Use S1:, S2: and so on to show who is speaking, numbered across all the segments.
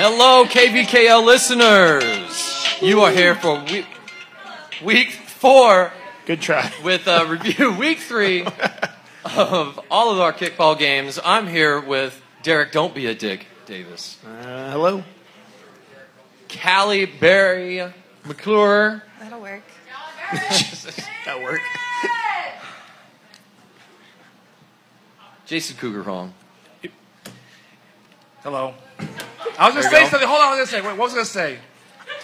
S1: Hello, KVKL listeners. You are here for week, week four
S2: Good try.
S1: with a review week three of all of our kickball games. I'm here with Derek. Don't be a dick, Davis.
S2: Uh, hello.
S1: Callie Barry McClure.
S3: That'll work.
S2: That work.
S1: Jason Cougar Hong.
S4: Hello. I was gonna
S1: There you
S4: say
S1: go.
S4: something. Hold on, I was gonna say. Wait, what was I gonna say?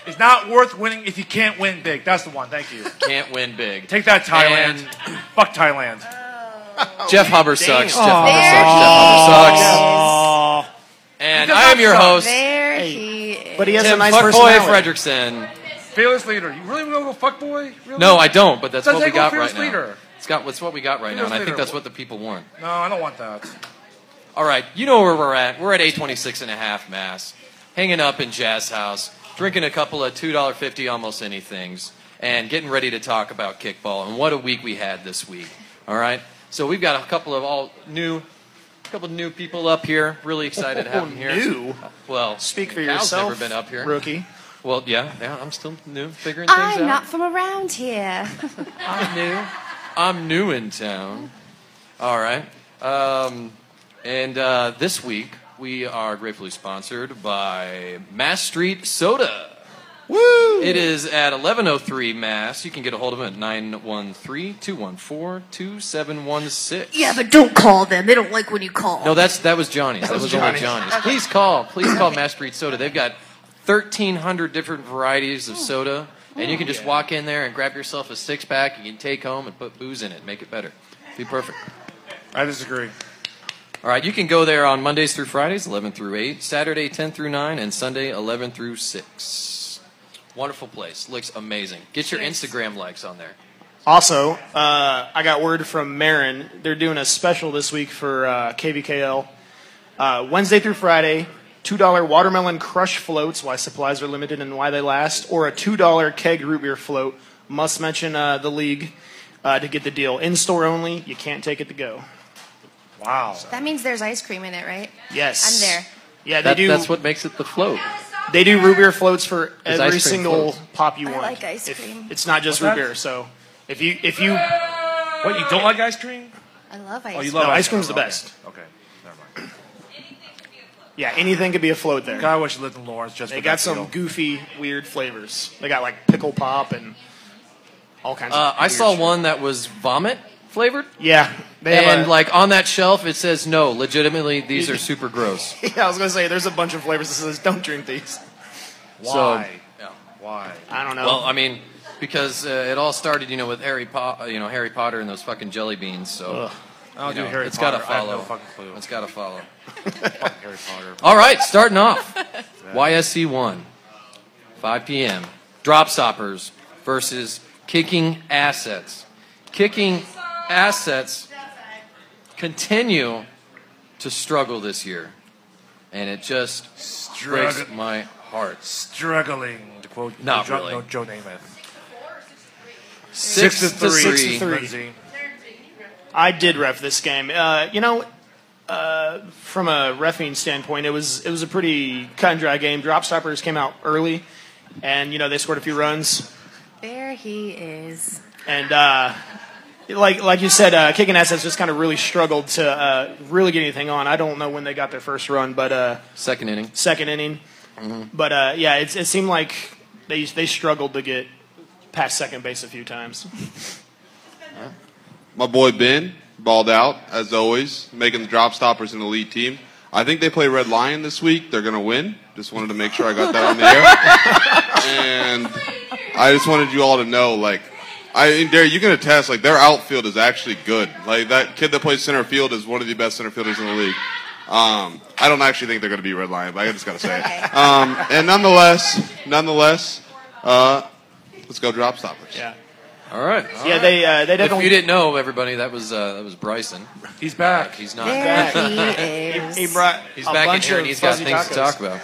S4: It's not worth winning if you can't win big. That's the one. Thank you.
S1: Can't win big.
S4: Take that, Thailand. Fuck Thailand.
S1: Jeff Huber sucks. Jeff Huber
S3: There
S1: sucks. Jeff Huber sucks.
S2: Oh,
S1: And
S4: He does
S1: I am
S4: not
S1: your
S4: suck.
S1: host,
S3: There he is.
S2: but he has
S1: Tim
S2: a nice
S1: Fuckboy
S2: personality.
S1: Fredrickson.
S4: Fearless leader. You really want to go fuck boy? Really?
S1: No, I don't. But that's
S4: Does
S1: what
S4: that
S1: we
S4: go
S1: got
S4: Fearless
S1: right now.
S4: Leader?
S1: It's got what's what we got right now,
S4: Fearless
S1: and I think
S4: Leader.
S1: that's what the people want.
S4: No, I don't want that.
S1: All right, you know where we're at. We're at 826 and a half mass, hanging up in Jazz House, drinking a couple of $2.50 almost anythings, and getting ready to talk about kickball and what a week we had this week. All right? So we've got a couple of all new couple of new people up here. Really excited to have them here.
S2: Oh, New?
S1: Well,
S2: Speak for
S1: Cal's
S2: yourself.
S1: never been up here.
S2: rookie.
S1: Well, yeah, yeah, I'm still new, figuring things out.
S3: I'm not from around here.
S1: I'm new. I'm new in town. All right. Um, and uh, this week we are gratefully sponsored by Mass Street Soda.
S2: Woo!
S1: It is at 1103 Mass. You can get a hold of them at 913-214-2716.
S3: yeah, but don't call them. They don't like when you call.
S1: No, that's that was Johnny's. That,
S2: was
S1: was, only
S2: Johnny's.
S1: Johnny's. Please call. Please call Mass Street Soda. They've got 1,300 different varieties
S2: Oh.
S1: of soda, and you can just walk in there and grab yourself a six pack. You can take home and put booze in it, make it better. Be perfect.
S4: I disagree.
S1: All right, you can go there on Mondays through Fridays, 11 through 8, Saturday 10 through 9, and Sunday 11 through 6. Wonderful place. Looks amazing. Get your Instagram likes on there.
S2: Also, uh, I got word from Marin. They're doing a special this week for uh, KVKL. Uh, Wednesday through Friday, $2 watermelon crush floats, why supplies are limited and why they last, or a $2 keg root beer float. Must mention uh, the league uh, to get the deal. In store only, you can't take it to go.
S4: Wow.
S3: That means there's ice cream in it, right?
S2: Yes.
S3: I'm there.
S2: Yeah, they
S1: That,
S2: do.
S1: that's what makes it the float.
S2: They do root beer floats for
S1: There's
S2: every
S1: ice cream
S2: single
S1: floats.
S2: pop you
S3: I
S2: want.
S3: like ice
S2: If-
S3: cream.
S2: It's not just root
S4: What's that?
S2: beer. So if you if you
S4: What? You don't like ice cream?
S3: I love ice
S4: Oh, you
S3: cream.
S4: love
S2: No, ice
S4: ice
S2: cream's the
S4: Okay.
S2: best.
S4: Okay. Never mind.
S2: yeah anything could be afloat there.
S4: God, I wish you lived in Lawrence just
S2: They
S4: for
S2: got
S4: that
S2: some
S4: deal.
S2: goofy weird flavors. They got like pickle pop and all kinds.
S1: Uh,
S2: of
S1: I
S2: weird
S1: saw
S2: shit.
S1: one that was vomit flavored.
S2: Yeah, they have
S1: And
S2: a-
S1: like on that shelf, it says no. Legitimately, these are super gross.
S2: yeah, I was gonna say there's a bunch of flavors that says don't drink these.
S4: Why?
S1: So, yeah.
S4: Why?
S2: I don't know.
S1: well, I mean, because uh, it all started, you know, with Harry Potter, you know, Harry Potter and those fucking jelly beans. So,
S2: Ugh.
S4: I don't
S1: you
S4: do
S1: know,
S4: Harry
S1: it's
S4: Potter.
S1: gotta
S4: I have no
S1: follow.
S4: fucking clue.
S1: It's gotta follow.
S4: Fuck Harry Potter.
S1: All right, starting off. YSC one, 5 p.m. Drop Stoppers versus Kicking Assets. Kicking Assets continue to struggle this year, and it just breaks
S4: Strugg-
S1: my heart.
S4: struggling to quote
S1: Not
S4: Joe,
S1: really.
S4: no, Joe Namath.
S1: Six, to three.
S2: Six to three.
S4: Lindsay.
S2: I did ref this game. Uh, you know, uh, from a refing standpoint, it was it was a pretty cut and dry game. Drop stoppers came out early, and you know they scored a few runs.
S3: There he is.
S2: And uh, like like you said, uh, kicking assets just kind of really struggled to uh, really get anything on. I don't know when they got their first run, but uh,
S1: Second inning.
S2: second inning.
S1: Mm-hmm.
S2: But uh, yeah, it, it seemed like they they struggled to get past second base a few times.
S5: My boy Ben balled out as always, making the drop stoppers an elite team. I think they play Red Lion this week. They're gonna win. Just wanted to make sure I got that on the air. And I just wanted you all to know, like, I and Derry, you can attest, like their outfield is actually good. Like that kid that plays center field is one of the best center fielders in the league. Um, I don't actually think they're gonna be Red Lion, but I just gotta say it. Um, and nonetheless, nonetheless, uh, let's go drop stoppers.
S2: Yeah,
S1: All right.
S2: yeah, they uh, they
S1: If
S2: definitely
S1: you didn't know, everybody, that was uh, that was Bryson.
S4: He's back.
S1: He's not.
S3: There he is.
S2: He brought
S1: He's
S2: a
S1: back in
S2: bunch
S1: here and
S2: of
S1: he's got
S2: fuzzy
S1: things to
S2: tacos.
S1: talk about.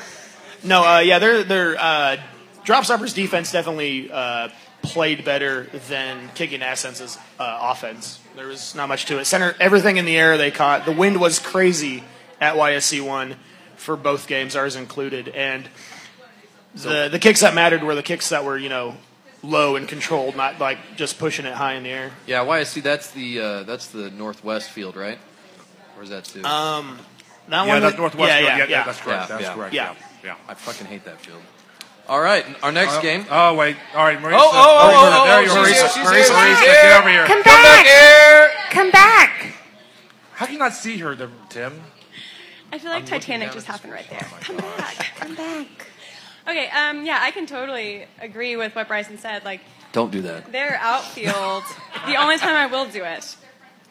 S2: No, uh, yeah, their their uh, drop stoppers defense definitely uh, played better than kicking Ascense's uh, offense. There was not much to it. Center everything in the air they caught. The wind was crazy at YSC one for both games, ours included. And the the kicks that mattered were the kicks that were you know low and controlled, not like just pushing it high in the air.
S1: Yeah, YSC. That's the uh, that's the northwest field, right? Or is that too?
S2: Um, That
S4: Yeah,
S2: one,
S4: that's
S2: that-
S4: Northwest.
S2: Yeah,
S4: Field.
S2: yeah, yeah.
S4: that's correct.
S1: Yeah,
S4: that's
S1: yeah.
S4: correct.
S2: Yeah.
S4: Yeah, yeah.
S1: I fucking hate that field. All right, our next
S4: Oh,
S1: game.
S4: Oh wait. All right, Marisa.
S1: Oh, oh, oh, oh, oh,
S4: there you
S1: she's
S4: are.
S1: here,
S4: Marisa.
S1: she's
S4: Marisa,
S1: here,
S4: Marisa,
S1: she's
S4: get
S1: here.
S4: over here.
S3: Come back. Come back.
S4: How can you not see her, there, Tim?
S6: I feel like Titanic
S1: down
S6: just
S1: at Oh
S6: happened right there.
S1: my
S6: Come
S1: gosh.
S6: back.
S3: Come back.
S6: Okay, um, yeah, I can totally agree with what Bryson said. Like,
S1: Don't do that.
S6: their outfield, the only time I will do it.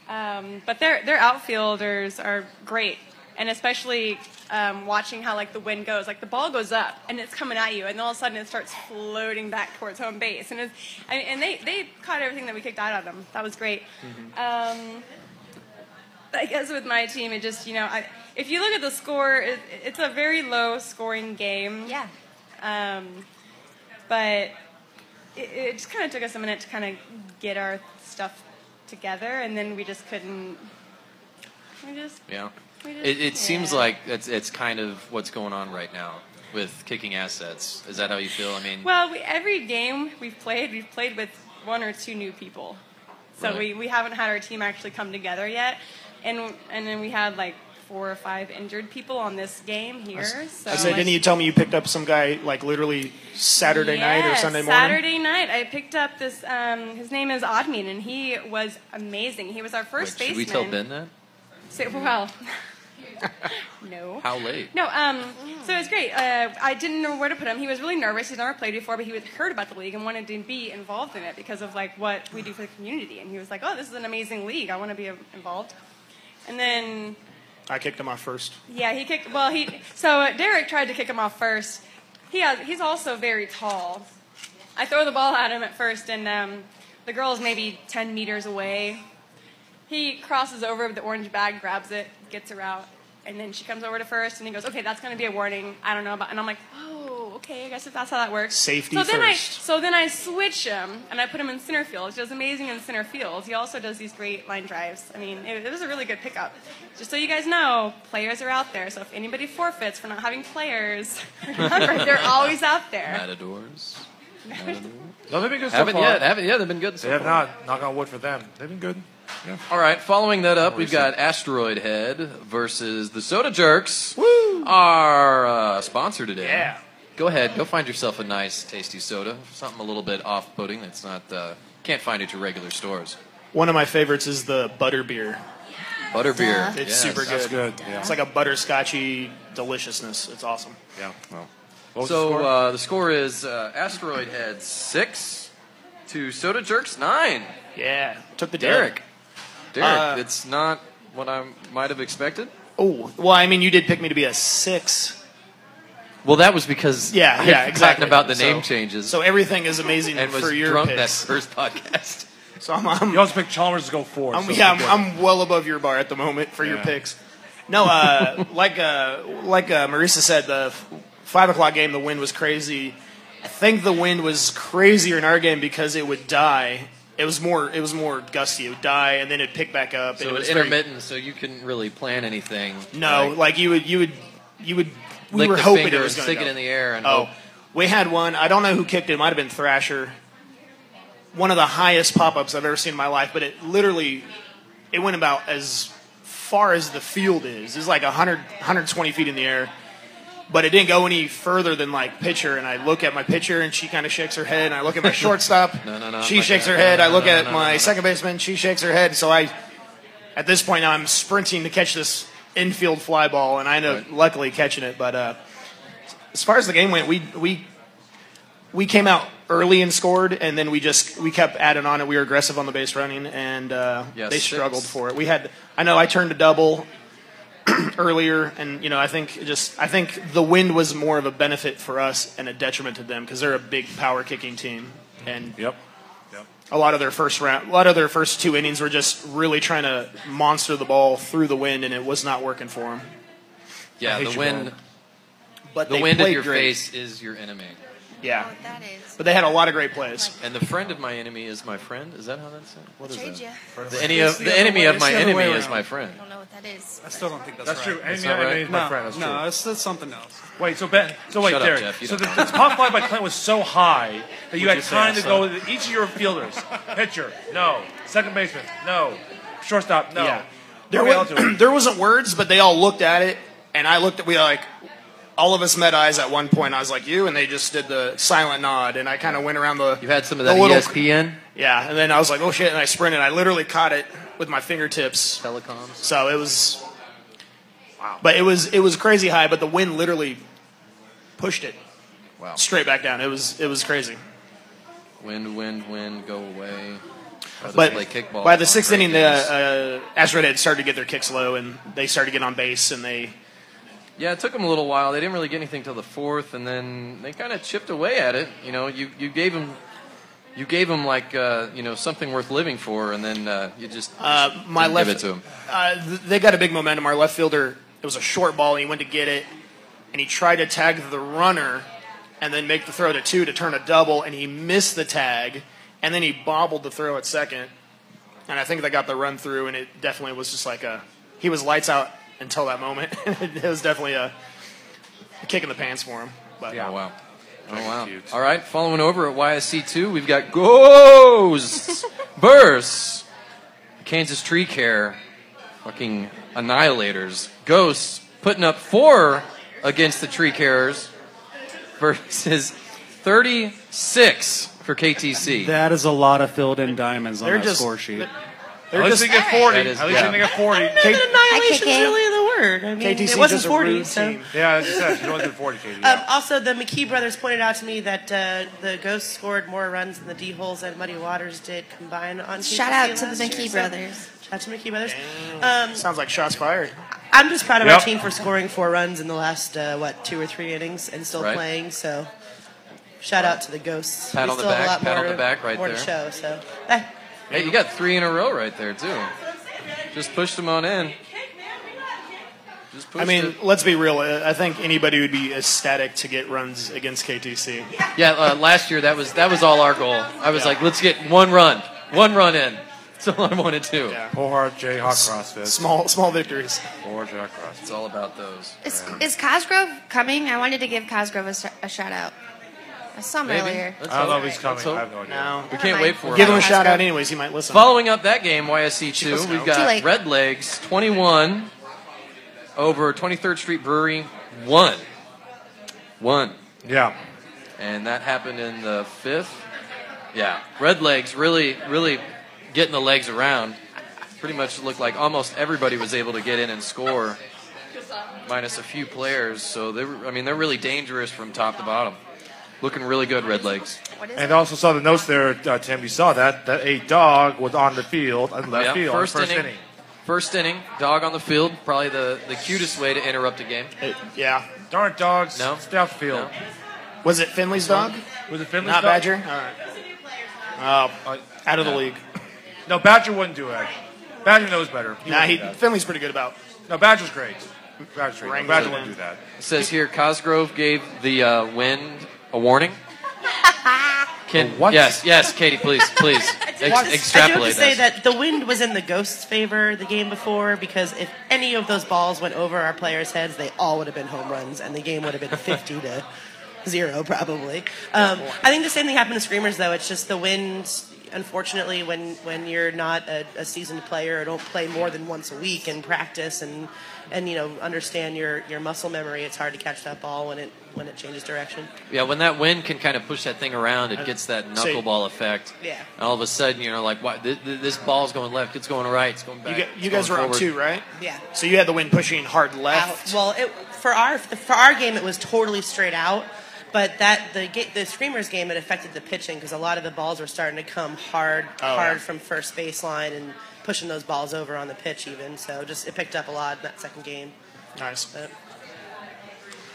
S6: Um, but their, their outfielders are great. And especially um, watching how, like, the wind goes. Like, the ball goes up, and it's coming at you, and all of a sudden it starts floating back towards home base. And, it's, I mean, and they, they caught everything that we kicked out of them. That was great.
S4: Mm-hmm.
S6: Um, I guess with my team, it just, you know, I, if you look at the score, it, it's a very low scoring game.
S3: Yeah.
S6: Um, but it, it just kind of took us a minute to kind of get our stuff together, and then we just couldn't. We just.
S1: Yeah.
S6: We just-
S1: It, it seems
S6: yeah.
S1: like it's, it's kind of what's going on right now with kicking assets. Is that how you feel? I mean,
S6: Well, we, every game we've played, we've played with one or two new people, so
S1: Really?
S6: we, we haven't had our team actually come together yet, and and then we had like four or five injured people on this game here. so
S2: I said,
S6: like-
S2: didn't you tell me you picked up some guy like literally Saturday night or
S6: Yes,
S2: Sunday morning?
S6: Saturday night, I picked up this. Um, his name is Oddmean, and he was amazing. He was our
S1: wait,
S6: first
S1: should we
S6: baseman.
S1: tell Ben that?
S6: So, well, no.
S1: How late?
S6: No, um, so it was great. Uh, I didn't know where to put him. He was really nervous. He's never played before, but he had heard about the league and wanted to be involved in it because of like what we do for the community. And he was like, "Oh, this is an amazing league. I want to be uh, involved." And then
S2: I kicked him off first.
S6: yeah, he kicked. Well, he so Derek tried to kick him off first. He has, he's also very tall. I throw the ball at him at first, and um, the girl's maybe ten meters away. He crosses over with the orange bag, grabs it, gets her out, and then she comes over to first, and he goes, "Okay, that's going to be a warning. I don't know about." And I'm like, "Oh, okay. I guess if that's how that works."
S2: Safety
S6: so then
S2: first.
S6: I so then I switch him and I put him in center field. He does amazing in center field. He also does these great line drives. I mean, it, it was a really good pickup. Just so you guys know, players are out there. So if anybody forfeits for not having players, remember they're always out there.
S1: Matadors.
S4: No, they've been good so
S1: haven't
S4: far.
S1: yet. Haven't yet. They've been good. So
S4: They have
S1: far.
S4: not. Knock on wood for them. They've been good. Yeah.
S1: All right. Following that up, we've got Asteroid Head versus the Soda Jerks. Woo! Our uh, sponsor today.
S4: Yeah.
S1: Go ahead. Go find yourself a nice, tasty soda. Something a little bit off-putting. That's not uh, can't find at your regular stores.
S2: One of my favorites is the butter beer.
S1: Butterbeer.
S2: It's
S1: yes.
S2: super
S4: That's good. Yeah.
S2: It's like a butterscotchy deliciousness. It's awesome.
S4: yeah. Well. What was the
S1: So
S4: score?
S1: uh, the score is uh, Asteroid Head six to Soda Jerks nine.
S2: Yeah. Took the dub.
S1: Derek, Derek,
S2: Uh,
S1: it's not what I might have expected.
S2: Oh, well, I mean, you did pick me to be a six.
S1: Well, that was because I
S2: Yeah, yeah,
S1: had forgotten
S2: exactly.
S1: about the
S2: So-
S1: name changes
S2: So everything is amazing
S1: and was
S2: for your
S1: drunk
S2: picks.
S1: that first podcast.
S2: So I'm, I'm,
S4: you also picked Chalmers to go forward.
S2: I'm
S4: so
S2: yeah, I'm,
S4: good.
S2: I'm well above your bar at the moment for your
S4: Yeah.
S2: picks. No, uh, like uh, like uh, Marisa said, the f- five o'clock game, the wind was crazy. I think the wind was crazier in our game because it would die. It was more it was more gusty. It would die and then it'd pick back up. and
S1: So
S2: it
S1: it's
S2: was very-
S1: intermittent, so you couldn't really plan anything.
S2: No, like you would, you would, you would. We
S1: Lick
S2: were
S1: the
S2: hoping
S1: finger
S2: it was
S1: and
S2: going to
S1: stick it in the air and
S2: oh,
S1: hope.
S2: we had one. I don't know who kicked it. It might have been Thrasher. One of the highest pop-ups I've ever seen in my life, but it literally, it went about as far as the field is. It's like 100, 120 feet in the air, but it didn't go any further than like pitcher. And I look at my pitcher, and she kind of shakes her head. And I look at my shortstop.
S1: No, no, no, uh,
S2: She
S1: like
S2: shakes
S1: that.
S2: her head.
S1: No,
S2: I
S1: no,
S2: look
S1: no,
S2: at
S1: no, no,
S2: my
S1: no.
S2: second baseman. She shakes her head. So I at this point now I'm sprinting to catch this infield fly ball, and I end up luckily catching it. But uh, as far as the game went, we we we came out early and scored, and then we just we kept adding on it. We were aggressive on the base running, and uh,
S1: Yeah,
S2: they
S1: six.
S2: struggled for it. We had I know I turned a double earlier, and you know I think it just I think the wind was more of a benefit for us and a detriment to them because they're a big power kicking team, and
S4: Yep. Yep.
S2: a lot of their first round, a lot of their first two innings were just really trying to monster the ball through the wind, and it was not working for them.
S1: Yeah,
S4: hate
S1: the
S4: you,
S1: wind,
S4: Brian.
S2: But
S1: the
S2: they
S1: wind in
S2: played
S1: your
S2: great.
S1: face is your enemy.
S2: Yeah.
S7: Oh, that is.
S2: But they had a lot of great plays.
S1: And the friend of my enemy is my friend. Is that how that's? What is
S7: Trade
S1: that?
S7: ya.
S1: The, any of,
S8: It's the
S1: the
S8: other
S1: enemy
S8: way-
S1: of
S8: it's
S1: my
S8: the other way
S1: enemy is
S8: around.
S1: my friend.
S7: I don't know what that is.
S8: I still don't think that's,
S4: That's
S8: right.
S4: true. Enemy
S1: not
S4: enemy
S1: right?
S4: is my
S8: no,
S4: friend. That's
S8: no,
S4: true.
S8: That's, that's something else.
S4: Wait, so Ben, so wait,
S1: Shut up,
S4: Derek.
S1: Jeff, you
S4: so the,
S1: don't
S4: the top five by Clint was so high that you
S8: Would
S4: had
S8: you say
S4: time
S8: I
S4: to
S8: saw
S4: go with each of your fielders. Pitcher, no. Second baseman, no. Shortstop, no.
S2: Yeah.
S4: There
S2: There,
S4: we all do it.
S2: was, there wasn't words, but they all looked at it, and I looked at we like all of us met eyes at one point. I was like you, and they just did the silent nod, and I kind of went around the.
S1: You had some of
S2: the
S1: that E
S2: little-
S1: ESPN
S2: Yeah, and then I was like, oh shit, and I sprinted. I literally caught it with my fingertips.
S1: telecoms.
S2: So it was. Wow. But it was it was crazy high, but the wind literally pushed it
S1: Wow.
S2: straight back down. It was it was crazy.
S1: Wind, wind, wind, go away. Brothers
S2: But
S1: play kickball
S2: by the
S1: on
S2: sixth
S1: great
S2: inning,
S1: days.
S2: the uh, Astros had started to get their kicks low, and they started getting on base, and they
S1: Yeah, it took them a little while. They didn't really get anything till the fourth, and then they kind of chipped away at it. You know, you you gave them, you gave them like uh, you know something worth living for, and then uh, you just
S2: uh, my
S1: didn't
S2: left
S1: give it to them.
S2: Uh, th- they got a big momentum. Our left fielder, it was a short ball, and he went to get it, and he tried to tag the runner, and then make the throw to two to turn a double, and he missed the tag, and then he bobbled the throw at second, and I think they got the run through, and it definitely was just like a he was lights out until that moment. it was definitely a, a kick in the pants for him. But
S1: Oh wow. Oh wow.
S4: cute.
S1: All right, following over at YSC two, we've got Ghosts versus Kansas Tree Care, fucking annihilators. Ghosts putting up four against the Tree Carers versus thirty six for KTC.
S8: That is a lot of filled in diamonds on
S2: They're
S8: that
S2: just-
S8: score sheet.
S2: they're
S4: At least
S2: just
S4: they get 40.
S1: That is-
S4: At least
S1: yeah.
S4: they get 40.
S7: annihilation's it.
S9: really the word. I mean,
S2: KTC
S9: it wasn't
S2: does a
S9: 40,
S2: rude
S9: so.
S2: team.
S4: Yeah, as you said, she's only been 40, Katie.
S9: Um,
S4: Yeah.
S9: also, the McKee brothers pointed out to me that uh, the Ghosts scored more runs than the D holes and Muddy Waters did combined on.
S7: Shout
S9: KTC
S7: out to the
S9: last year,
S7: McKee
S9: so-
S7: brothers.
S9: Shout out to McKee brothers.
S2: sounds like shots fired.
S9: I'm just proud of
S4: Yep.
S9: our team for scoring four runs in the last uh, what two or three innings and still
S1: Right.
S9: playing. So, shout out to the Ghosts.
S1: Pat
S9: we
S1: on the
S9: still have
S1: back,
S9: a lot
S1: pat on
S9: more-
S1: the back right
S9: more to
S1: there.
S9: show. So, eh,
S1: Hey, you got three in a row right there too. Just push them on in. Just push
S2: I mean,
S1: it.
S2: let's be real. uh, I think anybody would be ecstatic to get runs against KTC.
S1: yeah. Uh, last year that was that was all our goal. I was like, let's get one run, one run in. That's all I wanted to. do.
S2: Yeah.
S4: Poor Heart Jayhawk CrossFit.
S2: Small small victories.
S4: Poor Jayhawk CrossFit.
S1: It's all about those.
S7: Is, is Cosgrove coming? I wanted to give Cosgrove a, s- a shout out. I saw him
S1: Maybe.
S7: earlier.
S1: Let's
S4: I don't know if
S1: hope.
S4: he's coming.
S1: Let's hope.
S4: I have no idea.
S2: Now,
S1: We can't wait for him.
S2: Give him a
S7: Ask
S2: shout out,
S7: him.
S2: anyways. He might listen.
S1: Following up that game, YSC two,
S2: Just
S1: we've
S7: Too
S1: got
S7: late.
S1: Red Legs twenty one over Twenty Third Street Brewery one, one,
S4: Yeah.
S1: and that happened in the fifth. Yeah, Red Legs really, really getting the legs around. Pretty much looked like almost everybody was able to get in and score, minus a few players. So they, were, I mean, they're really dangerous from top to bottom. Looking really good, Red Legs.
S7: What is
S4: And
S7: it?
S4: also saw the notes there, uh, Tim. You saw that that a dog was on the field, on left
S1: Yeah,
S4: field,
S1: first, inning,
S4: inning.
S1: First inning, dog on the field, probably the, the cutest way to interrupt a game.
S2: It- yeah.
S4: Darn dogs!
S1: No.
S4: stay off the field.
S1: No.
S2: Was it Finley's dog?
S4: Was it Finley's
S2: Not
S4: dog?
S2: Badger? All right. Oh, out of the league.
S4: No, Badger wouldn't do it. Badger knows better. He
S2: Nah,
S4: wouldn't
S2: he,
S4: do that.
S2: Finley's pretty good about.
S4: No, Badger's great. Badger's great. No,
S2: Wrangled
S4: Badger
S2: it
S4: wouldn't
S2: in.
S4: do that.
S1: It says here Cosgrove gave the uh, wind a warning. Can,
S4: what?
S1: Yes, yes, Katie, please, please ex-
S9: I do have to
S1: extrapolate
S9: say
S1: this.
S9: that the wind was in the Ghosts' favor the game before because if any of those balls went over our players' heads, they all would have been home runs, and the game would have been fifty to zero probably. Um, I think the same thing happened to Screamers though. It's just the wind. Unfortunately, when when you're not a, a seasoned player or don't play more than once a week and practice and and you know understand your your muscle memory, it's hard to catch that ball when it when it changes direction.
S1: Yeah, when that wind can kind of push that thing around, it gets that
S2: say-
S1: knuckleball effect.
S9: Yeah.
S1: And all of a sudden, you know, like, why, th- th- this ball's going left, it's going right, it's going back.
S2: You, gu-
S1: it's
S2: you guys were
S1: going
S2: on
S1: forward.
S2: two, right?
S9: Yeah.
S2: So you had the wind pushing hard
S9: out.
S2: left.
S9: Well, it, for our for our game, it was totally straight out. But that the ga- the screamers game it affected the pitching because a lot of the balls were starting to come hard
S2: Oh,
S9: hard
S2: yeah.
S9: from first baseline and pushing those balls over on the pitch even. So just it picked up a lot in that second game.
S2: Nice.
S9: But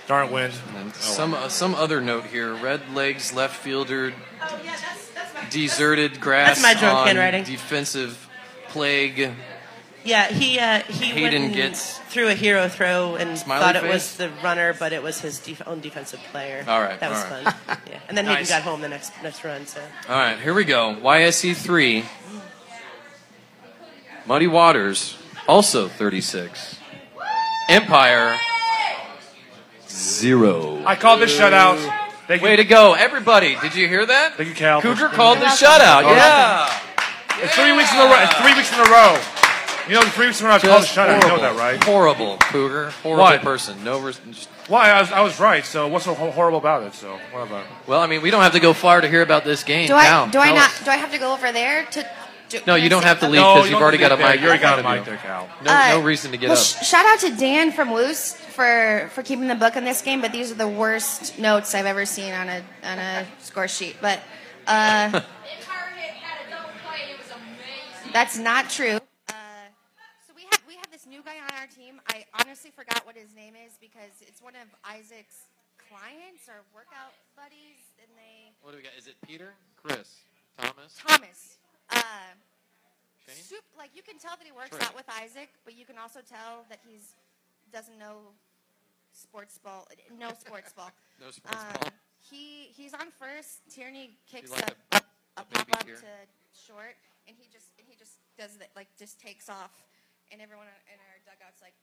S4: Darn wind.
S1: And some uh, some other note here: red legs left fielder deserted grass
S9: That's my drunk
S1: on
S9: handwriting.
S1: defensive plague
S9: Yeah, he uh, he
S1: Hayden
S9: went and
S1: gets-
S9: threw a hero throw and
S1: Smiley
S9: thought it
S1: face?
S9: was the runner, but it was his def- own defensive player.
S1: All right,
S9: that was
S1: all right.
S9: fun. Yeah, and then
S1: Nice.
S9: Hayden got home the next next run. So
S1: All right, here we go. YSC three. Muddy Waters, also thirty six. Empire zero.
S4: I called this shutout. Thank
S1: Way
S4: you.
S1: to go, everybody! Did you hear that?
S4: Thank you, Cal.
S1: Cougar
S4: for-
S1: called the shutout.
S4: You're
S1: Yeah.
S4: It's three weeks in a row. It's three weeks in a row. You know, the three weeks in a row I called the
S1: Just
S4: shutout. You know
S1: horrible,
S4: that, right?
S1: Horrible, Cougar. Horrible
S4: Why?
S1: person. No. Res- just-
S4: Why? I was, I was right. So what's so ho- horrible about it? So what about? it?
S1: well, I mean, we don't have to go far to hear about this game.
S3: Do I
S1: Cal,
S3: do I
S1: tell
S3: not
S1: us.
S3: do I have to go over there to? Do,
S1: No, you don't have to leave
S4: No,
S1: because
S4: you
S1: you've
S4: don't
S1: already
S4: need
S1: got a
S4: that.
S1: mic.
S4: You already got
S1: in
S4: a
S1: front
S4: mic
S1: of
S4: there, Cal.
S1: you. No, no reason to get
S3: Uh, well,
S1: up.
S3: sh- shout out to Dan from Woos for for keeping the book on this game, but these are the worst notes I've ever seen on a on a score sheet. But uh, that's not true. Uh, so we have we have this new guy on our team. I honestly forgot what his name is because it's one of Isaac's clients or workout buddies, and they.
S1: What do we got? Is it Peter, Chris, Thomas?
S3: Thomas. Uh,
S1: Shane?
S3: sup- like you can tell that he works
S1: Trey.
S3: out with Isaac, but you can also tell that he's doesn't know sports ball. No sports ball.
S1: No sports
S3: Um,
S1: ball.
S3: He he's on first. Tierney kicks
S1: like
S3: up
S1: a- a
S3: a, a,
S1: baby
S3: pop up
S1: here.
S3: to short, and he just and he just does that like just takes off, and everyone on- in our dugout's like,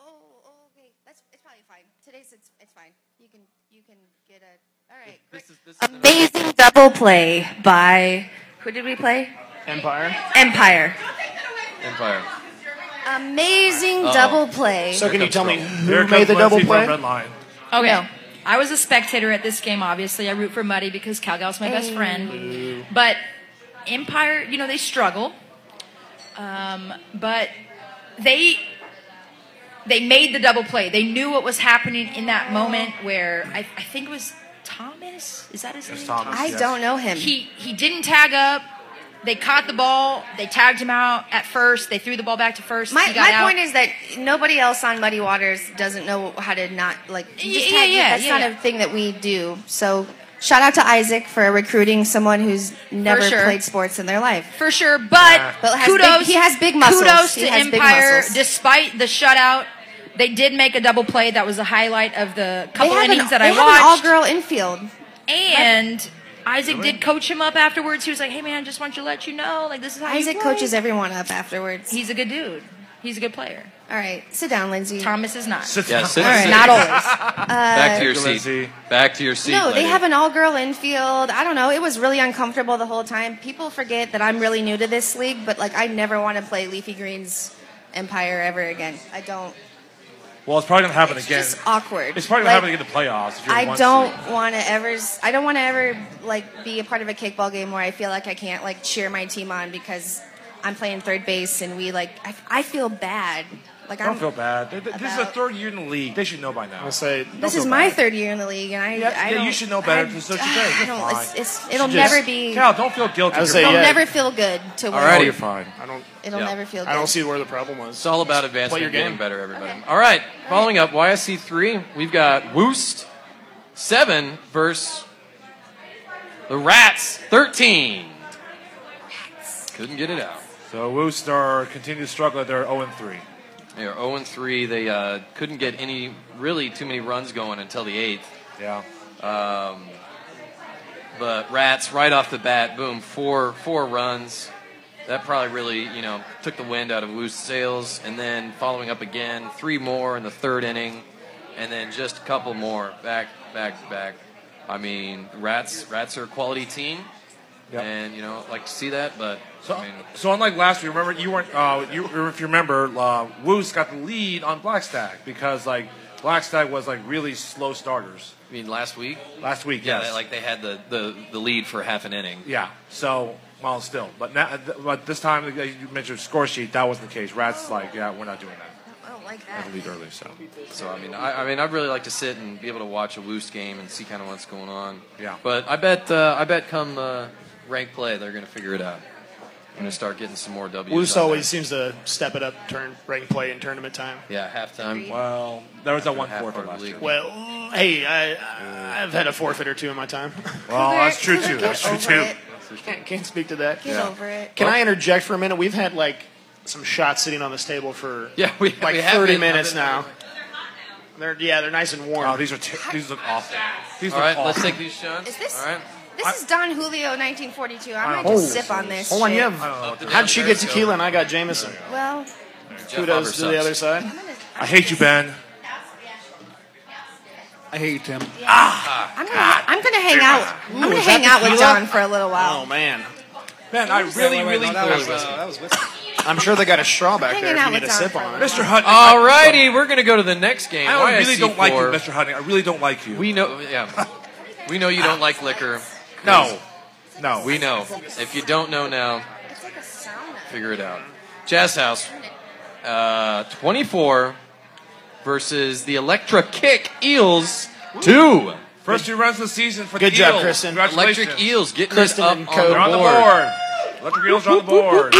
S3: oh, oh okay, that's it's probably fine. Today's it's it's fine. You can you can get a all right.
S1: This is-
S3: great."
S1: this is an-
S10: Amazing double play by who did we play?
S2: Empire.
S10: Empire.
S3: Uh,
S1: Empire.
S3: Amazing
S1: Uh-oh.
S3: double play.
S2: So can you tell me
S4: Here
S2: who
S4: comes
S2: made the double
S4: Lindsay from
S2: play?
S4: Red Lion.
S11: Okay.
S3: No.
S11: I was a spectator at this game, obviously. I root for Muddy because Calgal's my best
S3: Hey.
S11: friend. But Empire, you know, they struggle. Um, but they they made the double play. They knew what was happening in that moment where I, I think it was Thomas. Is that his name?
S4: Thomas,
S3: I
S4: yes.
S3: don't know him.
S11: He he didn't tag up. They caught the ball. They tagged him out at first. They threw the ball back to first.
S3: my
S11: he got
S3: my
S11: out.
S3: point is that nobody else on Muddy Waters doesn't know how to not like. you
S11: Yeah,
S3: just
S11: yeah,
S3: have-
S11: yeah,
S3: That's
S11: yeah,
S3: not
S11: yeah.
S3: a thing that we do. So shout out to Isaac for recruiting someone who's never
S11: sure.
S3: played sports in their life.
S11: for sure. But,
S3: But has
S11: kudos.
S3: big- he has big muscles.
S11: Kudos
S3: He
S11: to
S3: has big
S11: Empire.
S3: muscles.
S11: Despite the shutout, they did make a double play. That was the highlight of the couple
S3: they have
S11: innings
S3: an,
S11: that
S3: they
S11: I
S3: have
S11: watched.
S3: an all-girl infield.
S11: and Isaac did coach him up afterwards. He was like, "Hey man, just want to let you know, like this is how you
S3: Isaac
S11: play."
S3: coaches everyone up afterwards.
S11: He's a good dude. He's a good player.
S3: all right, sit down, Lindsay.
S11: Thomas is not.
S4: Sit
S1: Yeah,
S4: down.
S1: sit,
S3: All
S1: sit-
S3: right, not always. Uh,
S1: back to your seat.
S4: Lindsay.
S1: Back to your seat.
S3: No, they
S1: lady.
S3: have an all-girl infield. I don't know. It was really uncomfortable the whole time. People forget that I'm really new to this league, but like I never want to play Leafy Greens Empire ever again. I don't.
S4: Well, it's probably gonna happen
S3: It's
S4: again.
S3: just awkward.
S4: It's probably gonna
S3: Like,
S4: happen again in the playoffs. If you
S3: I
S4: want
S3: don't
S4: To.
S3: want to ever. s- I don't want to ever like be a part of a kickball game where I feel like I can't like cheer my team on because I'm playing third base and we like. I, I feel bad. Like
S4: I
S3: I'm.
S4: don't feel bad. Th- th- This is the
S3: About-
S4: third year in the league. They should know by now.
S2: I'll say
S3: This is my third year in the league, and I.
S4: Yeah,
S3: I
S4: yeah, you
S3: don't-
S4: should know better.
S3: I-
S4: It's what you
S3: I
S4: say. You're
S3: don't-
S4: fine.
S3: it's- it's- it'll
S2: Just-
S3: never be.
S4: Cal, don't feel guilty.
S2: I would
S4: You're
S2: say,
S4: fine.
S3: It'll
S2: yeah.
S3: never feel good to win.
S1: Alrighty.
S4: You're fine.
S2: I don't.
S3: It'll
S1: Yeah.
S3: never feel good.
S2: I don't see where the problem was.
S1: It's all about advancement.
S2: Play your
S1: getting
S2: game.
S1: better, everybody.
S3: Okay.
S1: All right. Following up, YSC three. We've got Woost seven versus the Rats thirteen. Couldn't get it out.
S4: So Woostar continues to struggle. They're 0 3.
S1: They are zero and three. They uh, couldn't get any really too many runs going until the eighth. Um,
S4: Yeah.
S1: But Rats right off the bat, boom, four four runs. That probably really you know took the wind out of Wu's sails. And then following up again, three more in the third inning, and then just a couple more back back back. I mean, Rats Rats are a quality team,
S4: Yep.
S1: and you know like to see that. But
S4: So,
S1: I mean,
S4: so unlike last week, remember you weren't. Uh, you if you remember, uh, Woos got the lead on Blackstack because like Blackstack was like really slow starters
S1: I mean last week,
S4: last week.
S1: yeah,
S4: yes.
S1: they- like they had the, the the lead for half an inning.
S4: yeah. So well, still, but now, but this time like you mentioned score sheet. That wasn't the case. Rats like yeah, we're not doing that.
S3: I don't like
S4: I
S3: that.
S4: had the lead early, so
S1: So I mean, I, I mean, I'd really like to sit and be able to watch a Woos game and see kind of what's going on.
S4: Yeah.
S1: But I bet, uh, I bet, come uh, rank play, they're going to figure it out. I'm going to start getting some more W's.
S2: Woos
S1: out
S2: always seems to step it up, turn rank play in tournament time.
S1: there. Yeah, halftime.
S4: well, there was that one
S1: Half
S4: forfeit
S1: our
S4: last
S1: league.
S4: year.
S2: Well, hey, I, I've had a forfeit or two in my time.
S4: Well, that's true
S3: Cougar,
S4: too.
S3: get
S4: That's true
S3: over
S4: too.
S3: it.
S2: Can't, can't speak to that.
S3: Get
S4: Yeah.
S3: over it.
S2: Can I interject for a minute? We've had like some shots sitting on this table for
S1: yeah, we,
S2: like
S1: we have
S2: 30
S1: been-
S2: minutes
S1: I've been-
S2: now. They're yeah, they're nice and warm.
S4: Oh, these are t- these look awful. These
S1: All
S4: look
S1: right,
S4: awful.
S1: let's take these shots.
S7: Is this-
S1: All right.
S7: This is Don Julio, 1942. I
S4: I
S7: might
S4: don't
S7: just
S4: know.
S7: sip on this.
S2: Oh. Hold on,
S7: shit.
S2: you have.
S1: to
S2: How'd she get
S1: downstairs,
S2: tequila
S1: go.
S2: and I got Jameson?
S7: Well,
S1: Jeff Huber
S2: Kudos to the
S1: sucks.
S2: other side.
S4: I hate you, Ben.
S8: I hate you, Tim.
S4: Ah!
S7: I'm gonna,
S1: Ah!
S7: I'm gonna hang out. I'm gonna hang out with Don for a little while.
S2: Oh man,
S4: Ben, I really,
S8: Wait, wait,
S4: really.
S8: no, that was, uh, that was whiskey.
S2: I'm sure they got a straw back
S7: Hanging
S2: there if
S7: out
S2: you need
S7: with
S2: a
S7: Don
S2: sip
S7: for a
S2: on it.
S7: little
S4: Mr. Hutton. I-
S1: All righty, we're gonna go to the next game.
S4: I really don't like you,
S1: YSC4.
S4: Mr. Hutton. I really don't like you.
S1: We know, yeah. We know you don't like liquor.
S4: no, no.
S1: We know. If you don't know now,
S7: It's like a sauna.
S1: figure it out. Jazz House, uh, 24 versus the Electra Kick Eels 2.
S4: First two runs of the season for
S2: Good
S4: the
S2: job,
S4: Eels.
S2: Kristen.
S4: Congratulations.
S1: Electric Eels getting us
S2: Kristen
S1: up
S2: and
S1: on the
S2: Code.
S4: They're on the
S1: board.
S4: board. Electric Eels are on the board.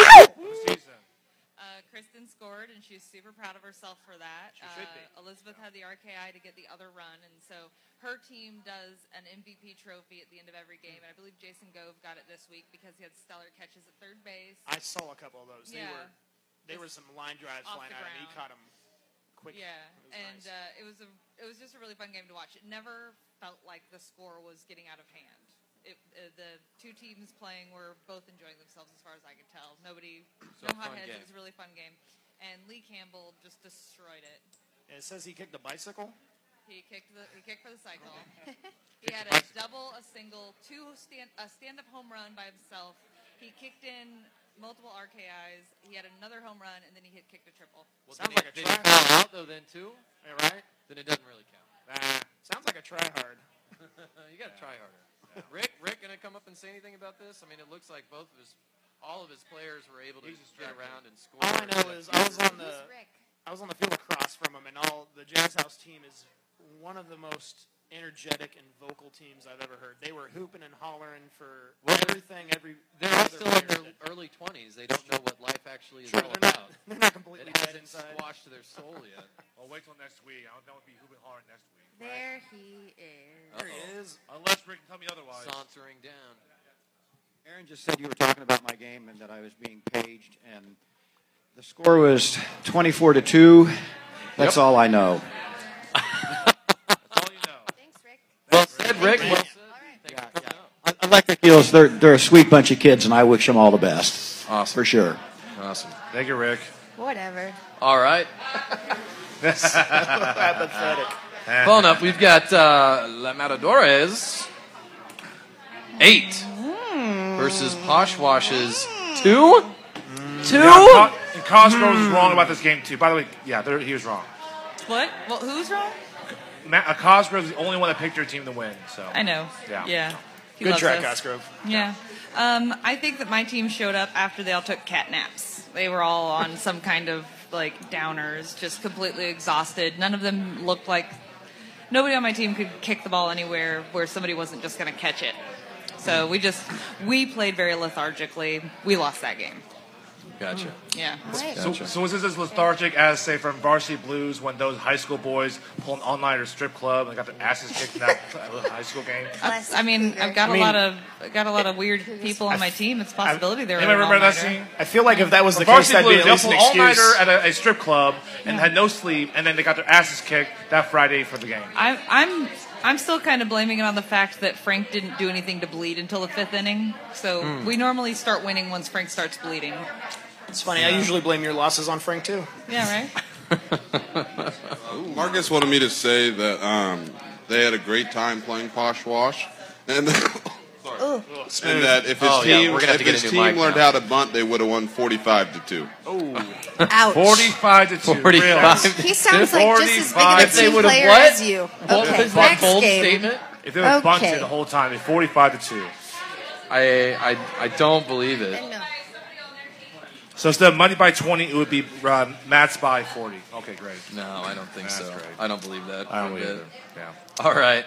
S10: Uh, Kristen scored, and she's super proud of herself for that. Uh, Elizabeth had the RKI to get the other run, and so her team does an MVP trophy at the end of every game. And I believe Jason Gove got it this week because he had stellar catches at third base.
S2: I saw a couple of those. They
S10: Yeah.
S2: were they were some line drives
S10: Off
S2: flying
S10: the
S2: out, and he
S10: ground.
S2: caught them quick.
S10: Yeah,
S2: It was
S10: and
S2: nice.
S10: uh, it was a it was just a really fun game to watch. It never felt like the score was getting out of hand. It, uh, the two teams playing were both enjoying themselves, as far as I could tell. Nobody,
S1: So
S10: no
S1: fun
S10: hotheads.
S1: game.
S10: It was a really fun game, and Lee Campbell just destroyed it.
S2: And it says he kicked a bicycle.
S10: He kicked the he kicked for the cycle. he had a double, a single, two stand a stand up home run by himself. He kicked in multiple RKIs. He had another home run, and then he had kicked a triple.
S2: Sounds
S1: Did it-
S2: like a
S1: did it
S2: try.
S1: count out though then too?
S2: Am I right?
S1: Then it doesn't really count.
S2: Nah. Sounds like a try hard.
S1: Uh, you gotta try harder. Rick, Rick, gonna come up and say anything about this? I mean, it looks like both of his, all of his players were able to get around and score.
S2: All I know is I was on the
S7: Who's Rick?
S2: I was on the field across from him, and all the Jazz House team is one of the most energetic and vocal teams I've ever heard. They were hooping and hollering for everything. Every
S1: They're all
S2: other
S1: still in
S2: player
S1: their
S2: did.
S1: early twenties. They don't know what life actually is
S2: Sure,
S1: all
S2: they're
S1: about.
S2: not, they're not completely
S1: It
S2: dead
S1: hasn't
S2: inside.
S1: squashed their soul yet.
S4: Well, wait till next week. I don't know if he'll be hard next week.
S7: There he is.
S2: There he is.
S4: Unless Rick can tell me otherwise.
S1: Sauntering down.
S12: Aaron just said you were talking about my game and that I was being paged, and the score was 24 to 2. That's all I know.
S4: That's all you know.
S7: Thanks, Rick.
S1: Well said, Rick. Well said.
S7: All right.
S1: Thanks for coming out.
S12: E- Electric Eels, they're, they're a sweet bunch of kids, and I wish them all the best.
S1: Awesome.
S12: For sure.
S1: Awesome.
S4: Thank you, Rick.
S7: Whatever.
S1: All right.
S2: Pathetic.
S1: Well enough. We've got uh, La Matadores eight versus Poshwash's
S2: Mm.
S1: two. Two.
S4: Yeah, Co- and Cosgrove was wrong about this game too. By the way, yeah, there- he was wrong.
S10: What? Well, who's wrong?
S4: Matt, uh, Cosgrove's the only one that picked your team to win. So
S10: I know.
S4: Yeah.
S10: Yeah. He
S2: Good
S10: loves
S2: try,
S10: us.
S2: Cosgrove.
S10: Yeah. Um, I think that my team showed up after they all took cat naps. They were all on some kind of like downers, just completely exhausted. None of them looked like nobody on my team could kick the ball anywhere where somebody wasn't just going to catch it. So we just we played very lethargically. We lost that game.
S1: Gotcha.
S10: Yeah.
S4: So, so was this as lethargic as, say, from Varsity Blues when those high school boys pulled an all-nighter at a strip club and got their asses kicked in that high school game?
S7: Bless
S10: I mean,
S7: Cougar.
S10: I've got a
S2: mean-
S10: lot of I've got a lot of weird people on my team. It's a possibility there.
S4: Anybody remember that scene?
S2: I feel like if that was the case,
S4: Varsity
S2: that'd be
S4: Blues,
S2: at
S4: they
S2: least an
S4: pulled all-nighter
S2: excuse.
S4: at a, a strip club and had no sleep, and then they got their asses kicked that Friday for the game.
S10: I'm I'm I'm still kind of blaming it on the fact that Frank didn't do anything to bleed until the fifth inning. So we normally start winning once Frank starts bleeding.
S2: It's funny. I usually blame your losses on Frank too.
S10: Yeah, right.
S5: Marcus wanted me to say that um, they had a great time playing Posh Wash, and, sorry. and that if his
S1: Oh, yeah,
S5: team,
S1: we're gonna
S5: if
S1: have to get
S5: his
S1: a new mic
S5: team learned
S1: now.
S5: how to bunt, they would have won forty-five to two.
S7: Ouch.
S4: Forty-five to two.
S1: Forty-five.
S4: Really?
S7: He sounds like just as big
S4: 45.
S7: of a
S4: If
S1: they
S7: team
S1: would've
S7: player
S1: what?
S7: as you.
S1: Bold-
S7: Okay,
S1: bold-
S7: next
S1: bold
S7: game.
S1: statement.
S4: If they would have bunted
S7: Okay.
S4: the whole time, it's forty-five to two.
S1: I, I I don't believe it.
S7: No.
S4: So instead of money by twenty, it would be uh, Matt's by forty. Okay, great.
S1: No, I don't think
S4: That's
S1: so.
S4: great.
S1: I don't believe that.
S4: I don't
S1: for a
S4: believe
S1: bit.
S4: it. Yeah.
S1: All right.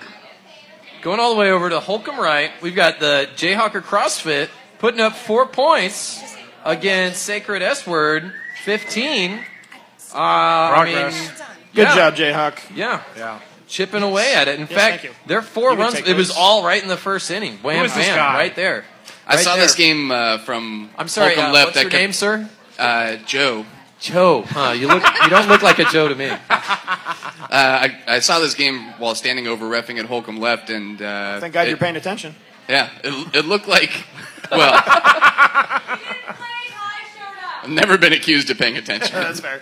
S1: Going all the way over to Holcomb Wright, we've got the Jayhawker CrossFit putting up four points against Sacred S Word, 15. Uh, I mean,
S4: Progress.
S2: Good
S1: yeah,
S2: job, Jayhawk.
S1: Yeah,
S4: Yeah.
S1: chipping away at it. In
S2: thank
S1: fact,
S2: you.
S1: their four
S2: You can
S1: runs,
S2: take
S1: it was
S2: those.
S1: all right in the first inning. Wham,
S4: is this
S1: bam,
S4: guy?
S1: right there.
S13: I
S1: Right
S13: saw this
S1: there.
S13: game uh, from
S1: I'm sorry,
S13: Holcomb
S1: uh,
S13: left.
S1: what's
S13: I
S1: your
S13: kept-
S1: name, sir?
S13: Uh, Joe.
S1: Joe, huh? You look. You don't look like a Joe to me.
S13: Uh, I, I saw this game while standing over refing at Holcomb Left, and uh,
S2: Thank God
S13: it-
S2: you're paying attention.
S13: Yeah, it, it looked like. Well, I've never been accused of paying attention.
S2: That's fair.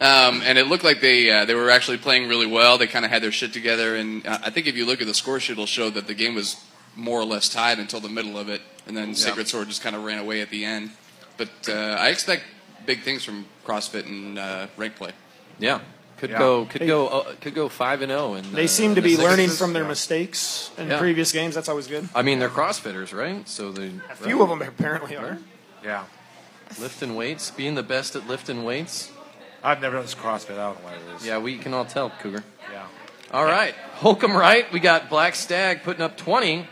S13: Um, and it looked like they uh, they were actually playing really well. They kind of had their shit together, and uh, I think if you look at the score sheet, it'll show that the game was more or less tied until the middle of it, and then Sacred Sword just kind of ran away at the end. But uh, I expect big things from CrossFit and uh, rank play.
S1: Yeah, could
S13: Yeah.
S1: go. Could go. Uh, could go five and zero. And
S2: They
S1: uh,
S2: seem to be
S1: this-
S2: learning from their mistakes in
S1: Yeah.
S2: previous games. That's always good.
S1: I mean, they're CrossFitters, right? So they.
S2: A few of them apparently are.
S4: Yeah.
S1: Lifting weights, being the best at lifting weights.
S4: I've never done this CrossFit. I don't know what it is.
S1: Yeah, we can all tell, Cougar.
S4: Yeah.
S1: All right, Holcomb right. We got Black Stag putting up twenty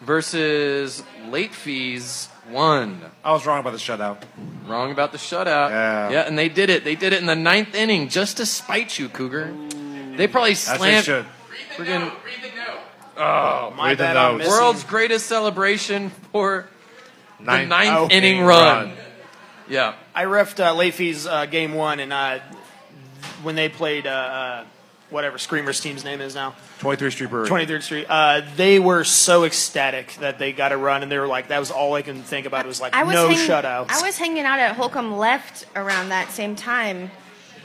S1: versus Late Fees one.
S4: I was wrong about the shutout.
S1: Wrong about the shutout. Yeah. Yeah, and they did it. They did it in the ninth inning just to spite you, Cougar. They probably
S4: they
S1: slammed.
S4: should.
S1: friggin-
S4: Oh,
S1: My
S4: read the
S1: bad, I'm
S4: notes.
S1: missing. World's greatest celebration for the
S4: Ninth-
S1: ninth
S4: Oh.
S1: inning
S4: inning
S1: run.
S4: run.
S1: Yeah.
S2: I refed uh, late fees uh, game one, and uh, when they played uh, uh, whatever Screamer's team's name is now,
S4: 23rd Street Brewery.
S2: 23rd Street, uh, they were so ecstatic that they got a run, and they were like, that was all I can think about. It was like,
S7: I was
S2: no
S7: hang-
S2: shutouts.
S7: I was hanging out at Holcomb Left around that same time,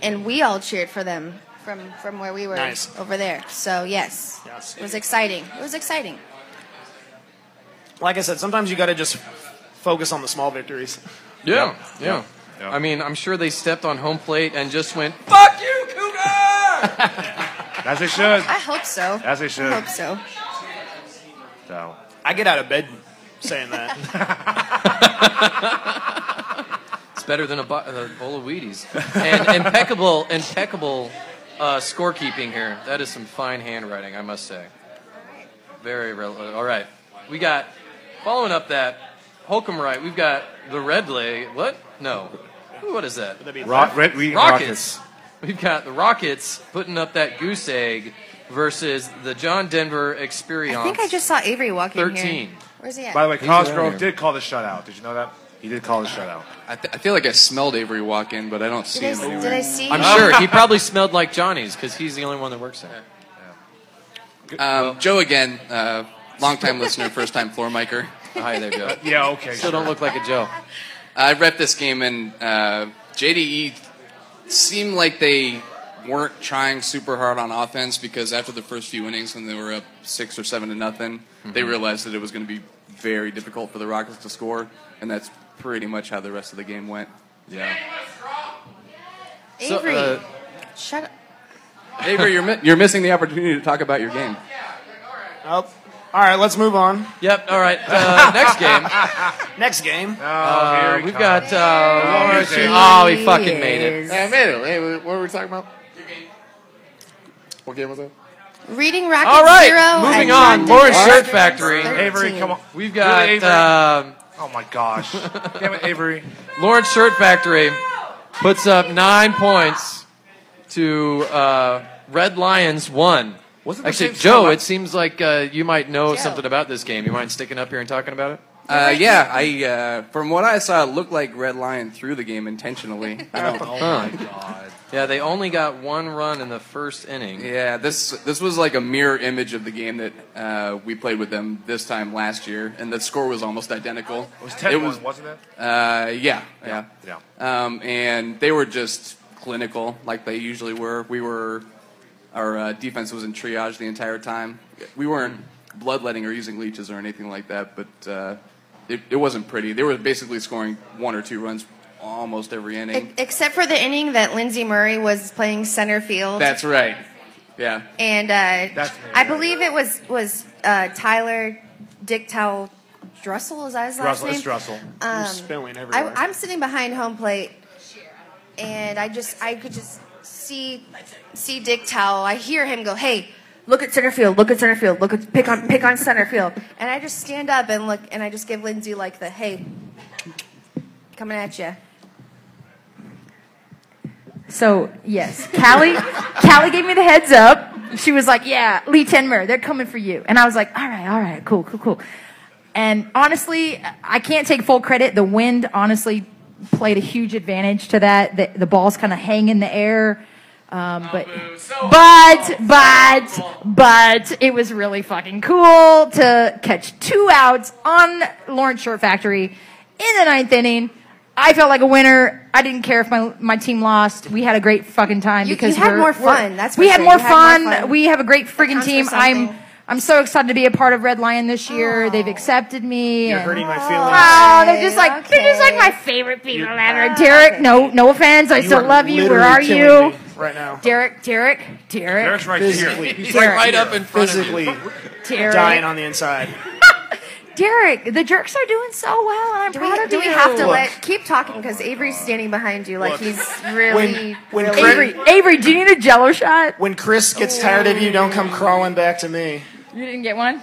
S7: and we all cheered for them from from where we were
S2: Nice.
S7: over there. So yes,
S2: Yes.
S7: it was exciting. It was exciting.
S2: like I said, sometimes you got to just focus on the small victories.
S1: Yeah. Yeah.
S2: Yeah.
S1: I mean, I'm sure they stepped on home plate and just went, fuck you, Cougar!
S4: As they should.
S7: I hope so.
S4: As they should.
S7: I hope so.
S4: So.
S2: I get out of bed saying that.
S1: It's better than a, bu- a bowl of Wheaties. And impeccable, impeccable uh, scorekeeping here. That is some fine handwriting, I must say. Very relevant. All right. We got, following up that, Holcomb right, we've got the Red Leg. What? No. Ooh, What is that?
S4: be Rock- Red- we-
S1: Rockets. We've got the Rockets putting up that goose egg versus the John Denver Experience.
S7: I think I just saw Avery walking here.
S1: 13.
S7: Where's he at?
S4: By the way,
S1: He's
S4: Cosgrove
S1: down
S4: did call the shutout. Did you know that? He did call the shutout.
S13: I, th- I feel like I smelled Avery walk in, but I don't see
S7: Did I-
S13: him anywhere.
S7: did I see-
S1: I'm sure he probably smelled like Johnny's because he's the only one that works there.
S13: Um, Joe again, uh, longtime listener, first time floor micer.
S1: Hi there, Joe.
S4: Yeah, okay.
S13: Still
S1: don't look like a Joe.
S13: I rep this game, and uh, JDE seemed like they weren't trying super hard on offense because after the first few innings, when they were up six or seven to nothing, they
S1: Mm-hmm.
S14: Mhm.
S13: realized that it was going to be very difficult for the Rockets to score, and that's pretty much how the rest of the game went. Yeah. So,
S7: Avery,
S13: uh,
S7: shut up.
S13: Avery, you're, mi- you're missing the opportunity to talk about your game.
S2: Oh, all right, let's move on.
S1: Yep. All right. Uh, next game.
S2: Next game.
S1: Uh, we've got. Uh,
S2: There
S1: Richie-
S2: he
S1: oh, he fucking made it.
S7: I
S13: made it. Hey, what were we talking about? What game was that?
S7: Reading Rocket
S1: All right,
S7: Zero. and
S1: moving on.
S7: John
S1: Lawrence
S7: Denver.
S1: Shirt Factory.
S4: Avery, come on.
S1: We've
S4: Really,
S1: got.
S4: Avery?
S1: Um,
S4: oh my gosh. Damn it, Avery.
S1: Lawrence Shirt Factory puts up nine points to uh, Red Lions one.
S13: Wasn't the
S1: Actually,
S13: same
S1: Joe,
S13: score-
S1: it seems like uh, you might know something about this game. You mind sticking up here and talking about it?
S13: Uh, yeah, I uh, from what I saw, it looked like Red Lion threw the game intentionally. I don't.
S1: Huh. Yeah, they only got one run in the first inning.
S13: Yeah, this this was like a mirror image of the game that uh, we played with them this time last year, and the score was almost identical.
S4: It was 10
S13: was-
S4: wasn't it?
S13: Uh, yeah, yeah,
S4: Yeah.
S13: Um, and they were just clinical, like they usually were. We were, our uh, defense was in triage the entire time. We weren't bloodletting or using leeches or anything like that, but uh, it, it wasn't pretty. They were basically scoring one or two runs almost every inning.
S7: Except for the inning that Lindsey Murray was playing center field.
S13: That's right. Yeah.
S7: and uh,
S13: That's-
S7: I believe it was was uh, Tyler Dicktow Drussel. Is that his last
S4: Drussel,
S7: name?
S4: it's Drussel.
S7: Um,
S4: You're spelling
S7: I,
S4: everywhere.
S7: I'm sitting behind home plate, and I just I could just see see Dicktow. I hear him go, "Hey, look at center field. Look at center field. Look at pick on pick on center field." And I just stand up and look, and I just give Lindsay like the, "Hey, coming at you."
S11: So yes, Callie, Callie gave me the heads up. She was like, "Yeah, Lee Tenmer, they're coming for you," and I was like, "All right, all right, cool, cool, cool." And honestly, I can't take full credit. The wind honestly played a huge advantage to that. The, the balls kind of hang in the air. Um, but, but, but, but it was really fucking cool to catch two outs on Lawrence Short Factory in the ninth inning. I felt like a winner. I didn't care if my my team lost. We had a great fucking time
S3: You-
S11: because
S3: you had
S11: we're-
S3: more
S11: we're-
S3: fun, that's for
S11: we had
S3: sure.
S11: more
S3: You had
S11: fun.
S3: more fun.
S11: We have a great
S3: That
S11: friggin'
S3: counts for
S11: team. I'm I'm so excited to be a part of Red Lion this year. They've accepted me.
S2: You're
S11: and-
S2: hurting my feelings.
S11: Oh, they're just like they're just like my favorite people ever. Derek, no no offense, I
S2: You
S11: still
S2: are
S11: love you. Where
S2: literally
S11: are
S2: killing
S11: you,
S2: me right now?
S11: Derek? Derek? Derek?
S2: Derek's right here. Physically. He's like
S11: Derek.
S2: right up in front of you. Physically.
S11: Derek.
S2: Dying on the inside.
S11: Derek, the jerks are doing so well, and I'm
S3: Do
S11: proud
S3: we,
S11: of
S3: do
S11: you.
S3: we have to
S2: Look.
S3: let keep talking because Avery's standing behind you like
S2: Look.
S3: he's really
S2: when
S3: really
S2: Avery-
S11: Avery, do you need a Jello shot?
S2: When Chris gets tired of you, don't come crawling back to me.
S11: You didn't get one.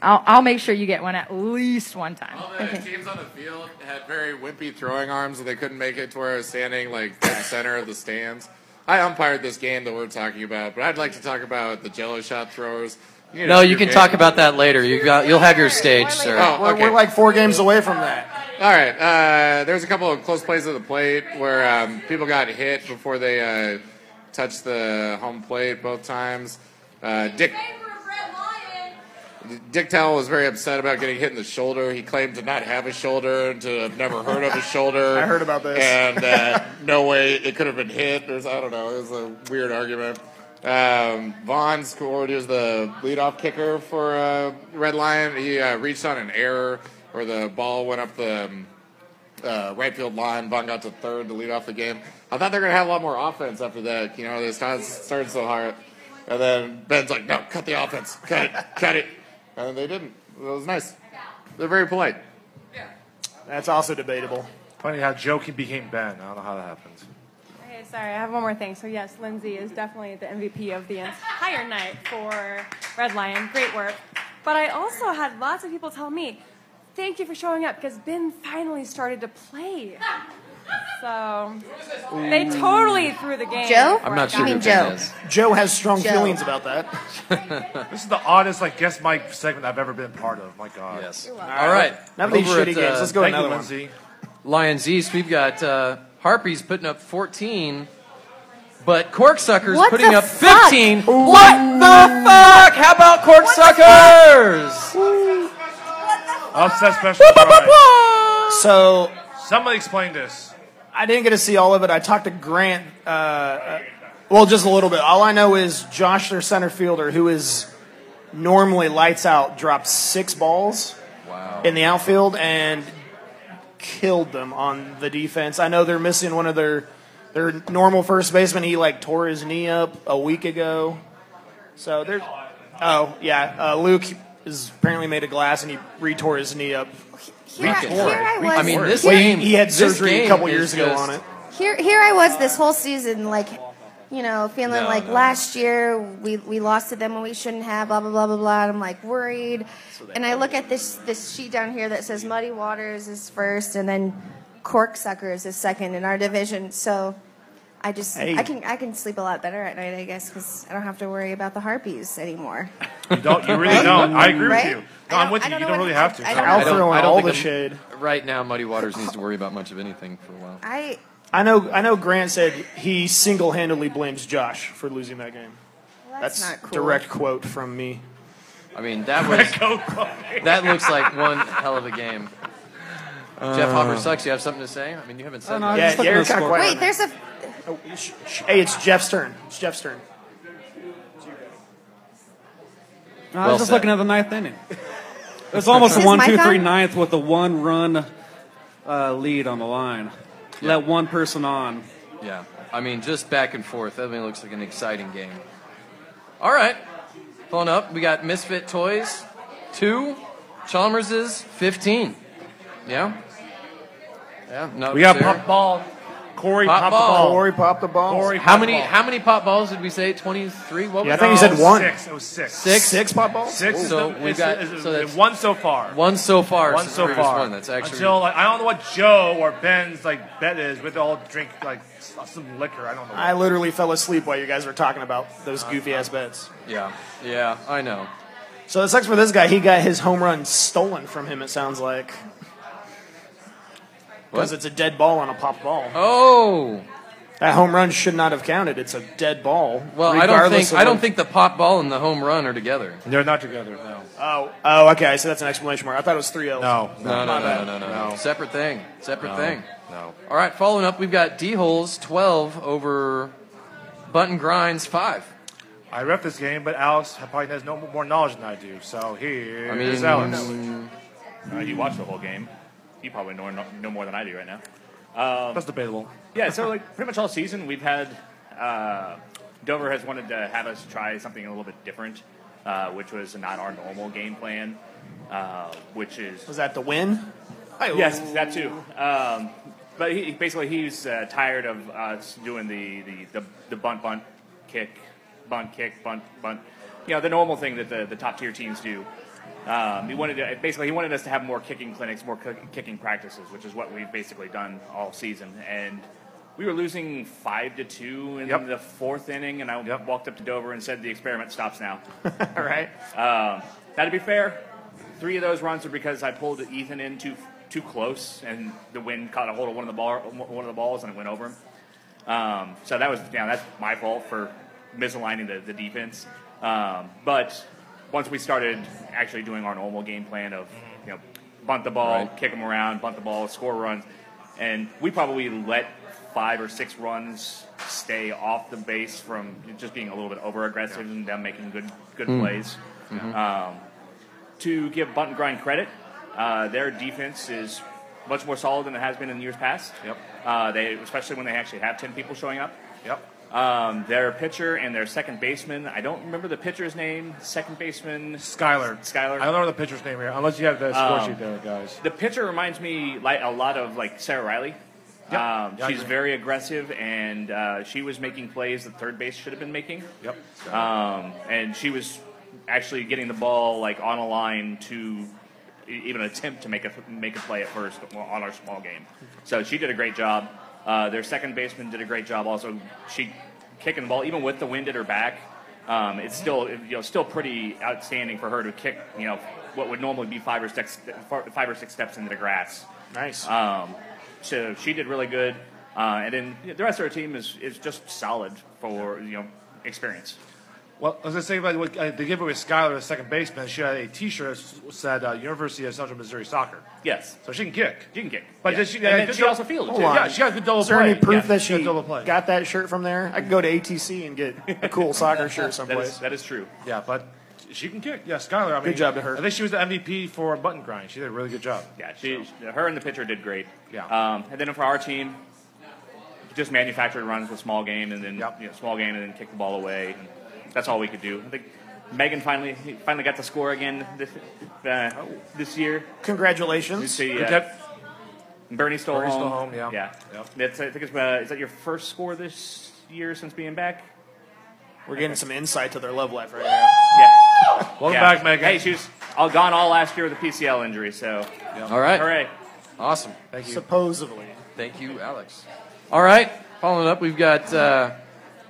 S11: I'll, I'll make sure you get one at least one time.
S14: The teams on the field had very wimpy throwing arms, and they couldn't make it to where I was standing, like dead center of the stands. I umpired this game that we're talking about, but I'd like to talk about the Jello shot throwers. know,
S1: No, you
S14: your
S1: can
S14: game. Oh,
S1: talk about that later. You got, you'll have your stage, sir.
S13: Oh,
S2: we're, we're like four games away from that.
S14: All right. Uh, there's a couple of close plays at the plate where um, people got hit before they uh, touched the home plate both times. Uh, Dick. Dick Towell was very upset about getting hit in the shoulder. He claimed to not have a shoulder, to have never heard of a shoulder.
S2: I heard about this.
S14: And uh, no way it could have been hit. There's, I don't know. It was a weird argument. Um, Vaughn scored. He was the leadoff kicker for uh, Red Lion. He uh, reached on an error where the ball went up the um, uh, right field line. Vaughn got to third to lead off the game. I thought they were going to have a lot more offense after that. You know, they started started so hard. And then Ben's like, no, cut the offense. Cut it. Cut it. And they didn't. It was nice. They're very polite.
S2: That's also debatable.
S4: Funny how Joe can- became Ben. I don't know how that happens.
S6: Okay, sorry, I have one more thing. So yes, Lindsay is definitely the MVP of the entire night for Red Lion. Great work. But I also had lots of people tell me, thank you for showing up because Ben finally started to play. So they totally threw the game.
S2: Joe?
S6: before
S2: I'm not
S6: I
S2: sure
S6: got
S2: who
S6: here.
S2: Ben is. Joe has strong
S6: Joe.
S2: feelings about that.
S4: this is the oddest, like, guess Mike segment I've ever been part of. My God. Yes.
S1: All right.
S2: None of these
S1: Over
S2: shitty
S1: at,
S2: games.
S1: uh,
S2: Let's go
S1: thank
S2: another
S1: you,
S2: one.
S1: Lindsay. Lions East, we've got uh, Harpies putting up 14, but Corksuckers
S3: What
S1: putting
S3: the
S1: up
S3: fuck?
S1: 15.
S3: Ooh.
S1: What the fuck? How about Corksuckers?
S4: Upset special.
S2: So
S4: Somebody explain this.
S2: I didn't get to see all of it. I talked to Grant. Uh, uh, well, just a little bit. All I know is Josh, their center fielder, who is normally lights out, dropped six balls in the outfield and killed them on the defense. I know they're missing one of their their normal first baseman. He like tore his knee up a week ago. So they're. Oh yeah, uh, Luke is apparently made of glass and he retore his knee up.
S3: Here I- Retore. here I was-
S1: I mean, this
S2: Well, he-
S1: game-
S2: He had
S1: this
S2: surgery a
S1: game
S2: couple
S1: is
S2: years ago
S1: just-
S2: on it.
S3: Here, here I was this whole season, like, you know, feeling
S2: No,
S3: like
S2: no.
S3: last year we, we lost to them when we shouldn't have, blah blah blah blah blah. And I'm like worried, and I look at this this sheet down here that says Muddy Waters is first, and then Corksuckers is second in our division. So I just
S4: Hey.
S3: I can I can sleep a lot better at night, I guess, because I don't have to worry about the harpies anymore.
S4: You don't. You really don't. I agree with
S3: Right?
S4: you. No, I'm with you. You don't really have to.
S1: I don't- I don't
S2: all
S1: think
S2: the
S1: I'm-
S2: shade.
S1: Right now, Muddy Waters needs to worry about much of anything for a while.
S3: I
S2: I know. I know. Grant said he single-handedly blames Josh for losing that game.
S3: that's not cool.
S2: direct quote from me.
S1: I mean, that was that looks like one hell of a game. Jeff Hopper sucks. You have something to say? I mean, you haven't said.
S2: Uh. Oh, no, I'm Yeah, just looking at Eric the score. Cock-
S3: Wait, there's a
S2: Oh, Hey, it's Jeff's turn. It's Jeff's turn.
S8: I was
S2: Well
S8: just
S2: said.
S8: looking at the ninth inning. It was almost a
S2: Is
S8: one,
S2: my
S8: two,
S2: guy-
S8: three, ninth with a one run uh, lead on the line. Let one person on.
S1: Yeah, I mean, just back and forth. That really looks like an exciting game. All right, pulling up. We got Misfit Toys, two, Chalmers's fifteen. Yeah, yeah. No,
S4: We got
S1: Sarah.
S4: pop ball. Corey
S1: Pop
S4: popped
S1: ball.
S4: the ball.
S1: Corey
S2: popped the ball.
S4: Corey
S1: How
S4: popped
S1: many?
S4: the ball.
S1: How many pop balls did we say? Twenty-three. What?
S2: Yeah, I
S1: was it?
S2: think he said one.
S4: Six. It was six.
S1: Six? Six
S2: pop balls?
S4: Six.
S1: So
S4: is the,
S1: we've
S4: is-
S1: got-
S4: is-
S1: so that's-
S4: one so far.
S1: One so far.
S4: One
S1: since
S4: so
S1: the previous
S4: far.
S1: One. That's actually
S4: until like I don't know what Joe or Ben's like bet is, but they all drink like s- some liquor. I don't know.
S2: I literally fell asleep while you guys were talking about those goofy ass bets.
S1: yeah, yeah. I know.
S2: So it sucks for this guy. He got his home run stolen from him. It sounds like. because it's a dead ball on a pop ball.
S1: Oh.
S2: That home run should not have counted. It's a dead ball.
S1: Well, I don't
S2: regardless
S1: think
S2: of
S1: I don't
S2: what-
S1: think the pop ball and the home run are together.
S4: They're not together. No.
S2: Oh, oh, okay. So that's an explanation mark. I thought it was three L's.
S4: No,
S1: No, no,
S2: My
S1: no,
S2: bad.
S1: no, no, no, Separate thing. Separate
S4: No,
S1: thing.
S4: no.
S1: All right. Following up, we've got D holes twelve over Button Grinds five.
S4: I ref this game, but Alex probably has no more knowledge than I do. So here's
S1: I mean,
S4: Alex.
S15: Uh, you watch the whole game. You probably know, know more than I do right now. Um,
S4: That's debatable.
S15: yeah, so like pretty much all season we've had uh, Dover has wanted to have us try something a little bit different, uh, which was not our normal game plan, uh, which is
S2: Was that the win?
S15: Yes, that too. Um, but he, basically, he's uh, tired of us doing the, the, the, the bunt, bunt, kick, bunt, kick, bunt, bunt. You know, the normal thing that the, the top tier teams do. Um, he wanted to, basically he wanted us to have more kicking clinics, more kick, kicking practices, which is what we've basically done all season. And we were losing five to two in the fourth inning, and I walked up to Dover and said, "The experiment stops now."
S2: All right.
S15: Um, now, to be fair, three of those runs were because I pulled Ethan in too too close, and the wind caught a hold of one of the ball, one of the balls, and it went over him. Um, so that was yeah, that's my fault for misaligning the, the defense. Um, but once we started actually doing our normal game plan of
S2: Mm-hmm.
S15: you know bunt the ball,
S13: Right.
S15: kick them around, bunt the ball, score runs, and we probably let five or six runs stay off the base from just being a little bit over aggressive and them making good good
S16: Hmm.
S15: plays.
S4: Mm-hmm.
S16: Mhm.
S15: Um, to give Bunt and Grind credit, uh, their defense is much more solid than it has been in years past. Yep. Uh, they, especially when they actually have ten people showing up. Yep. Um, their pitcher and their second baseman. I don't remember the pitcher's name. Second baseman
S4: Skyler.
S15: Skyler.
S4: I don't know the pitcher's name here, unless you have the score
S15: Um,
S4: sheet there, guys.
S15: The pitcher reminds me like a lot of like Sarah Riley. Um,
S4: Yeah, I
S15: she's
S4: agree.
S15: very aggressive, and uh, she was making plays that third base should have been making. Yep. Um, and she was actually getting the ball like on a line to e- even attempt to make a make a play at first on our small game. So she did a great job. Uh, their second baseman did a great job. Also, she kicking the ball even with the wind at her back. Um, it's still you know still pretty outstanding for her to kick you know what would normally be five or six five or six steps into the grass.
S2: Nice.
S15: Um, so she did really good, uh, and then the rest of her team is is just solid for you know experience.
S4: Well, I was going to say about what, uh, the giveaway with Skyler, the second baseman. She had a T-shirt that said uh, "University of Central Missouri Soccer."
S15: Yes.
S4: So she can kick.
S15: She can kick.
S4: But
S15: Yeah.
S4: did she,
S15: And then
S4: good
S15: she
S4: dou-
S15: also fielded,
S4: Hold on. Yeah, she got a good double
S2: Is there
S4: play.
S2: any proof
S4: Yeah,
S2: that
S4: she got
S2: she
S4: double play.
S2: got that shirt from there? I could go to ATC and get a cool soccer shirt someplace.
S15: that is true.
S4: Yeah, but she can kick. Yeah, Skyler. I mean,
S2: Good job to her.
S4: I think she was the MVP for Button Grind. She did a really good job.
S15: Yeah, she, her and the pitcher did great.
S4: Yeah.
S15: Um, and then for our team, just manufactured runs with small game and then you know, small game and then kick the ball away. And that's all we could do. I think Megan finally finally got to score again this uh, this year.
S2: Oh. Congratulations.
S15: You see,
S2: Good
S15: uh,
S2: job.
S15: Bernie stole
S4: Bernie's
S15: home.
S4: still home, yeah.
S15: Yeah.
S4: Yep.
S15: That's, I think it's uh, is that your first score this year since being back?
S2: We're getting some insight to their love life right now.
S15: Yeah.
S2: Welcome
S15: Yeah.
S2: back, Megan.
S15: Hey, she was all gone all last year with a PCL injury. So.
S1: All right.
S15: Hooray.
S1: Awesome. Thank you.
S2: Supposedly.
S1: Thank you, Alex. All right. Following up, we've got uh,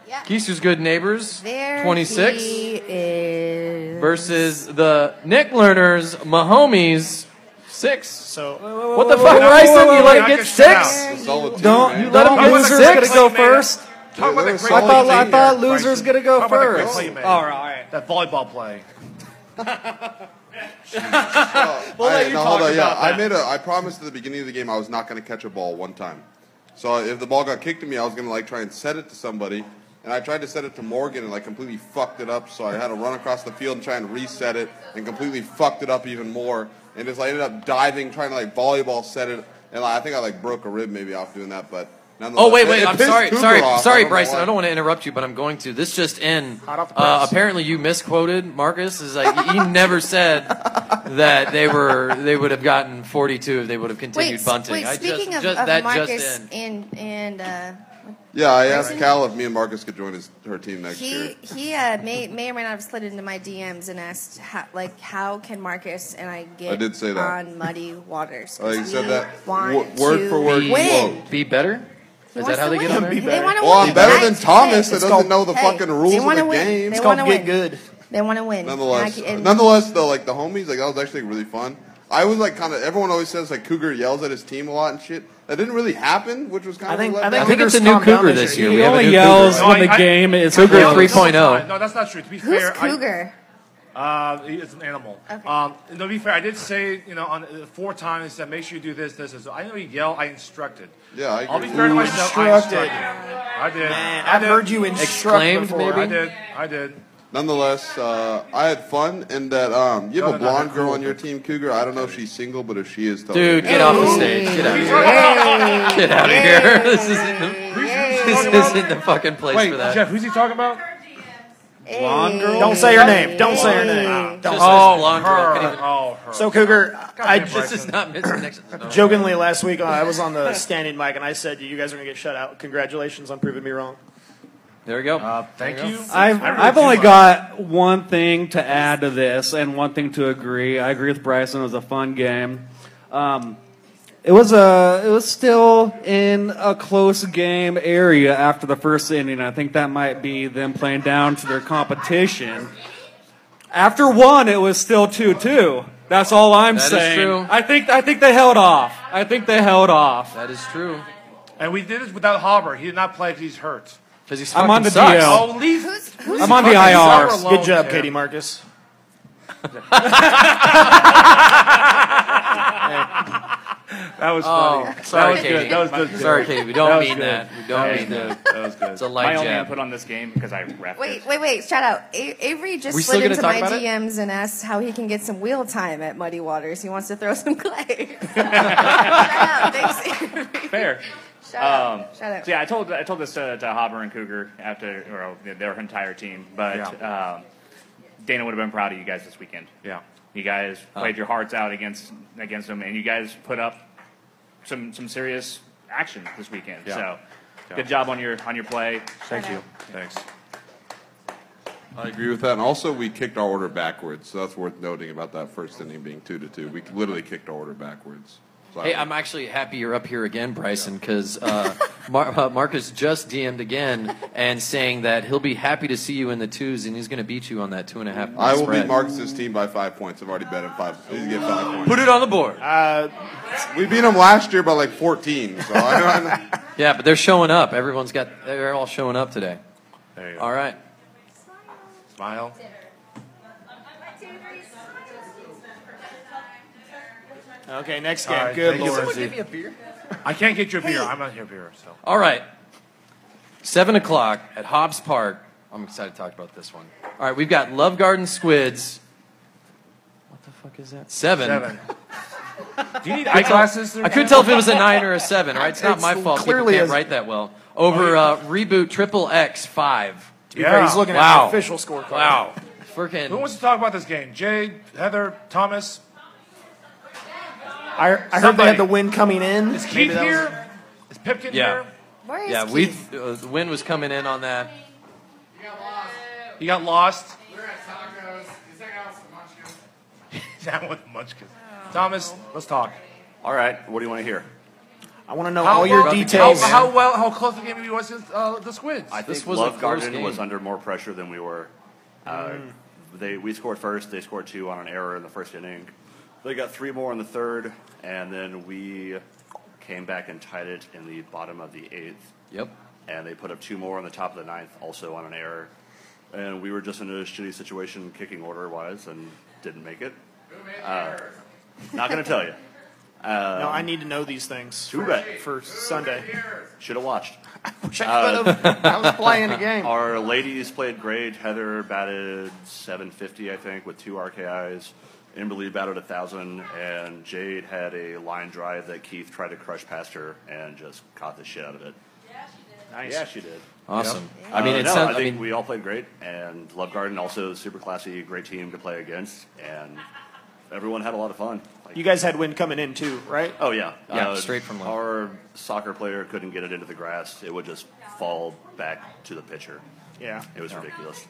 S1: Kisu's Good Neighbors,
S3: There
S1: 26,
S3: he is.
S1: versus the Nick Learners, Mahomies, 6. So, what the fuck,
S2: whoa, whoa, whoa,
S1: Bryson?
S2: whoa, whoa,
S1: you let him
S2: knock
S1: get
S2: us
S1: 6? Don't you let him
S8: Talk about
S1: get
S8: the
S1: 6?
S8: losers gonna go first.
S4: Talk about the
S8: I
S4: great
S8: thought,
S4: play
S8: I
S4: made
S8: thought
S4: there,
S8: losers
S4: Bryson.
S8: gonna go
S4: Talk about the great
S8: first.
S4: play you made.
S8: All right.
S4: That volleyball play.
S5: All right, now, hold on, yeah, I made a. I promised at the beginning of the game I was not going to catch a ball one time. So if the ball got kicked to me, I was going to like try and set it to somebody, and I tried to set it to Morgan and like completely fucked it up. So I had to run across the field and try and reset it, and completely fucked it up even more. And just I ended up diving, trying to like volleyball set it, and like, I think I like broke a rib maybe off doing that. But nonetheless,
S1: Oh wait,
S5: it-
S1: wait!
S5: it
S1: I'm
S5: pissed
S1: sorry,
S5: Cooper
S1: sorry,
S5: off.
S1: sorry,
S5: I don't know
S1: Bryson.
S5: why.
S1: I don't want to interrupt you, but I'm going to. This just in.
S2: off the
S1: Uh,
S2: press.
S1: apparently, you misquoted Marcus. Is like he never said that they were they would have gotten 42 if they would have continued
S3: Wait,
S1: bunting.
S3: wait
S1: I
S3: speaking
S1: just,
S3: of,
S1: just-
S3: of
S1: that just
S3: Marcus
S1: in.
S3: and and uh,
S5: Yeah, I
S3: Bryson?
S5: asked Cal if me and Marcus could join his her team next year.
S3: he he uh, may may or may not have slid into my DMs and asked how, like how can Marcus and I get
S5: I did say that.
S3: on muddy waters?
S5: Oh, you said
S3: We
S5: that
S3: want
S5: wo- word
S3: to
S5: for word
S3: Win.
S5: quote.
S1: Be better.
S3: He
S1: Is that
S3: wants
S1: how
S3: to
S1: they get
S3: win.
S1: on there?
S3: Be better. They wanna
S5: well, I'm
S3: win.
S5: better
S3: Guys,
S5: than Thomas
S3: hey,
S5: that
S3: it's
S5: doesn't
S3: called-
S5: know the
S3: hey,
S5: fucking
S3: they
S5: rules of
S3: wanna
S5: the
S3: win.
S5: game.
S3: They It's called wanna get win. good. They want to win.
S5: Nonetheless,
S3: And I- and-
S5: nonetheless, though, like the homies, like that was actually really fun. I was like kind of. Everyone always says like Cougar yells at his team a lot and shit. That didn't really happen, which was kind
S2: I
S5: of.
S2: think-
S5: a
S2: I
S5: letdown.
S1: I think it's a new Cougar this year. We have a new Cougar. Cougar oh.
S4: No, no, no,
S1: 3.0.
S4: it's not. No, that's not true. To be
S3: Who's
S4: fair, I-
S3: Cougar?
S4: Uh, he is an animal. Um, and to be fair, I did say, you know, on uh, four times that make sure you do this, this, this. I know you yell. I instructed.
S5: Yeah, I
S4: I'll be
S5: agree.
S4: fair to
S5: Ooh,
S4: myself. I
S5: instructed.
S4: instructed. I did.
S5: Man,
S4: I
S5: I've
S4: did.
S5: heard you instruct Exclaimed, before. maybe?
S4: I did. I did.
S5: Nonetheless, uh, I had fun, and that um, you have
S4: No,
S5: a
S4: no, no,
S5: blonde
S4: no,
S5: girl
S4: cool.
S5: on your team, Cougar. I don't know if she's single, but if she is, tell
S1: Dude,
S5: me.
S1: get off the stage. Get out of here. Get out of here. This isn't the, this isn't the fucking place
S4: Wait,
S1: for that.
S4: Jeff, who's he talking about?
S2: Blonde girl? Don't say her name. Don't say her name. Don't
S1: Just
S2: say
S1: this
S2: her
S1: blonde
S2: name.
S1: girl. Could Oh, even- Oh,
S2: So Cougar, I
S1: this is not misconnection.
S2: Jokingly last week, uh, I was on the standing mic and I said, "You guys are gonna get shut out." Congratulations on proving me wrong.
S1: There we go.
S4: thank
S1: There we go.
S8: I've, I've only got one thing to add to this and one thing to agree. I agree with Bryson. It was a fun game. Um, it was a it was still in a close game area after the first inning. I think that might be them playing down to their competition. After one, it was still two two. That's all I'm
S1: That is
S8: saying.
S1: true.
S8: I think I think they held off. I think they held off.
S1: That is true.
S4: And we did this without Harbor. He did not play because he's hurt.
S1: Because he's
S8: I'm on the DL.
S4: Oh, leave.
S8: I'm on the IR.
S4: IR.
S2: Good job, Katie Marcus.
S4: That was
S1: Oh,
S4: funny.
S1: sorry,
S4: that was
S1: Katie.
S4: good. That was good.
S1: Sorry, Katie. We don't
S4: That was
S1: mean
S4: good.
S1: that. We don't
S4: was
S1: mean
S4: good.
S1: that.
S4: That was good.
S1: It's a light
S15: My only
S1: jab.
S15: input on this game because I wrapped
S3: Wait, wait, wait! Shout out. A- Avery just
S1: We still
S3: slid
S1: gonna
S3: into
S1: talk
S3: my
S1: about it?
S3: DMs and asked how he can get some wheel time at Muddy Waters. He wants to throw some clay.
S15: it. Fair.
S3: Shout out.
S15: Um,
S3: Shout out.
S15: So yeah, I told I told this to, to Hopper and Cougar after or uh, their entire team, but um, Dana would have been proud of you guys this weekend.
S4: Yeah.
S15: You guys played your hearts out against against them, and you guys put up some some serious action this weekend.
S4: Yeah.
S15: So
S4: Yeah.
S15: good job on your on your play.
S4: Thank you. Thanks.
S5: I agree with that. And also, we kicked our order backwards, so that's worth noting about that first inning being two to two. We literally kicked our order backwards. So I
S1: Hey, I'm actually happy you're up here again, Bryson, because uh, Mar- uh, Marcus just DM'd again and saying that he'll be happy to see you in the twos and he's going to beat you on that two and a half.
S5: I will
S1: spread.
S5: beat Marcus's team by five points. I've already bet him five. He's getting five points.
S1: Put it on the board.
S5: Uh, we beat him last year by like 14. So I, I,
S1: Yeah, but they're showing up. Everyone's got. They're all showing up today.
S4: There you
S1: All right.
S4: Smile.
S2: Okay, next
S4: All
S2: game.
S4: right,
S2: Good
S4: thank you,
S2: lord.
S4: Lindsay. I can't get your beer. I'm not here beer. So
S1: All right. Seven o'clock at Hobbs Park. I'm excited to talk about this one. All right, we've got Love Garden Squids. What the fuck is that? Seven.
S4: Seven. Do you need
S1: I
S4: eyeglasses?
S1: couldn't- I couldn't tell if it was a nine or a seven. All right, it's not
S4: It's
S1: my fault. People
S4: clearly
S1: can't
S4: a- Oh,
S1: write that well. Over uh, reboot triple X five.
S4: be fair, he's looking at the
S1: wow.
S4: official scorecard.
S1: Wow. Freaking.
S4: Who wants to talk about this game? Jade, Heather, Thomas.
S2: I,
S4: Uh,
S2: I heard they had the win coming in.
S4: Is
S2: Maybe
S4: Keith
S2: that was-
S4: here? Is Pipkin
S1: Yeah.
S4: here?
S3: Where
S1: yeah, we uh, the wind was coming in on that.
S4: He got lost.
S14: We're at tacos. He's hanging out with some munchkins.
S4: Down with Munchkins. Thomas, let's talk.
S16: All right, what do you want to hear?
S2: I want to know
S4: How
S2: all your
S4: well-
S2: details.
S4: How, how well, how close the game was to uh, the Squids?
S16: I think Love Garden was under more pressure than we were. Uh,
S4: Mm.
S16: They we scored first. They scored two on an error in the first inning. They got three more in the third, and then we came back and tied it in the bottom of the eighth.
S1: Yep.
S16: And they put up two more in the top of the ninth, also on an error. And we were just in a shitty situation, kicking order wise, and didn't make it. Uh, not going to tell you. Um,
S2: no, I need to know these things
S16: Too
S2: for,
S16: bad.
S2: for Sunday.
S16: Should have watched. I
S2: wish I could've. I was playing the game.
S16: Our ladies played great. Heather batted 750, I think, with two RKIs. Imberly batted 1,000, and Jade had a line drive that Keith tried to crush past her and just caught the shit out of it.
S2: Nice.
S16: Yeah, she did.
S1: Awesome.
S16: Yep.
S1: I mean,
S16: Uh,
S1: it
S16: no,
S1: sounds-
S16: I
S1: I
S16: think
S1: mean-
S16: we all played great, and Love Garden also super classy, great team to play against, and everyone had a lot of fun.
S2: You guys had win coming in too, right?
S16: Oh yeah,
S1: Yeah, straight from left.
S16: Our soccer player couldn't get it into the grass; it would just fall back to the pitcher.
S2: Yeah.
S16: it was
S2: Yeah.
S16: ridiculous.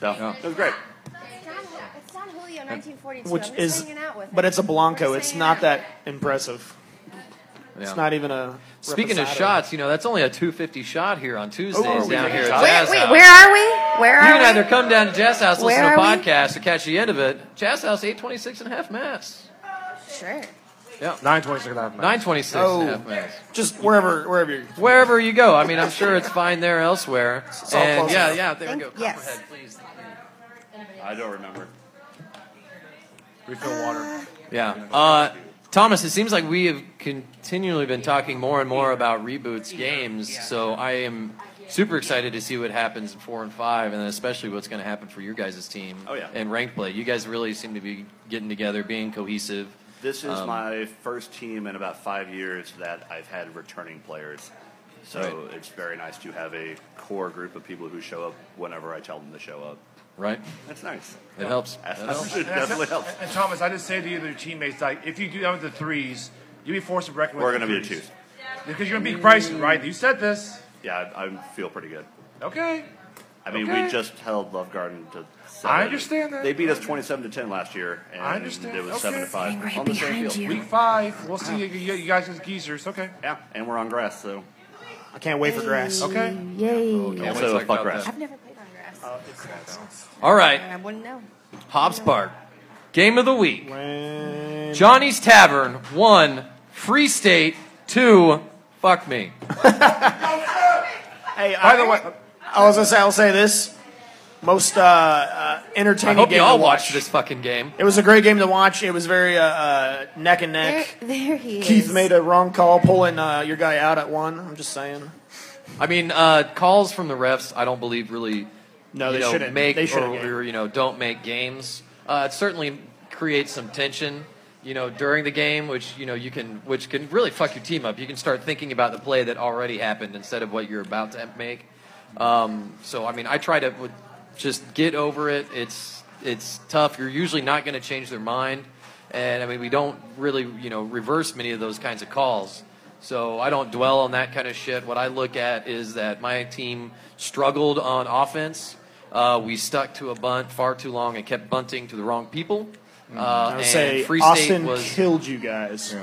S16: So
S2: Yeah.
S16: it was great.
S7: It's Don, it's Don Julio, 1942.
S2: Which
S7: I'm just
S2: is,
S7: hanging out with
S2: but
S7: him.
S2: it's a Blanco. It's not that impressive.
S1: Yeah.
S2: It's not even a.
S1: Speaking of
S2: reposado.
S1: shots, you know that's only a 250 shot here on Tuesdays
S2: Oh, are we
S1: down
S2: making
S1: here at
S2: shots?
S1: Jazz
S3: Wait, wait,
S1: House.
S3: where are we? Where
S1: you
S3: are
S1: can
S3: we?
S1: either come down to Jazz House,
S3: Where
S1: listen to a
S3: are we?
S1: podcast, or catch the end of it. Jazz House, 826 and a half mass.
S3: Sure.
S1: Yeah.
S4: 926 and a half minutes.
S1: 926 and a half minutes.
S2: Oh, Just wherever, wherever you.
S1: Wherever you go. I mean, I'm sure it's fine there elsewhere.
S2: all
S1: and
S2: close
S1: yeah,
S2: enough.
S1: yeah, there
S3: Thank-
S1: we go.
S3: yes.
S1: Copperhead, please.
S16: I don't remember.
S4: Refill water.
S1: Yeah. Uh, Thomas, it seems like we have continually been talking more and more about reboots games, so I am super excited to see what happens in four and five, and then especially what's going to happen for your guys' team.
S16: Oh, yeah.
S1: And ranked play, you guys really seem to be getting together, being cohesive.
S16: This is
S1: Um,
S16: my first team in about five years that I've had returning players. So it's very nice to have a core group of people who show up whenever I tell them to show up.
S1: right.
S16: That's nice.
S1: It helps.
S16: That's-
S1: It
S16: that's-
S1: helps.
S16: It definitely helps.
S4: And Thomas, I just say to you, your teammates, like, if you do that with the threes, you'll be forced to reckon with
S16: We're
S4: the
S16: going to be the
S4: threes.
S16: twos.
S4: Because you're going to beat Bryson, right? You said this.
S16: Yeah, I, I feel pretty good.
S4: Okay.
S16: I mean,
S4: Okay.
S16: we just held Love Garden to.
S4: I understand that.
S16: They beat us twenty-seven to ten last year, and
S4: I understand.
S16: it was
S4: Okay.
S16: seven to five on the same field.
S4: Week five. We'll see you, you you guys as geezers. Okay.
S16: Yeah, and we're on grass, so.
S2: I can't wait for grass.
S4: Okay. Oh,
S3: Yay.
S16: can't wait to talk about that.
S3: I've never played on grass.
S1: All right.
S3: And I wouldn't know.
S1: Hobbs Park. Game of the week. Johnny's Tavern, one. Free State, two. Fuck me.
S2: Hey, by the way, I was gonna say I'll say this most uh, uh,
S1: I
S2: entertaining
S1: hope
S2: game
S1: you all
S2: to watch.
S1: watched this fucking game.
S2: It was a great game to watch. It was very uh, uh, neck and
S3: There,
S2: neck.
S3: there he is.
S2: Keith made a wrong call, pulling uh, your guy out at one. I'm just saying.
S1: I mean, uh, calls from the refs, I don't believe really.
S2: No,
S1: you
S2: they
S1: know,
S2: shouldn't.
S1: Make
S2: They
S1: or,
S2: shouldn't game.
S1: or, you know don't make games. Uh, it certainly creates some tension, you know, during the game, which you know you can, which can really fuck your team up. You can start thinking about the play that already happened instead of what you're about to make. Um, so I mean, I try to would just get over it. It's it's tough. You're usually not going to change their mind, and I mean we don't really you know reverse many of those kinds of calls. So I don't dwell on that kind of shit. What I look at is that my team struggled on offense. Uh, we stuck to a bunt far too long and kept bunting to the wrong people. Uh,
S2: Mm-hmm. I would
S1: and
S2: say
S1: Free State
S2: Austin
S1: was
S2: killed you guys.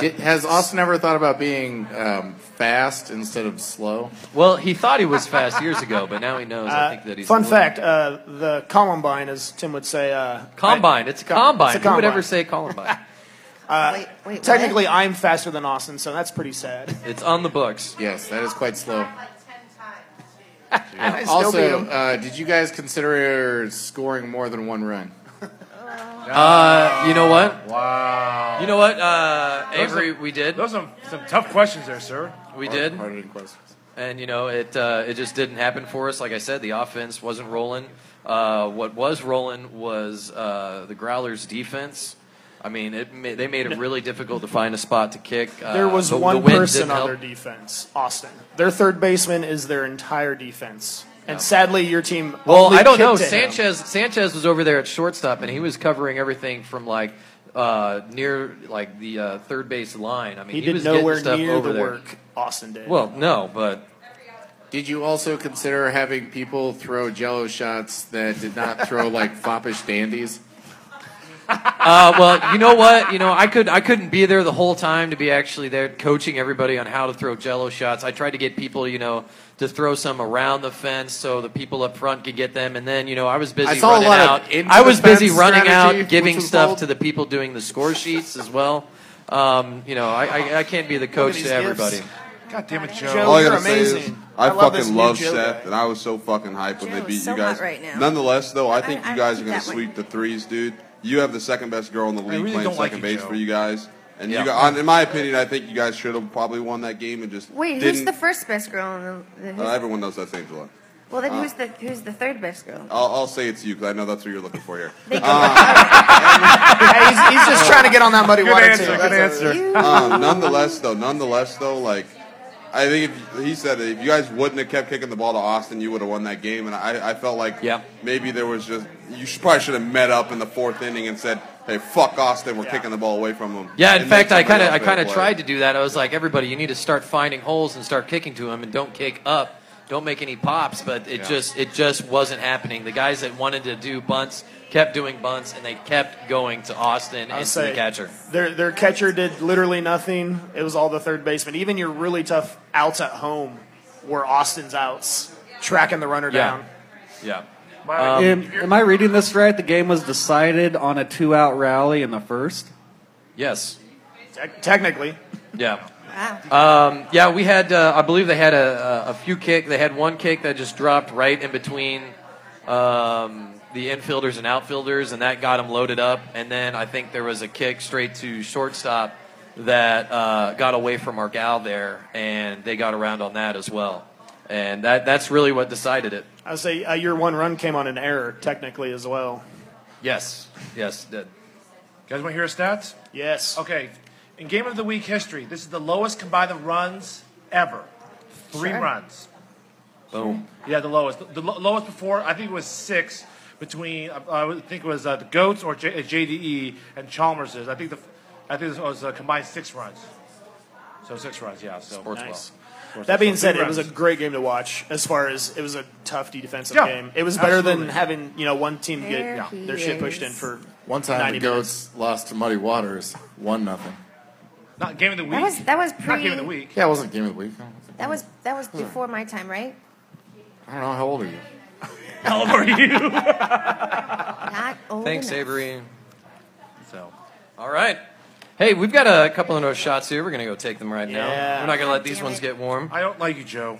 S14: Did, has Austin ever thought about being um, fast instead of slow?
S1: well. He thought he was fast years ago, but now he knows. I
S2: Uh,
S1: think that he's
S2: fun
S1: a little-
S2: fact: uh, the Columbine, as Tim would say, uh,
S1: Combine. It's a combine.
S2: It's a
S1: Who would ever
S2: combine.
S1: say combine?
S2: uh,
S3: wait,
S2: technically, I'm faster than Austin, so that's pretty sad.
S1: it's on the books.
S14: Yes, that is quite slow.
S2: I still beat
S14: also,
S2: 'em.
S14: uh, did you guys consider scoring more than one run?
S1: Uh, you know what?
S4: Wow.
S1: You know what, uh,
S4: Those
S1: Avery?
S4: are-
S1: we did.
S4: Those are some tough questions there, sir.
S1: We did. And you know, it uh, it just didn't happen for us. Like I said, the offense wasn't rolling. Uh, what was rolling was uh, the Growlers' defense. I mean, it ma- they made it really difficult to find a spot to kick. Uh,
S2: There was
S1: the- the
S2: one
S1: wind didn't
S2: person on
S1: help.
S2: their defense, Austin. Their third baseman is their entire defense, and sadly, your team.
S1: Well,
S2: only
S1: I don't
S2: kicked
S1: know.
S2: to him.
S1: Sanchez Sanchez was over there at shortstop, and he was covering everything from like uh, near like the uh, third base line. I mean,
S2: he,
S1: he,
S2: did
S1: was getting
S2: nowhere
S1: stuff
S2: near
S1: over
S2: the
S1: there.
S2: work. Austin did.
S1: Well, no, but
S14: Did you also consider having people throw jello shots that did not throw like foppish dandies?
S1: uh, well, you know what? You know, I could I couldn't be there the whole time to be actually there coaching everybody on how to throw jello shots. I tried to get people, you know, to throw some around the fence so the people up front could get them. And then, you know, I was busy
S14: I saw a
S1: running
S14: lot of
S1: out.
S14: into
S1: I
S14: the
S1: was busy
S14: fence
S1: running
S14: strategy,
S1: out, giving
S14: which was
S1: stuff
S14: bold.
S1: to the people doing the score sheets as well. Um, you know, I, I, I can't be the coach to everybody.
S4: God damn it, Joe.
S2: Joe,
S5: All I
S2: you're
S5: gotta say is,
S2: amazing.
S5: I,
S2: I love this
S5: fucking
S2: new
S5: love
S2: Joe
S5: Seth, and I was so fucking hyped when they
S3: Joe's
S5: beat
S3: so
S5: you guys.
S3: hot right now.
S5: Nonetheless, though, I
S3: I-
S5: think
S3: I
S5: you guys are
S3: like
S5: gonna
S3: that one.
S5: sweep the threes, dude. You have the second best girl in the league
S4: really
S5: playing
S4: don't
S5: second
S4: like you,
S5: base
S4: Joe.
S5: for you guys. And
S1: Yeah.
S5: you got, in my opinion, I think you guys should have probably won that game and just
S3: Wait, who's
S5: didn't.
S3: the first best girl? In the, the, who's,
S5: uh, everyone knows that's Angela.
S3: well, then
S5: uh,
S3: who's the who's the third best girl?
S5: I'll, I'll say it's you because I know that's what you're looking for here. Uh,
S2: Hey, he's, he's just trying to get on that muddy
S4: Good
S2: water
S4: answer,
S2: too.
S4: good answer.
S5: um, nonetheless, though, nonetheless, though, like I think if, he said that if you guys wouldn't have kept kicking the ball to Austin, you would have won that game. And I, I felt like
S1: Yeah.
S5: maybe there was just you should, probably should have met up in the fourth inning and said, "Hey, fuck Austin, we're kicking the ball away from him."
S1: Yeah, in
S5: And
S1: fact,
S5: make
S1: I kind
S5: somebody
S1: of I
S5: else
S1: kind
S5: make a play.
S1: of tried to do that. I was like, everybody, you need to start finding holes and start kicking to him, and don't kick up, don't make any pops. But it
S5: Yeah.
S1: just it just wasn't happening. The guys that wanted to do bunts kept doing bunts, and they kept going to Austin
S2: I
S1: and
S2: would
S1: to the
S2: say
S1: catcher.
S2: Their their catcher did literally nothing. It was all the third baseman. Even your really tough outs at home were Austin's outs, tracking the runner
S1: Yeah.
S2: down.
S1: Yeah.
S4: My-
S1: Um,
S4: Um,
S8: am, am I reading this right? The game was decided on a two-out rally in the first.
S1: Yes.
S2: technically.
S1: Yeah.
S3: Ah.
S1: Um, yeah, we had. Uh, I believe they had a, a a few kick. They had one kick that just dropped right in between um, the infielders and outfielders, and that got them loaded up. And then I think there was a kick straight to shortstop that uh, got away from our gal there, and they got around on that as well. And that that's really what decided it.
S2: I would say uh, your one run came on an error, technically, as well.
S1: Yes. Yes. Did.
S4: guys want to hear our stats?
S2: Yes.
S4: Okay. In game of the week history, this is the lowest combined of runs ever. Three
S1: Sure.
S4: runs.
S1: Boom.
S4: Yeah, the lowest. The, lo- lowest before, I think it was six between, uh, I would think it was uh, the Goats or J- uh, JDE and Chalmers's. I think the, I think it was a combined six runs. So six runs, yeah. So
S2: Sports Nice.
S4: well.
S2: That being
S4: Three
S2: said, it
S4: runs.
S2: was a great game to watch. As far as it was a tough defensive
S4: Yeah,
S2: game, it was better
S4: absolutely.
S2: than having you know one team get
S4: There he
S2: their shit pushed
S4: is.
S2: in for
S14: One time
S2: 90
S14: the
S2: minutes.
S14: Goats lost to Muddy Waters, one nothing.
S4: Not game of the week.
S3: That was that was
S4: Not game of the
S3: pre.
S4: week.
S14: Yeah, it wasn't game of the week.
S3: That was that was
S2: Hmm.
S3: before my time, right?
S14: I don't know how old are you.
S4: How old are you?
S3: Not old
S1: Thanks,
S3: enough.
S1: Avery.
S4: So,
S1: all right. Hey, we've got a couple of those shots here. We're gonna go take them right
S4: Yeah.
S1: now. We're not gonna let these ones get warm.
S4: I don't like you, Joe.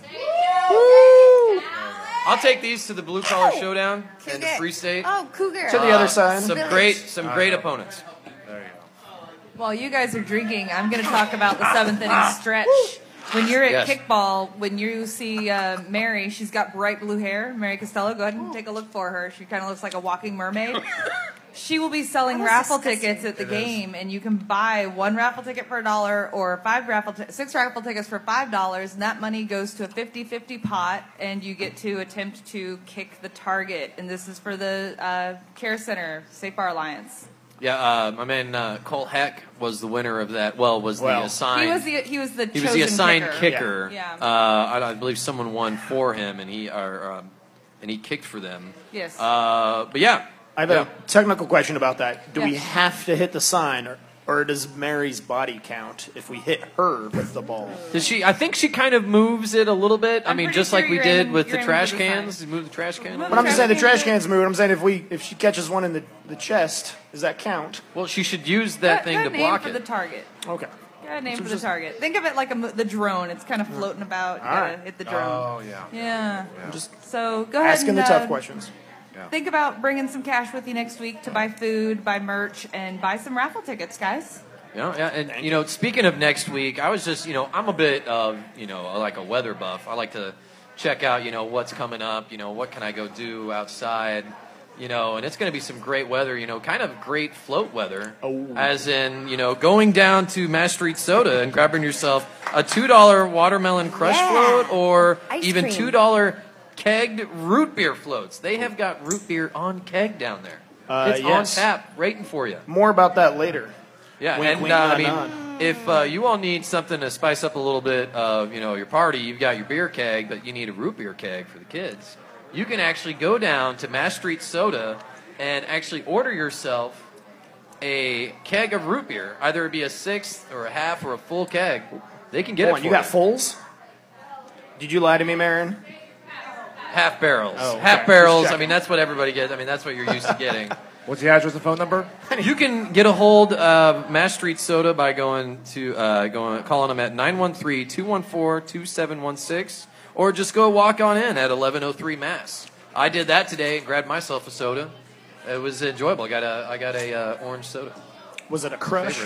S1: I'll take these to the blue collar showdown in the
S3: Cougar.
S1: free state.
S3: Oh, Cougar.
S1: Uh, Some great, some great opponents.
S10: While you guys are drinking, I'm going to talk about the seventh inning stretch. When you're at
S1: Yes.
S10: kickball, when you see uh, Mary, she's got bright blue hair. Mary Costello, go ahead and take a look for her. She kind of looks like a walking mermaid. She will be selling raffle tickets at the
S11: It is.
S10: game, and you can buy one raffle ticket for a dollar or five raffle ti- six raffle tickets for five dollars, and that money goes to a 50-50 pot, and you get to attempt to kick the target. And this is for the uh, Care Center Safe Bar Alliance.
S1: Yeah, uh, my man uh, Cole Heck was the winner of that. Well, was
S10: Well,
S1: the assigned.
S10: He was the he was the
S1: he was
S10: chosen
S1: assigned
S10: kicker. Yeah.
S1: Uh, I, I believe someone won for him, and he or, um, and he kicked for them.
S10: Yes.
S1: Uh, but yeah,
S2: I have
S1: yeah.
S2: a technical question about that. Do we
S1: Yeah.
S2: have to hit the sign, or, or does Mary's body count if we hit her with the ball?
S1: Does she? I think she kind of moves it a little bit. I
S2: I'm
S1: mean,
S2: pretty
S1: just
S2: sure
S1: like we
S2: you're
S1: did
S2: in-
S1: with
S2: you're
S1: the
S2: in
S1: trash
S2: with the sign.
S1: cans. Move the trash can.
S2: But I'm just saying the trash can's moving. I'm saying if we if she catches one in the, the chest, does that count?
S1: Well, she should use that
S10: Go
S1: thing to
S10: ahead and aim
S1: block
S10: for
S1: it.
S10: the target.
S2: Okay.
S10: Go ahead and aim
S2: So
S10: for the
S2: just- Mm.
S10: target. Think of it like a, mo- the drone. It's kind of floating about. You
S2: All
S10: gotta
S2: right.
S10: hit the drone.
S2: Oh, yeah.
S10: Yeah.
S2: I'm just
S10: so go ahead
S2: asking
S10: and,
S2: the tough
S10: uh,
S2: questions.
S10: Think about bringing some cash with you next week to buy food, buy merch, and buy some raffle tickets, guys.
S1: Yeah, yeah, and you know, speaking of next week, I was just, you know, I'm a bit of, you know, like a weather buff. I like to check out, you know, what's coming up. You know, what can I go do outside? You know, and it's going to be some great weather. You know, kind of great float weather,
S2: Oh.
S1: as in, you know, going down to Mass Street Soda and grabbing yourself a two dollar watermelon crush
S17: Yeah.
S1: float, or
S17: Ice
S1: even
S17: cream.
S1: two dollar kegged root beer floats. They have got root beer on keg down there.
S2: Uh,
S1: it's
S2: yes.
S1: on tap, waiting for you.
S2: More about that later.
S1: Yeah,
S2: Wink,
S1: and
S2: wink,
S1: uh,
S2: nod,
S1: I mean, if uh, you all need something to spice up a little bit of you know your party, you've got your beer keg, but you need a root beer keg for the kids. You can actually go down to Mass Street Soda and actually order yourself a keg of root beer, either it be a sixth or a half or a full keg. They can get
S2: Hold
S1: it.
S2: on,
S1: For
S2: you got fulls? Did you lie to me, Marin?
S1: half barrels,
S2: Oh, okay.
S1: half barrels.
S2: Just
S1: I mean, that's what everybody gets. I mean, that's what you're used to getting.
S4: What's the address and phone number?
S1: You can get a hold of Mass Street Soda by going to uh, going calling them at 913-214-2716 or just go walk on in at 1103 Mass. I did that today and grabbed myself a soda. It was enjoyable. I got a I got a uh, orange soda.
S2: Was it a crush?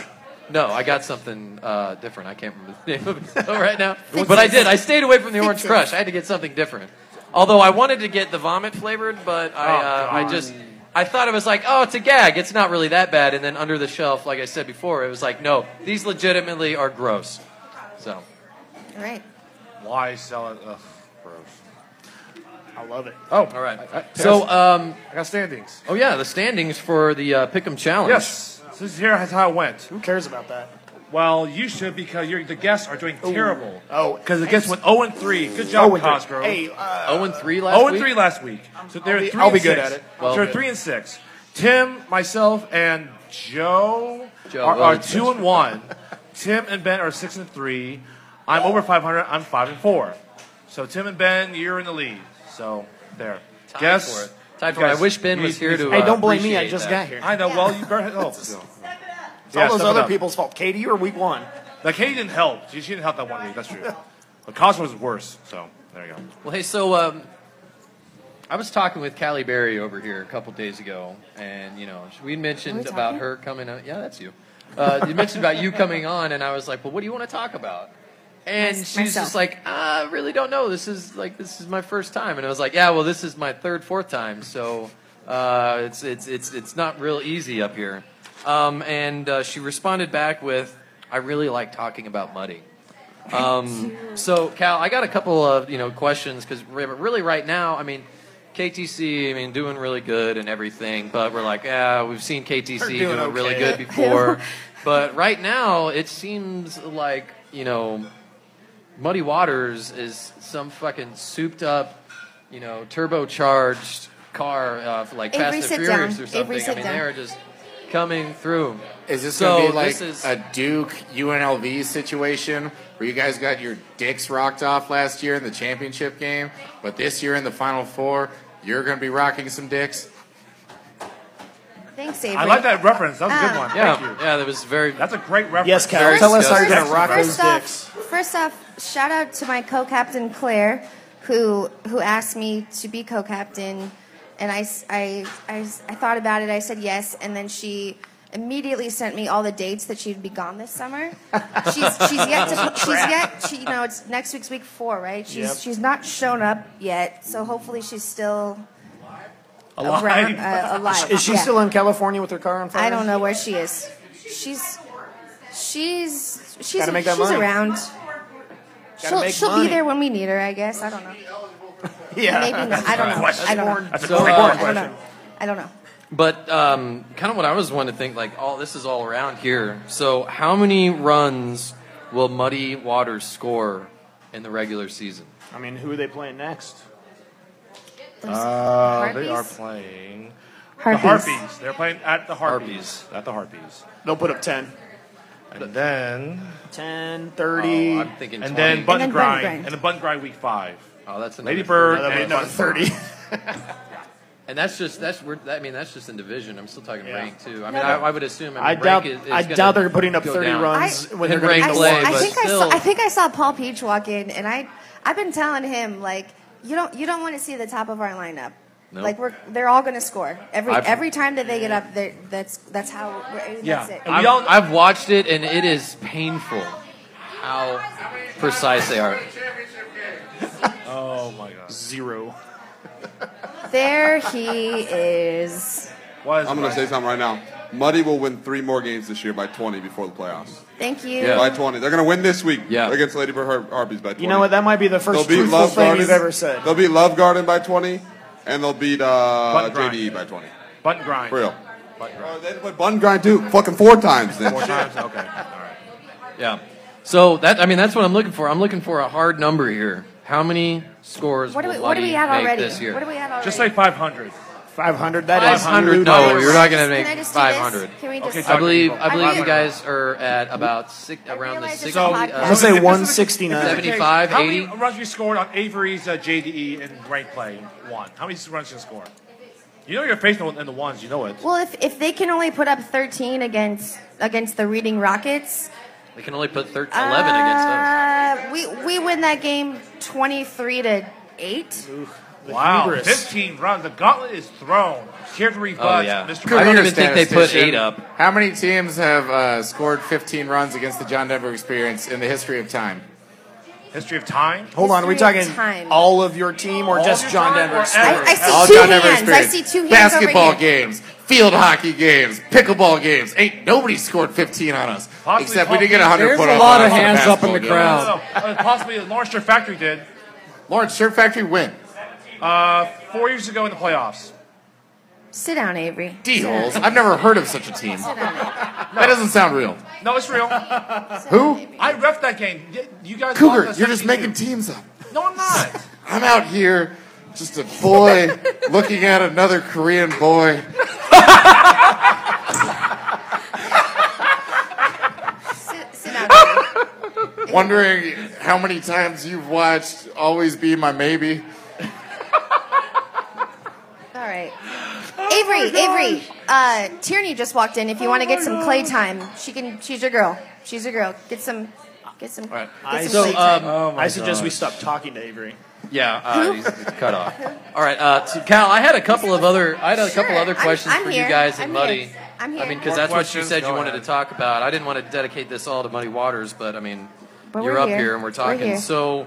S1: No, I got something uh, different. I can't remember the name of it so right now. But I did. I stayed away from the orange crush. I had to get something different. Although I wanted to get the vomit flavored, but I, uh,
S17: Oh,
S1: I
S17: God.
S1: just I thought it was like, oh, it's a gag. It's not really that bad. And then under the shelf, like I said before, it was like, no, these legitimately are gross. So
S3: All right.
S4: Why sell it? Ugh, gross.
S2: I love it.
S4: Oh,
S1: all right.
S4: so
S1: So, um,
S4: I got standings.
S1: oh yeah, the standings for the uh, Pick'em Challenge.
S4: Yes. So this is here is how it went. Who
S2: cares about that?
S4: Well, you should because you're, the guests are doing terrible.
S2: Oh,
S4: because the guests went 0 and 3. Good job,
S2: 0 and 3.
S4: Cosgrove.
S2: Hey,
S1: 0
S2: uh,
S1: and 3 last
S4: 0 and
S1: week?
S4: 3 last week. So they're
S2: I'll be-
S4: 3
S2: I'll
S4: and
S2: be good
S4: 6.
S2: at it.
S4: So
S2: Well,
S4: they're
S2: good.
S4: 3 and 6. Tim, myself, and Joe,
S1: Joe,
S4: are,
S1: well,
S4: are
S1: it's-
S4: 2 and 1. Tim and Ben are 6 and 3. I'm over 500. I'm 5 and 4. So Tim and Ben, you're in the lead. So there.
S1: Tied
S4: Guess
S1: for it. Tied for it. I wish Ben was here to, uh,
S2: Hey, don't blame me. I just got here.
S4: I know. Well, you better. Oh,
S2: It's all those other people's fault. Katie, you were week one.
S4: Like Katie didn't help. She, she didn't help that one week. That's true. But Cosmo was worse. So there you go.
S1: Well, hey, so um, I was talking with Callie Berry over here a couple days ago, and you know we mentioned
S17: talking?
S1: about her coming. on. Yeah, that's you. Uh, you mentioned about you coming on, and I was like, "Well, what do you want to talk about?" And
S17: Mys-
S1: she's
S17: myself.
S1: just like, "Ah, "I really don't know. This is like this is my first time." And I was like, "Yeah, well, this is my third, fourth time, so uh, it's it's it's it's not real easy up here." Um, and uh, she responded back with, "I really like talking about muddy." Um, so Cal, I got a couple of you know questions because really right now, I mean, KTC, I mean, doing really good and everything, but we're like, ah, we've seen KTC
S17: They're
S1: doing,
S17: doing
S1: really
S17: okay."
S1: good before, but right now it seems like you know, Muddy Waters is some fucking souped up, you know, turbocharged car uh, like
S3: Avery,
S1: Fast
S3: sit
S1: and Furious
S3: down.
S1: or something. I
S3: Avery, sit
S1: mean,
S3: down.
S1: they're just coming through.
S14: Is this
S1: so
S14: going to be like
S1: this is,
S14: a Duke UNLV situation where you guys got your dicks rocked off last year in the championship game, but this year in the Final Four, you're going to be rocking some dicks?
S3: Thanks, Avery.
S4: I like that reference. That was a good
S3: Ah.
S4: one.
S1: Yeah,
S4: Thank you.
S1: yeah, that was very.
S4: That's a great reference.
S2: Yes, Cal, tell us how you're gonna rock
S4: Very
S2: those
S4: disgusting.
S2: dicks.
S3: First off, first off, shout out to my co-captain Claire, who who asked me to be co-captain, and I, s- I- I s- I thought about it. I said yes, and then she immediately sent me all the dates that she'd be gone this summer. She's she's yet to she's yet she, you know it's next week's week four, right? She's
S17: Yep.
S3: she's not shown up yet, so hopefully she's still
S2: Alive.
S3: around, uh, alive.
S2: Is she
S3: yeah.
S2: still in California with her car on fire?
S3: I don't know where she is. She's she's she's
S2: Gotta make that
S3: she's
S2: money.
S3: around. She'll,
S2: make
S3: she'll
S2: money.
S3: be there when we need her, I guess. I don't know.
S2: Yeah.
S3: Maybe not. I don't know. I don't know.
S1: That's a
S3: I don't
S1: great
S3: know.
S1: question.
S3: I don't know. I don't know.
S1: But um, kind of what I was wanting to think, like, all this is all around here. So, how many runs will Muddy Waters score in the regular season?
S2: I mean, who are they playing next?
S4: Uh, they are
S2: Harpies?
S4: playing
S2: Harpies.
S4: the Harpies. They're playing at the Harpies. At the Harpies.
S2: They'll put up 10.
S4: And then
S2: 10, 30.
S4: Oh, I'm thinking And 20. then button And then button grind. grind. And the button grind week five.
S1: Oh, that's
S4: Lady Bird
S1: Another
S4: and
S1: button
S4: Button
S1: grind. and that's just that's we're, I mean that's just in division. I'm still talking rank too. I mean,
S2: No,
S1: I,
S2: no.
S1: I would assume. I, mean,
S2: I
S1: rank
S2: doubt-
S1: Is, is
S2: I
S1: gonna
S2: doubt they're putting up
S1: go
S2: 30
S1: down.
S2: runs
S1: I,
S2: when they're
S1: in
S2: gonna be
S1: rank
S2: the
S1: play,
S2: worst.
S3: I
S1: but
S3: think I
S1: still,
S3: saw. I think I saw Paul Peach walk in, and I I've been telling him like you don't you don't want to see the top of our lineup.
S2: No.
S3: Like we're they're all going to score every
S1: I've-
S3: every time that they get up. they're- That's that's how we're, that's it.
S1: I've, I've watched it and it is painful how precise they are.
S4: Oh my god.
S2: Zero.
S3: There he is.
S5: I'm going to say something right now. Muddy will win three more games this year by 20 before the playoffs.
S3: Thank you.
S5: By 20. They're going to win this week
S2: Yeah.
S5: against Lady Bird Har- Harpies by 20.
S2: You know what? That might be the first
S5: They'll beat
S2: truthful
S5: Love
S2: thing
S5: Garden.
S2: you've ever said.
S5: They'll beat Love Garden by 20, and they'll beat uh,
S2: Button grind.
S5: JDE by 20.
S4: Button grind.
S5: For real.
S4: Button
S5: grind. Oh, they put button grind too. Fucking four times then.
S4: Four times. Okay.
S1: Yeah. So that I mean that's what I'm looking for. I'm looking for a hard number here. How many scores
S3: What are
S1: will
S3: we- what are
S1: Buddy
S3: we at
S1: make
S3: already?
S1: this year?
S3: What are we at already?
S4: Just say 500.
S2: 500. That is
S1: 500. No, you're not going to make
S3: Can I just do
S1: 500.
S3: this? Can we just- Okay,
S1: I believe
S3: talk
S1: I believe you
S3: people.
S1: guys are at about six, around the 60.
S4: So-
S1: uh,
S4: I'm gonna say
S2: 169.
S1: 75,
S4: How many
S1: 80?
S4: runs you scored on Avery's uh, JDE and rank play one? How many runs you score? You know you're facing in the ones. You know it.
S3: Well, if if they can only put up 13 against against the Reading Rockets,
S1: They can only put thir- 11 against us.
S3: uh, we we win that game 23 to eight.
S4: Wow,
S3: hubris.
S4: 15 runs. The gauntlet is thrown. Here to rebut, Mr.
S14: If you're a statistician,
S1: eight up.
S14: Oh, How many teams have uh, scored 15 runs against the John Denver experience in the history of time?
S4: History of time?
S2: Hold on, are we
S14: History
S2: talking
S14: of time.
S2: all of your team or
S14: All
S2: just
S14: of your
S2: John
S14: time
S2: Denver?
S14: or
S2: experience?
S14: ever. All John Denver experience. Basketball games, field hockey games, pickleball games. Ain't nobody scored 15 on us. Except we did get 100 put on us in a basketball game.
S4: No, no, no. Uh, possibly Lawrence Shirt Factory did.
S14: Lawrence Shirt Factory win.
S4: Uh, four years ago in the playoffs.
S3: Sit down, Avery.
S14: D-holes. I've never heard of such a team.
S3: Sit down.
S14: That doesn't sound real.
S4: No, it's real.
S14: Who?
S4: I ref that game. Y- You guys.
S14: Cougar,
S4: lost by
S14: you're just
S4: 72.
S14: making teams up.
S4: No, I'm not.
S14: I'm out here, just a boy looking at another Korean boy. Wondering how many times you've watched Always Be My Maybe.
S3: All right, Avery, Avery, Avery, uh, Tierney just walked in. If you want to get some clay time, she can. She's your girl. She's your girl. Get some. Get some.
S1: right.
S2: I,
S1: So,
S2: su-
S1: um, Oh my
S2: I suggest we
S1: gosh.
S2: stop talking to Avery.
S1: Yeah, uh, he's he's cut off. All right, uh, so Cal, I had a couple of other, I had a couple
S3: Sure,
S1: other
S3: I'm-
S1: questions
S3: I'm
S1: for
S3: here.
S1: you guys and
S3: I'm
S1: Muddy.
S3: here. I'm
S1: I
S3: here.
S1: mean, because
S3: More
S1: that's what you
S3: questions?
S1: said you
S3: Go
S1: wanted to talk about. I didn't want to dedicate this all to Muddy Waters, but I mean,
S3: But
S1: you're
S3: we're
S1: up
S3: here.
S1: here. and we're
S3: We're
S1: talking.
S3: here.
S1: So,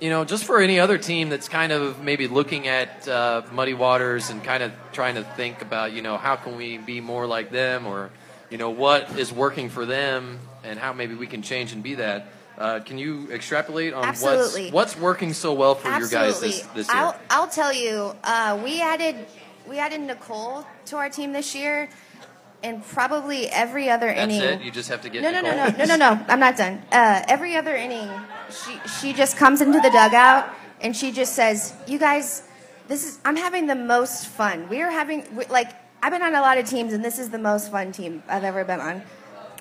S1: you know, just for any other team that's kind of maybe looking at uh, Muddy Waters and kind of trying to think about, you know, how can we be more like them, or you know, what is working for them, and how maybe we can change and be that. Uh, can you extrapolate on
S3: Absolutely.
S1: what's what's working so well for you guys this, this year?
S3: I'll, I'll tell you, uh, we added we added Nicole to our team this year, and probably every other
S1: That's
S3: inning.
S1: it. You just have to get
S3: no, no, no,
S1: Nicole.
S3: no, no, no, no. I'm not done. Uh, every other inning, she she just comes into the dugout and she just says, "You guys, this is I'm having the most fun. We are having we, like I've been on a lot of teams, and this is the most fun team I've ever been on."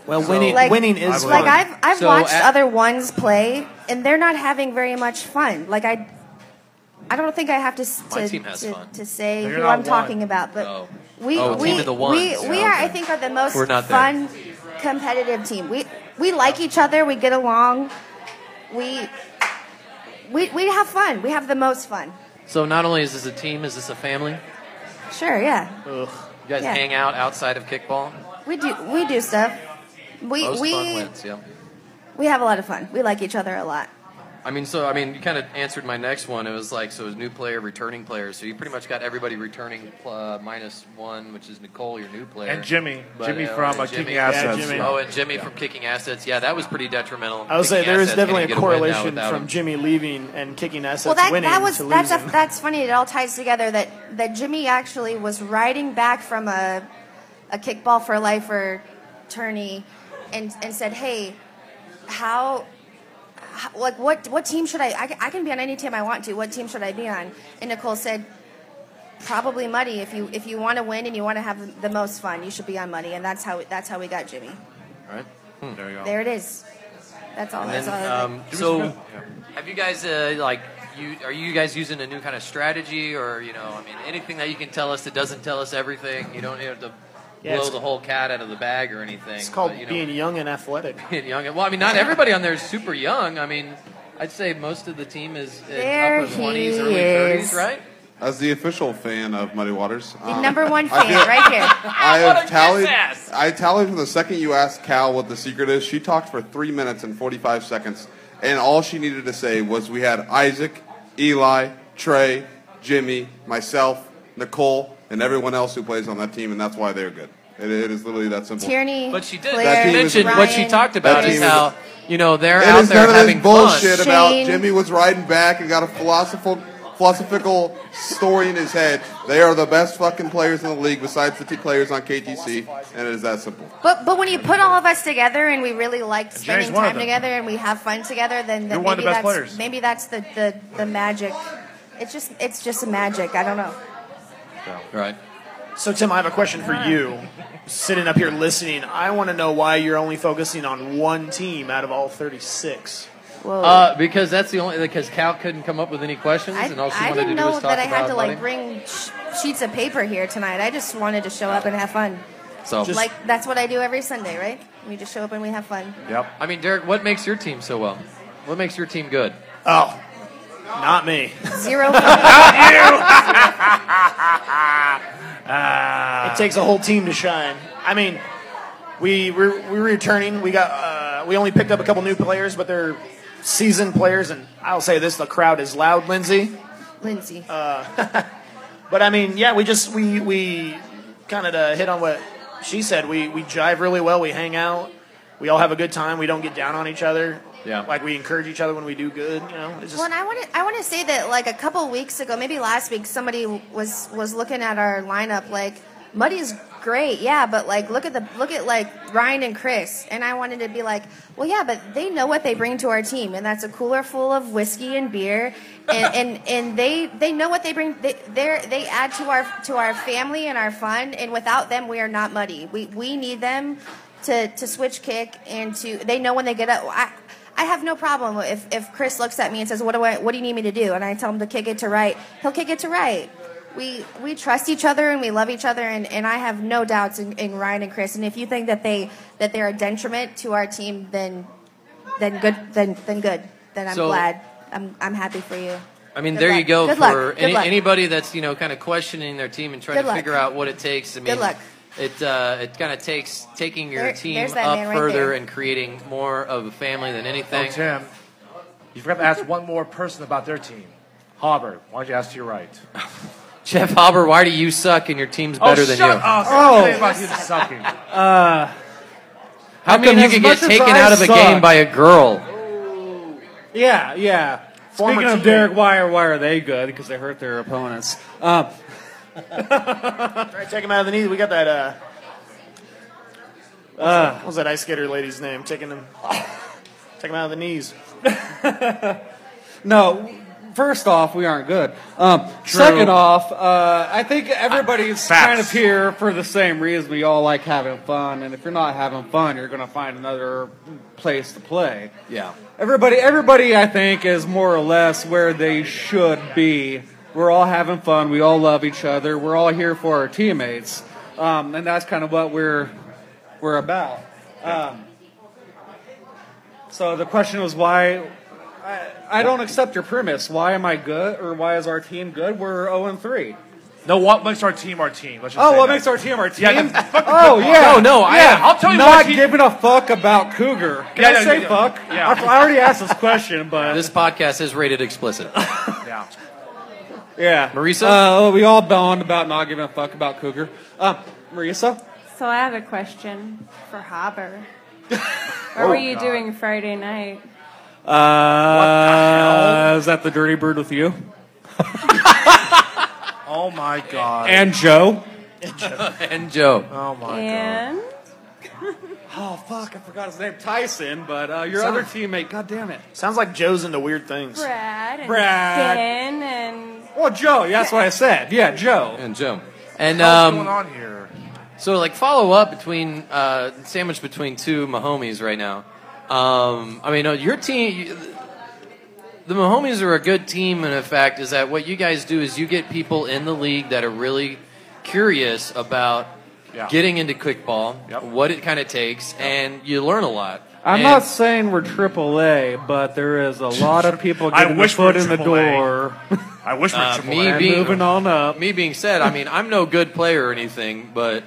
S2: Well, winning,
S3: Like-
S2: winning is
S3: like
S2: fun.
S3: I've I've
S2: So
S3: watched
S2: at-
S3: other ones play, and they're not having very much fun. Like I, I don't think I have to s-
S1: My
S3: to,
S1: team has
S3: to,
S1: fun.
S3: to say
S1: But you're
S3: who
S1: not
S3: I'm
S1: one.
S3: talking about, but we
S1: Oh,
S3: we
S1: team of the ones.
S3: we,
S1: Yeah,
S3: we are
S1: okay.
S3: I think are the most
S1: We're not there.
S3: fun competitive team. We we like each other. We get along. We. We, we have fun. We have the most fun.
S1: So not only is this a team, is this a family?
S3: Sure, yeah.
S1: Ugh. You guys
S3: Yeah.
S1: hang out outside of kickball.
S3: We do we do stuff. We
S1: Most fun
S3: we
S1: wins. Yeah.
S3: we have a lot of fun. We like each other a lot.
S1: I mean, so I mean, you kind of answered my next one. It was like so, it was new player, returning player. So you pretty much got everybody returning uh, minus one, which is Nicole, your new player,
S4: And Jimmy. Jimmy
S1: oh,
S4: from,
S1: and
S4: uh, Kicking Assets. Yeah, Jimmy.
S1: Oh, and Jimmy from Kicking Assets. Yeah, that was pretty detrimental.
S2: I would say
S1: Kicking
S2: there is
S1: Assets gonna
S2: definitely a
S1: get win now
S2: correlation
S1: without
S2: from
S1: him.
S2: Jimmy leaving and kicking assets
S3: well, that,
S2: winning
S3: that was
S2: to
S3: that's
S2: losing.
S3: a, that's funny. It all ties together. That that Jimmy actually was riding back from a a kickball for lifer tourney, and and said, "Hey, how, how like what what team should I, I ca- I can be on any team I want to. What team should I be on?" And Nicole said, "Probably Muddy. If you if you want to win and you want to have the most fun, you should be on Muddy." And that's how that's how we got Jimmy.
S1: All right. There you go.
S3: There it is. That's all.
S1: And
S3: that's
S1: then,
S3: all. I was
S1: um,
S3: like.
S1: so have you guys uh, like you are you guys using a new kind of strategy or you know I mean anything that you can tell us that doesn't tell us everything? You don't have to
S2: Yeah,
S1: blow
S2: it's-
S1: the whole cat out of the bag or anything.
S2: it's called
S1: but, you know,
S2: being young and athletic.
S1: being young. Well, I mean, not everybody on there is super young. I mean, I'd say most of the team is in
S3: There
S1: upper
S3: he
S1: twenties, early
S3: is.
S1: thirties, right?
S5: As the official fan of Muddy Waters,
S3: The
S5: um,
S3: number one
S5: I
S3: fan,
S5: feel-
S3: right here.
S5: I have tallied.
S1: jackass.
S5: I tallied from the second you asked Cal what the secret is. She talked for three minutes and forty-five seconds, and all she needed to say was, "We had Isaac, Eli, Trey, Jimmy, myself, Nicole, and everyone else who plays on that team, and that's why they're good." It, it is literally that simple.
S3: Tierney,
S1: But she did.
S3: Claire,
S5: That team is-
S1: mentioned what she
S5: Ryan.
S1: talked about
S5: That
S1: is
S5: team is-
S1: how you know they're
S5: It
S1: out
S5: is
S1: there
S5: none of
S1: having
S5: this bullshit
S1: fun.
S5: about
S3: Shane.
S5: Jimmy was riding back and got a philosophical philosophical story in his head. They are the best fucking players in the league besides the two players on KTC, and it is that simple.
S3: But but when you put all of us together and we really like spending
S5: one of
S3: time
S5: them.
S3: together and we have fun together, then
S5: You're
S3: that
S5: one of
S3: maybe
S5: the best
S3: that's
S5: players.
S3: maybe that's the, the, the magic. It's just it's just a magic. I don't know.
S1: Right.
S2: So Tim, I have a question for you. Sitting up here listening, I want to know why you're only focusing on one team out of all 36.
S1: Uh, because that's the only because Cal couldn't come up with any questions,
S3: I,
S1: and all she
S3: I
S1: wanted
S3: didn't
S1: to do
S3: know
S1: was talk
S3: that I had
S1: about
S3: to
S1: money.
S3: like bring sh- sheets of paper here tonight. I just wanted to show up and have fun.
S1: So- Just-
S3: like that's what I do every Sunday, right? We just show up and we have fun.
S1: Yep. I mean, Derek, what makes your team so well? What makes your team good?
S2: Oh, not me.
S3: Zero.
S2: it takes a whole team to shine. I mean, we we're, we're returning. We got uh, we only picked up a couple new players, but they're seasoned players, and I'll say this: the crowd is loud, Lindsay.
S3: Lindsay.
S2: Uh, but I mean, yeah, we just we we kind of to hit on what she said. We we jive really well. We hang out. We all have a good time. We don't get down on each other.
S1: Yeah.
S2: Like we encourage each other when we do good. You know, it's just
S3: well, and I want to I want to say that like a couple weeks ago, maybe last week, somebody was was looking at our lineup like Muddy's great, yeah, but like look at the look at like Ryan and Chris, and I wanted to be like, well, yeah, but they know what they bring to our team, and that's a cooler full of whiskey and beer, and and, and they they know what they bring. They they're- they add to our to our family and our fun, and without them, we are not Muddy. We we need them to to switch kick and to they know when they get up. I, I have no problem if, if Chris looks at me and says, "What do I? What do you need me to do?" And I tell him to kick it to right. He'll kick it to right. we we trust each other and we love each other and, and I have no doubts in, in Ryan and Chris. And if you think that they that they're a detriment to our team, then then good then then good. Then I'm
S1: So-
S3: glad. I'm I'm happy for you.
S1: I mean,
S3: Good
S1: there you
S3: luck.
S1: go
S3: Good luck.
S1: for
S3: Good
S1: any,
S3: luck.
S1: anybody that's you know kind of questioning their team and trying
S3: Good
S1: to
S3: luck.
S1: figure out what it takes. I mean,
S3: Good luck.
S1: it uh, it kind of takes taking your
S3: There-
S1: team
S3: there's that
S1: up
S3: man right
S1: further
S3: there.
S1: and creating more of a family than anything.
S4: Oh, Tim, you forgot to ask one more person about their team. Hauber, why don't you ask to your right?
S1: Jeff Hauber, why do you suck and your team's
S4: Oh,
S1: better than
S4: shut
S1: you?
S4: up.
S8: Oh.
S4: Tell me about you sucking.
S8: Uh,
S1: How
S8: I mean,
S1: come you
S8: as
S1: could
S8: much
S1: get
S8: as
S1: taken
S8: I
S1: out of a
S8: suck-
S1: game by a girl?
S8: Yeah, yeah.
S4: Former
S8: Speaking
S4: teammate.
S8: of Derek Wire, why are they good? Because they hurt their opponents. Uh,
S2: Try to take him out of the knee. We got that. Uh,
S8: uh,
S2: what was that ice skater lady's name? Taking him, take him out of the knees.
S8: no, first off, we aren't good. Um,
S2: True.
S8: second off, uh, I think everybody's kind of here for the same reason. We all like having fun, and if you're not having fun, you're going to find another place to play.
S1: Yeah.
S8: Everybody, everybody, I think, is more or less where they should be. We're all having fun. We all love each other. We're all here for our teammates, um, and that's kind of what we're we're about. Um, so the question was why. I, I don't accept your premise. Why am I good, or why is our team good? We're zero and three.
S4: No, what makes our team our team? Let's just
S8: Oh,
S4: say
S8: what
S4: that.
S8: makes our team our team?
S4: Yeah, the fucking
S8: oh
S4: football.
S8: yeah.
S4: No, no, I-
S8: yeah.
S4: I'll tell you
S8: Not
S4: what team-
S8: giving a fuck about Cougar. Can
S4: Yeah,
S8: I
S4: yeah,
S8: say
S4: yeah.
S8: fuck?
S4: Yeah.
S8: I, I already asked this question, but
S1: This podcast is rated explicit.
S4: Yeah.
S8: Yeah.
S1: Marisa?
S8: Uh, we all boned about not giving a fuck about Cougar. Uh, Marisa?
S17: So I have a question for Haber. what were
S8: Oh,
S17: you
S8: God.
S17: doing Friday night?
S8: Uh, is that the dirty bird with you?
S4: Oh my god.
S8: And Joe?
S1: and Joe.
S4: Oh my
S17: and
S8: oh fuck, I forgot his name. Tyson, but uh, your
S2: Sounds-
S8: other teammate. God damn it.
S2: Sounds like Joe's into weird things.
S17: Brad and
S8: Brad.
S17: Ben and
S8: Well, Joe. Yeah, that's what I said. Yeah, Joe.
S1: And Joe. And
S4: What's
S1: um,
S4: going on here?
S1: So like follow up between uh, sandwich between two Mahomes right now. Um, I mean, uh, your team, you- the Mahomes are a good team, and the fact is that what you guys do is you get people in the league that are really curious about
S8: Yeah.
S1: getting into kickball, what it kind of takes, and you learn a lot.
S8: I'm
S1: And-
S8: not saying we're AAA, but there is a lot of people
S1: I
S8: getting their
S1: wish we
S8: foot
S1: were
S8: in the
S1: AAA.
S8: door.
S4: I wish
S1: Uh, me
S8: And
S1: being
S8: moving on up.
S1: Me being said, I mean, I'm no good player or anything, but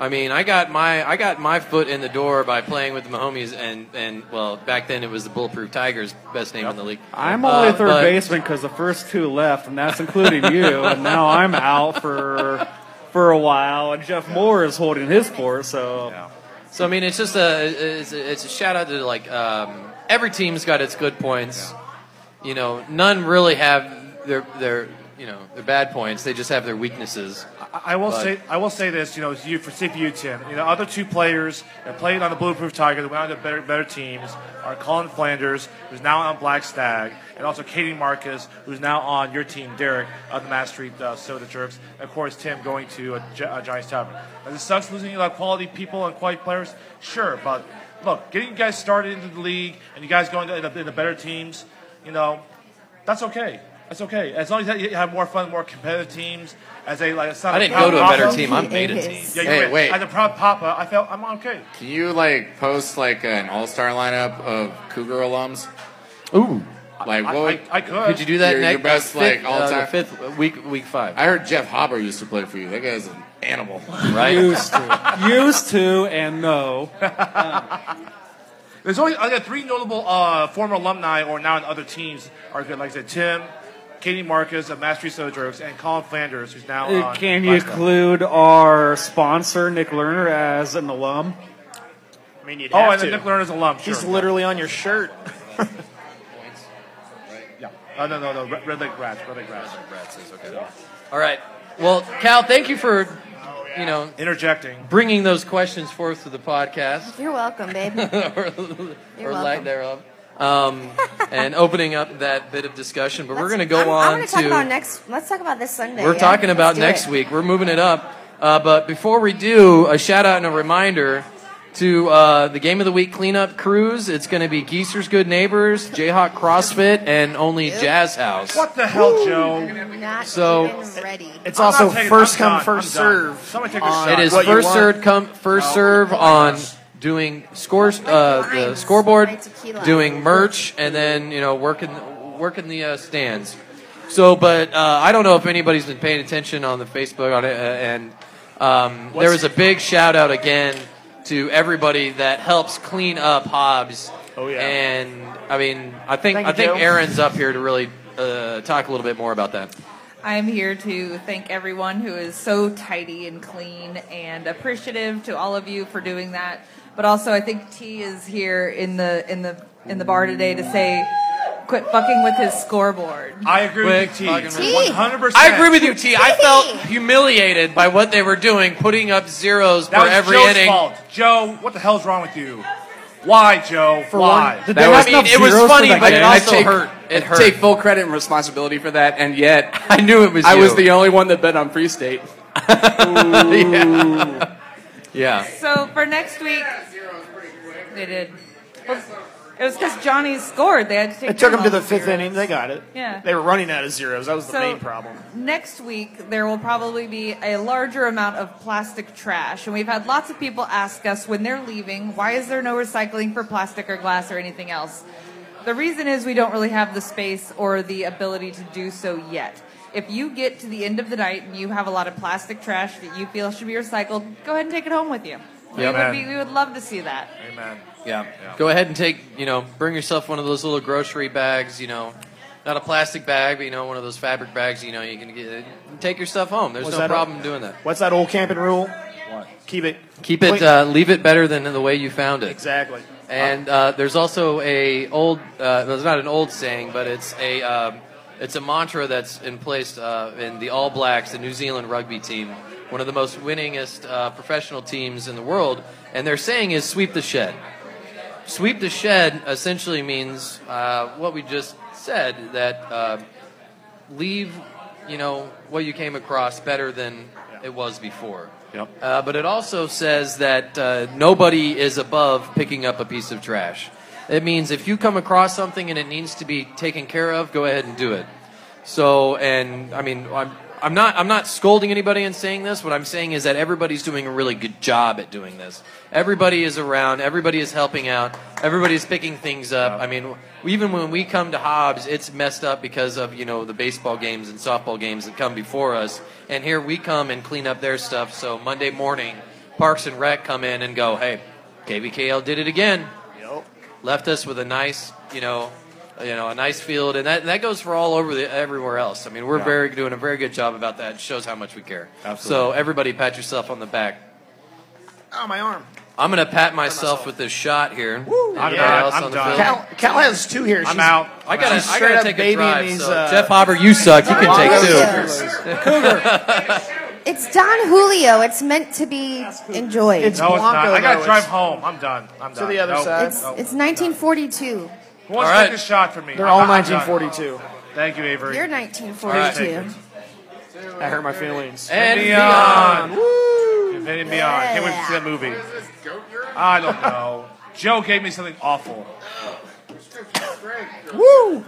S1: I mean, I got my I got my foot in the door by playing with the Mahomes and and well, back then it was the Bulletproof Tigers, best name in the league.
S8: I'm only
S1: Uh,
S8: third
S1: but-
S8: baseman because the first two left, and that's including you. And now I'm out for for a while, and Jeff Moore is holding his fort. So
S1: So I mean, it's just a it's a, it's a shout out to like um, every team's got its good points. You know, none really have their their you know their bad points. They just have their weaknesses.
S4: I will
S1: But-
S4: say I will say this, you know, it's you for CPU Tim. You know, other two players that played on the Blueproof Tiger that went on to better, better teams are Colin Flanders, who's now on Black Stag, and also Katie Marcus, who's now on your team, Derek, of the Mass Street uh, Soda Jerks. And of course, Tim going to uh, Gi- uh, Giants Tavern. Now, this sucks losing a lot of quality people and quality players, sure, but look, getting you guys started into the league and you guys going to into, into better teams, you know, that's okay. That's okay. As long as you have more fun, more competitive teams. As they like, it's not
S1: I didn't go to a better team. I made a team.
S4: Yeah, you
S14: Hey,
S4: went.
S14: wait.
S4: As a proud papa, I felt I'm okay.
S14: Can you like post like an all star lineup of Cougar alums?
S1: Ooh.
S14: Like
S4: I-
S14: what? would-
S4: I- I could. Could
S1: you do that
S14: Your,
S1: next-
S14: your best
S1: uh,
S14: like
S1: fifth-
S14: all
S1: uh, the
S14: time
S1: fifth week week five.
S14: I heard Jeff Hopper used to play for you. That guy's an animal,
S8: used to, used to, and no.
S4: There's only I got three notable uh, former alumni or now in other teams are good. Like I said, Tim, Katie Marcus of Mastery Soda Jerks, and Colin Flanders, who's now
S8: Uh,
S4: on
S8: Can you
S4: Lifestyle.
S8: include our sponsor Nick Lerner as an alum?
S2: I mean, you'd
S4: Oh,
S2: have
S4: and
S2: to.
S4: then Nick Lerner's alum.
S2: He's
S4: sure.
S2: literally on your shirt.
S4: Yeah. Uh, no, no, no. Red, Red Lake Rats. Red Lake Rats. Rats is okay.
S1: All right. Well, Cal, thank you for you know
S4: interjecting,
S1: bringing those questions forth to the podcast.
S3: You're welcome,
S1: or
S3: babe. You're
S1: or
S3: welcome.
S1: lack thereof. Um, and opening up that bit of discussion, but we're going to go
S3: I'm-
S1: on
S3: I want
S1: to
S3: to talk about next. Let's talk about this Sunday.
S1: We're
S3: yeah?
S1: talking about
S3: Let's do
S1: next
S3: it.
S1: week. We're moving it up. Uh, but before we do, a shout out and a reminder to uh, the game of the week cleanup cruise. It's going to be Geeser's Good Neighbors, Jayhawk CrossFit, and only Jazz House.
S4: What the hell, Joe?
S3: Not
S1: So-
S3: even ready.
S2: It's also first come, first
S4: I'm done.
S2: serve.
S4: Somebody take a
S2: on
S1: It is
S2: what you
S1: first
S2: want.
S1: serve come first serve on doing scores uh, the scoreboard, doing merch, and then you know working working the uh, stands. So, but uh, I don't know if anybody's been paying attention on the Facebook on it, uh, and um, there was a big shout out again to everybody that helps clean up Hobbs. Oh yeah, and I mean I think
S10: Thank
S1: I
S10: you,
S1: think
S10: Joe.
S1: Aaron's up here to really uh, talk a little bit more about that.
S10: I'm here to thank everyone who is so tidy and clean and appreciative to all of you for doing that. But also I think T is here in the in the in the bar today to say quit fucking with his scoreboard.
S4: I agree
S1: Quick
S4: with you,
S1: fucking
S4: T.
S1: T.
S4: One hundred percent.
S1: I agree with you, T. I felt humiliated by what they were doing, putting up zeros
S4: That
S1: for
S4: was
S1: every
S4: Joe's
S1: inning.
S4: fault. Joe, what the hell's wrong with you? Why, Joe? Why?
S1: I mean, it was funny, but it also
S13: take,
S1: hurt. It
S13: I
S1: hurt.
S13: Take full credit and responsibility for that, and yet
S1: I knew it was
S13: I
S1: you.
S13: was the only one that bet on Free State.
S1: yeah. yeah.
S10: So for next week they did. Well, it was because Johnny scored. They had to take
S2: It took
S10: him
S2: them to
S10: off
S2: the
S10: of
S2: fifth
S10: zero.
S2: inning. They got it.
S10: Yeah.
S2: They were running out of zeros. That was the
S10: So-
S2: main problem.
S10: Next week, there will probably be a larger amount of plastic trash. And we've had lots of people ask us when they're leaving, why is there no recycling for plastic or glass or anything else? The reason is we don't really have the space or the ability to do so yet. If you get to the end of the night and you have a lot of plastic trash that you feel should be recycled, go ahead and take it home with you.
S1: Yeah.
S10: We, would be, we would love to see that.
S4: Amen.
S1: Yeah. Go ahead and take, you know, bring yourself one of those little grocery bags, you know, not a plastic bag, but, you know, one of those fabric bags, you know, you can get, take your stuff home. There's
S2: What's
S1: no
S2: that-
S1: problem doing that.
S2: What's that old camping rule? What? Keep it.
S1: Keep it, uh, leave it better than the way you found it.
S2: Exactly.
S1: And uh, there's also a old, uh, well, it's not an old saying, but it's a um, it's a mantra that's in place uh, in the All Blacks, the New Zealand rugby team, one of the most winningest uh, professional teams in the world, and their saying is "sweep the shed." Sweep the shed essentially means uh, what we just said that uh, leave, you know, what you came across better than it was before.
S15: Yep.
S1: Uh, but it also says that uh, nobody is above picking up a piece of trash. It means if you come across something and it needs to be taken care of, go ahead and do it. So, and I mean, I'm, I'm not I'm not scolding anybody in saying this. What I'm saying is that everybody's doing a really good job at doing this. Everybody is around. Everybody is helping out. Everybody is picking things up. I mean, even when we come to Hobbs, it's messed up because of you know the baseball games and softball games that come before us. And here we come and clean up their stuff. So Monday morning, Parks and Rec come in and go, hey, KBKL did it again left us with a nice, you know, you know, a nice field, and that that goes for all over the everywhere else. I mean, we're
S15: Yeah.
S1: very doing a very good job about that. It shows how much we care.
S15: Absolutely.
S1: So everybody, pat yourself on the back.
S2: Oh, my arm.
S1: I'm gonna pat myself with this shot here. Everybody
S4: done.
S1: else
S4: I'm
S1: on the
S4: done.
S1: field?
S2: Cal, Cal has two here.
S4: I'm
S2: She's-
S4: out.
S1: I gotta,
S2: she's
S1: I
S2: straight
S1: gotta
S2: up
S1: take a
S2: babying
S1: drive.
S2: these,
S1: so
S2: uh,
S1: Jeff Hopper, you suck. You can take two.
S3: Cougar. It's Don Julio. It's meant to be enjoyed.
S2: It's
S4: no, it's not.
S2: Blanco,
S4: I gotta
S2: though.
S4: drive
S2: It's-
S4: home. I'm done. I'm
S2: To
S4: done.
S2: the other
S4: Nope.
S2: side.
S4: Nope.
S3: It's 1942.
S4: Who wants
S1: All
S4: to
S1: right.
S4: take a shot for me?
S2: They're all
S4: I'm done.
S2: 1942.
S4: Thank you, Avery.
S3: You're 1942.
S2: That hurt my feelings.
S1: And
S4: Beyond. Infinity and Beyond. Can't wait to see that movie. I don't know. Joe gave me something awful.
S3: Woo!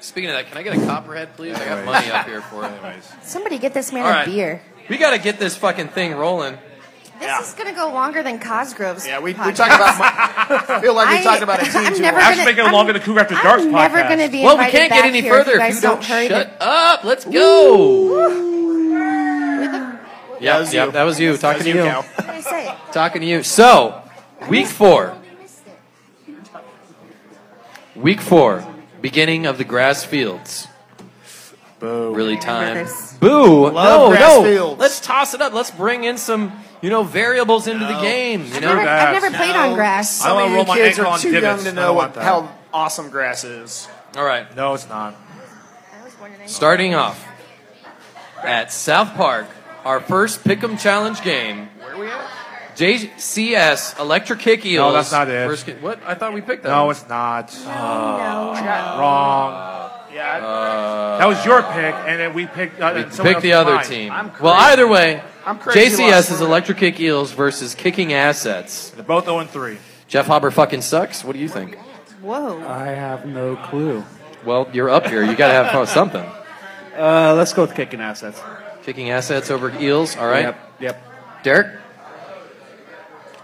S1: Speaking of that, can I get a copperhead, please? I got money up here for it. Anyways,
S3: Somebody get this man
S1: All right.
S3: a beer.
S1: we gotta get this fucking thing rolling.
S3: This is going to go longer than Cosgrove's.
S2: Yeah, we, we
S3: podcast.
S2: talked about. I feel like we
S3: I-
S2: talked about a team
S3: I'm
S2: too
S3: never
S2: long.
S3: gonna-
S4: Actually, making it longer than Cougar After Dark's
S3: I'm
S4: podcast.
S3: never gonna be
S1: Well, we
S3: invited
S1: can't get
S3: back
S1: any
S3: here
S1: further
S3: you
S1: if
S3: guys
S1: you don't
S3: hurry
S1: shut
S3: to-
S1: up. Let's go.
S3: We're the-
S1: Yeah, yeah, that was you talking to you.
S2: Cal.
S3: what did I say?
S1: Talking to you. So, week four. Week four, beginning of the grass fields. Boo. Really time.
S3: Nervous.
S1: Boo.
S2: Love
S1: no,
S2: grass
S1: no.
S2: fields.
S1: Let's toss it up. Let's bring in some, you know, variables into the game. You
S3: I've
S1: know,
S3: never, I've never played on grass.
S4: I
S2: Some
S4: wanna
S2: of
S4: roll
S2: you
S4: my
S2: kids
S4: ankle
S2: are
S4: on
S2: too young
S4: divots.
S2: to
S4: I
S2: know
S4: don't
S2: what,
S4: want that.
S2: how awesome grass is.
S1: all right.
S4: No, it's not.
S3: I was born in
S1: Starting off at South Park, our first Pick'em Challenge game. Where are we at? JCS Electric Kick Eels.
S4: No, Oh, that's not it.
S1: First ki- what? I thought we picked that.
S4: No,
S1: one.
S4: it's not. Uh,
S3: No, no.
S4: Wrong.
S2: Yeah,
S4: That was your pick, and then we picked. Uh,
S1: We
S4: someone
S1: pick
S4: else
S1: the
S4: picked
S1: other
S4: mine.
S1: team.
S2: I'm
S1: Well,
S2: crazy.
S1: either way,
S2: I'm crazy.
S1: JCS is Electric Kick Eels versus Kicking Assets.
S4: They're both 0 3.
S1: Jeff Hopper fucking sucks. What do you think?
S3: Whoa.
S1: I have no clue. Well, you're up here. You got to have something.
S8: Uh, let's go with kicking assets.
S1: Kicking assets over eels. All right.
S8: Yep. Yep.
S1: Derek.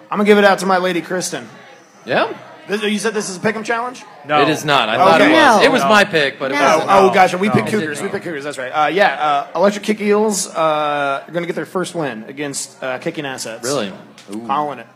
S2: I'm gonna give it out to my lady Kristen.
S1: Yeah.
S2: This, you said this is a pick'em challenge?
S1: No. It is not. I thought it was. It was No. my pick, but it No. wasn't.
S2: Oh, gosh, we
S1: No.
S2: picked
S1: It didn't.
S2: Cougars. We picked Cougars. That's right. Uh, yeah, uh, Electric Kick Eels uh, are going to get their first win against uh, Kicking Assets.
S1: Really? Ooh.
S2: Calling it.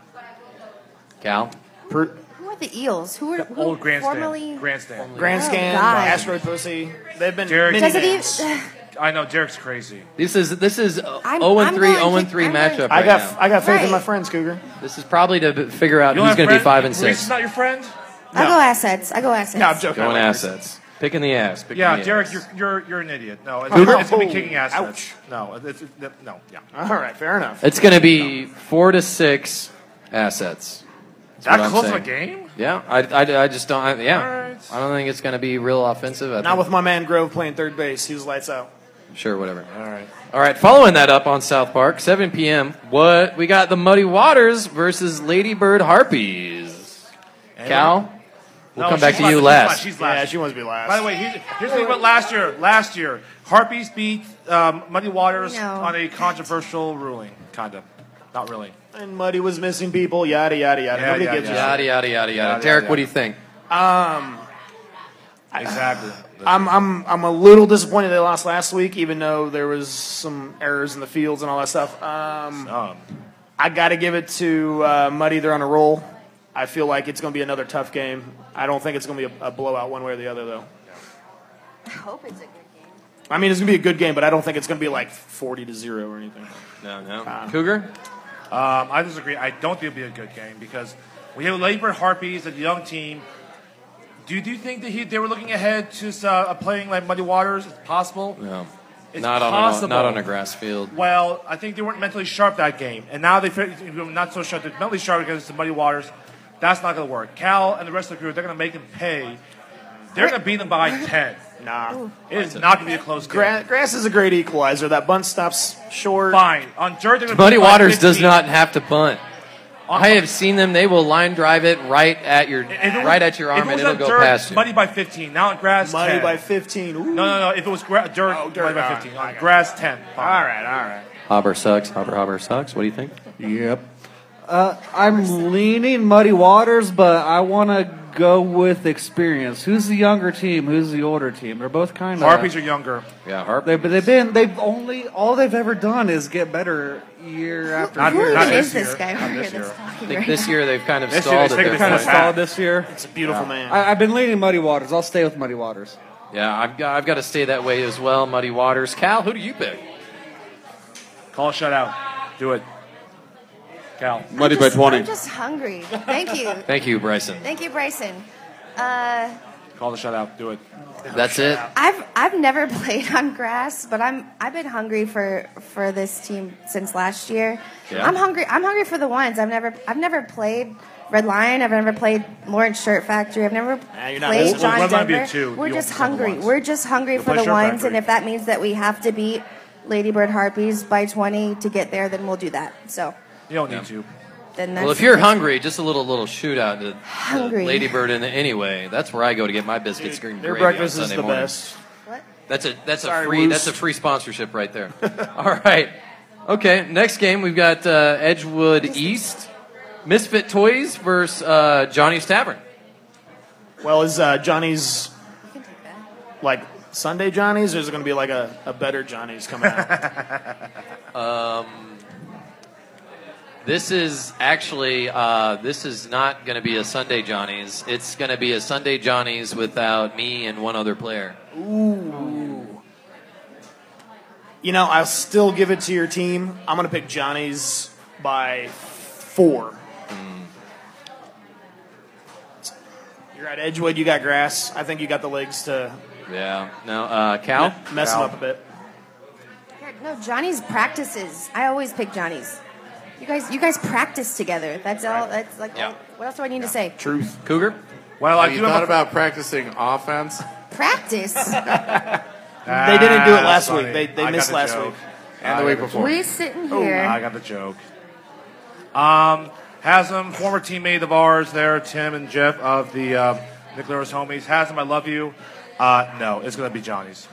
S1: Cal.
S2: Per-
S3: Who are the eels? Who are who
S2: old grandstand.
S3: formerly?
S4: Grandstand.
S2: Grandstand,
S3: Oh, God.
S2: Asteroid Pussy. They've been.
S4: Derek,
S3: Does it even?
S4: I know Derek's crazy.
S1: This is this is uh,
S4: I'm-
S1: 0
S4: I'm
S1: and 3
S4: going
S1: 0 and 3
S4: kick- I'm going-
S1: matchup.
S2: I
S1: right
S2: got
S1: now.
S2: I got faith in
S3: Right.
S2: my friends, Cougar.
S1: This is probably to b- figure out
S2: You don't
S1: who's
S2: have
S1: going to be
S2: friends?
S1: five and
S2: Reese
S1: six.
S2: is not
S4: your friend.
S3: I go assets. I go assets.
S2: No, I'm joking.
S1: Going assets. Picking the ass. Picking
S4: Yeah,
S1: the ass.
S4: Derek, you're, you're, you're an idiot. No, it's,
S1: Cougar?
S4: it's going to be kicking ass.
S2: Ouch.
S4: No, it's, it's- no, yeah.
S2: All right, fair enough.
S1: It's going to be four to six assets. That's
S4: That
S1: what I'm
S4: close of a
S1: saying.
S4: game?
S1: Yeah, I, I, I just don't. I, yeah,
S2: All right.
S1: I don't think it's going to be real offensive. I
S2: Not
S1: think.
S2: with my man Grove playing third base. He was lights out.
S1: Sure, whatever. All
S4: right.
S1: All right. Following that up on South Park, 7 p.m. What we got? The Muddy Waters versus Ladybird Harpies. Cal, we'll
S4: No,
S1: come back
S4: she's
S1: to you
S4: she's
S1: last.
S4: She's last.
S2: Yeah, she wants to be last.
S4: By the way, here's, here's the thing about last year. Last year, Harpies beat um, Muddy Waters
S2: No.
S4: on a controversial ruling, kind of. Not really.
S2: And Muddy was missing people. Yada yada yada.
S4: Yeah,
S2: Nobody
S4: yeah,
S2: gives a
S1: Yada
S2: shit.
S1: yada yada
S4: Yada,
S1: yada. Derek,
S4: yada.
S1: what do you think?
S2: Um,
S4: Exactly.
S2: I'm I'm I'm a little disappointed they lost last week, even though there was some errors in the fields and all that stuff. Um, I got to give it to uh, Muddy. They're on a roll. I feel like it's going to be another tough game. I don't think it's going to be a, a blowout one way or the other, though.
S3: I hope it's a good
S2: I mean, it's going to be a good game, but I don't think it's going to be like forty to zero or anything.
S1: No, no.
S2: Uh,
S1: Cougar?
S4: Um, I disagree. I don't think it'll be a good game because we have Ladybird Harpies, a young team. Do, do you think that he, they were looking ahead to uh, playing like Muddy Waters? It's possible.
S1: No,
S4: It's
S1: not on a,
S4: possible.
S1: not on a grass field.
S4: Well, I think they weren't mentally sharp that game, and now they are not so sharp. They're mentally sharp because it's the muddy waters. That's not going to work. Cal and the rest of the crew, they're going to make them pay. They're going to beat them by ten.
S2: Nah,
S4: it is not going to be a close game.
S2: Gra- grass is a great equalizer. That bunt stops short.
S4: Fine. On dirt, they're gonna
S1: Muddy
S4: beat by
S1: Waters does
S4: 15.
S1: not have to bunt. I have seen them. They will line drive it right at your
S4: If Uh-huh. it was-
S1: right at your arm,
S4: if it
S1: and
S4: was
S1: it'll
S4: on
S1: go
S4: dirt,
S1: past you.
S4: Muddy by fifteen. Now on grass.
S2: Muddy
S4: 10.
S2: by fifteen. Oh,
S4: No, no, no. If it was gra- dirt,
S2: dirt,
S4: muddy by
S2: all right,
S4: fifteen. On grass, ten. All right, all right.
S1: Hopper sucks. Hopper Hopper sucks. What do you think?
S8: Yep. Uh, I'm leaning Muddy Waters, but I want to go with experience. Who's the younger team? Who's the older team? They're both kind of.
S4: Harpies are younger.
S1: Yeah, Harp.
S8: They, but they've been. They've only all they've ever done is get better year after
S4: Not-
S8: year.
S4: not Who this is this year. guy Not over this here that's year.
S1: I think this year they've kind of
S8: This year
S1: stalled.
S8: they
S1: at
S8: take
S1: their
S8: the kind of
S1: point.
S8: stalled this year.
S2: It's a beautiful
S1: Yeah.
S2: man.
S8: I, I've been leaning Muddy Waters. I'll stay with Muddy Waters.
S1: Yeah, I've got, I've got to stay that way as well. Muddy Waters. Cal, who do you pick?
S4: Call shutout. Do it. Cal.
S5: Muddy by
S3: just-
S5: 20.
S3: I'm just hungry. Thank you.
S1: Thank you, Bryson.
S3: Thank you, Bryson. Uh,
S4: Call the shutout. Do it.
S1: That's it.
S3: I've I've never played on grass, but I'm I've been hungry for for this team since last year.
S1: Yeah.
S3: I'm hungry. I'm hungry for the ones. I've never I've never played Red Lion. I've never played Lawrence Shirt Factory. I've never
S4: Nah, you're not
S3: played
S4: missing-
S3: John
S4: Red Lion be a
S3: Denver.
S4: two.
S3: We're
S4: You won't play
S3: just
S4: the
S3: hungry.
S4: ones.
S3: We're just hungry
S4: You'll
S3: for
S4: play
S3: the
S4: Shirt
S3: ones,
S4: Factory.
S3: and if that means that we have to beat Ladybird Harpies by 20 to get there, then we'll do that. So
S4: You don't need to.
S3: then that's
S1: Well, if you're hungry, just a little little shootout to- to
S3: Hungry.
S1: Ladybird in the, anyway. That's where I go to get my biscuits green.
S2: Their
S1: gravy
S2: breakfast
S1: on
S2: is
S1: Sunday
S2: the
S1: morning.
S2: best.
S1: That's a that's
S2: Sorry,
S1: a free
S2: Woos.
S1: that's a free sponsorship right there. All right. Okay, next game we've got uh, Edgewood East Misfit Toys versus uh, Johnny's Tavern.
S2: Well, is uh, Johnny's like Sunday Johnny's, or is it going to be like a, a better Johnny's coming out?
S1: Um, this is actually uh, this is not going to be a Sunday Johnny's. It's going to be a Sunday Johnny's without me and one other player.
S2: Ooh. You know, I'll still give it to your team. I'm going to pick Johnny's by four. You're at Edgewood. You got grass. I think you got the legs to
S1: Yeah. No. Uh, Cal.
S2: mess him up a bit.
S4: Ah,
S3: No, Johnny's practices. I always pick Johnny's. You guys, you guys practice together. That's all. That's like, all- what else do I need to say?
S2: Truth.
S1: Cougar.
S4: Well,
S14: I
S4: I
S14: you
S4: do have
S14: thought
S4: a-
S14: about practicing offense.
S3: Practice.
S2: They didn't do it last week. They- they missed last week.
S14: And the week before.
S3: We sitting
S4: Oh,
S3: here.
S4: I got the joke. Um, Haslam, former teammate of ours there, Tim and Jeff of the uh, Nuclearis Homies. Haslam, I love you. Uh, no, it's going to be Johnny's.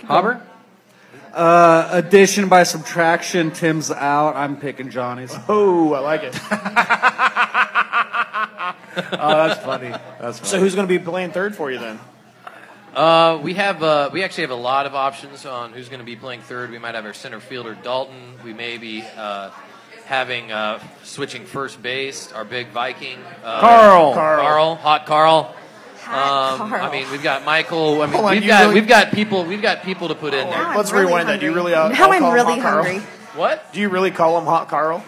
S8: Hobber? Uh, addition by subtraction. Tim's out. I'm picking Johnny's.
S2: Oh, I like it.
S4: oh, that's funny. That's
S2: So who's going to be playing third for you then?
S1: Uh, we have uh, we actually have a lot of options on who's going to be playing third. We might have our center fielder Dalton. We may be uh, having uh, switching first base. Our big Viking uh,
S4: Carl.
S1: Carl,
S4: Carl.
S1: hot Carl. um,
S2: Carl.
S1: I mean, we've got Michael. I mean,
S2: Hold on,
S1: we've
S2: you
S1: got
S2: really-
S1: we've got people. We've got people to put in there.
S2: Let's rewind that. Do you really? Uh,
S1: Now
S2: all
S1: I'm
S2: call him
S1: really
S2: Hot Carl?
S1: hungry. What?
S2: Do you really call him Hot Carl?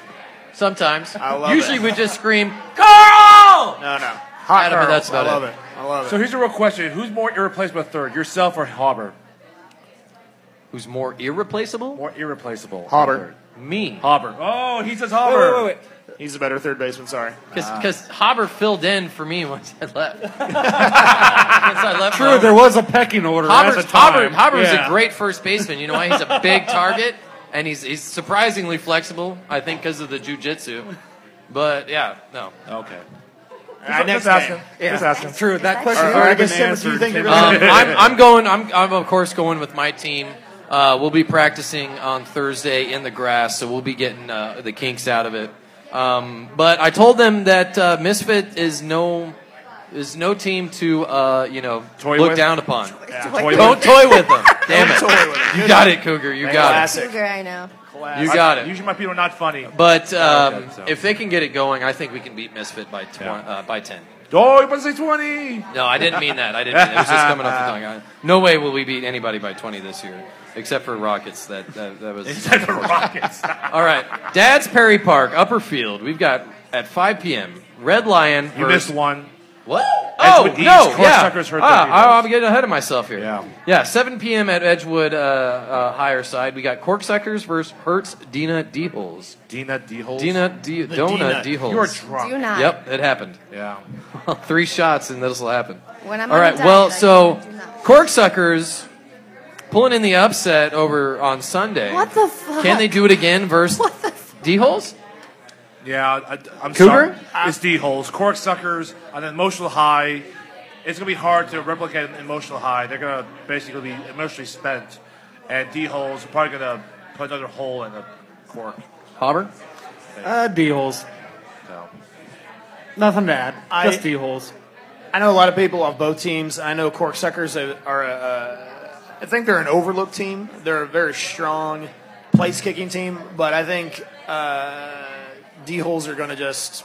S1: Sometimes.
S2: I love
S1: Usually
S2: it.
S1: we just scream, Carl!
S2: No, no. Hot
S1: Adam,
S2: Carl.
S1: that's about
S2: I love
S1: it.
S2: it. I love it.
S4: So here's a real question: Who's more irreplaceable at third, yourself or Hobber?
S1: Who's more irreplaceable?
S4: More irreplaceable. at
S2: Hobber.
S1: Me.
S4: Hobber. Oh, he says Uh, Hobber.
S1: Wait, wait,
S2: He's a better third baseman. Sorry.
S1: Uh, Because Hobber filled in for me once I left. once I left.
S8: True, there was a pecking order
S1: Hobber,
S8: at the time.
S1: Hobber, Hobber is a
S8: Yeah.
S1: great first baseman. You know why? He's a big target, and he's, he's surprisingly flexible, I think, because of the jujitsu. But, yeah, no.
S4: Okay.
S2: right, next game. Yeah.
S8: True, that question
S2: All right,
S8: already
S2: I guess
S8: been
S2: Simmons, do you
S8: answered.
S2: think they're
S1: Um, I'm, I'm going. I'm, I'm of course going with my team. Uh, we'll be practicing on Thursday in the grass, so we'll be getting uh, the kinks out of it. Um, but I told them that uh, Misfit is no is no team to uh, you know look
S4: with?
S1: down upon.
S4: Toy with.
S1: Don't toy with them. Damn it!
S4: Don't toy with them.
S1: You got it, Cougar. You got it.
S3: Cougar, I know.
S1: You got it.
S4: Usually my people are not funny.
S1: But um,
S4: Okay, so-
S1: if they can get it going, I think we can beat Misfit by tw- uh, by ten.
S4: Oh, you're supposed to say 20.
S1: No, I didn't mean that. I didn't. Mean that. It was just coming off the tongue. I- No way will we beat anybody by 20 this year, except for Rockets. That that, that was
S4: except for Rockets.
S1: All right, Dad's Perry Park, Upper Field. We've got at 5 p.m. Red Lion.
S4: You
S1: versus-
S4: missed one.
S1: What?
S4: Edgewood
S1: Oh
S4: East,
S1: no! Yeah.
S4: Cornsuckers hurt their
S1: Ah,
S4: defense.
S1: I'm getting ahead of myself here. Yeah. Yeah. 7 p.m. at Edgewood uh, uh, Higher Side. We got Corksuckers versus Hertz Dina Deholes.
S4: Dina Deholes.
S1: Dina D-
S4: The
S1: Dona
S4: Dina.
S1: Deholes.
S4: You are drunk. Do not.
S1: Yep, it happened.
S4: Yeah.
S1: Three shots and this will happen.
S3: When I'm
S1: All
S3: on
S1: right.
S3: a diet,
S1: Well,
S3: I
S1: so Corksuckers pulling in the upset over on Sunday.
S3: What the fuck?
S1: Can they do it again versus D-holes?
S4: Yeah, I,
S1: Cougar?
S4: I'm sorry. It's D holes, cork suckers, an emotional high. It's gonna be hard to replicate an emotional high. They're gonna basically be emotionally spent, and D holes are probably gonna put another hole in a cork.
S1: Hobber?
S8: Uh, D holes.
S4: No.
S8: Nothing to add.
S2: I-
S8: Just D holes.
S2: I know a lot of people off both teams. I know Corksuckers are, are a, uh, I think they're an overlook team. They're a very strong place kicking team, but I think uh, D holes are going to just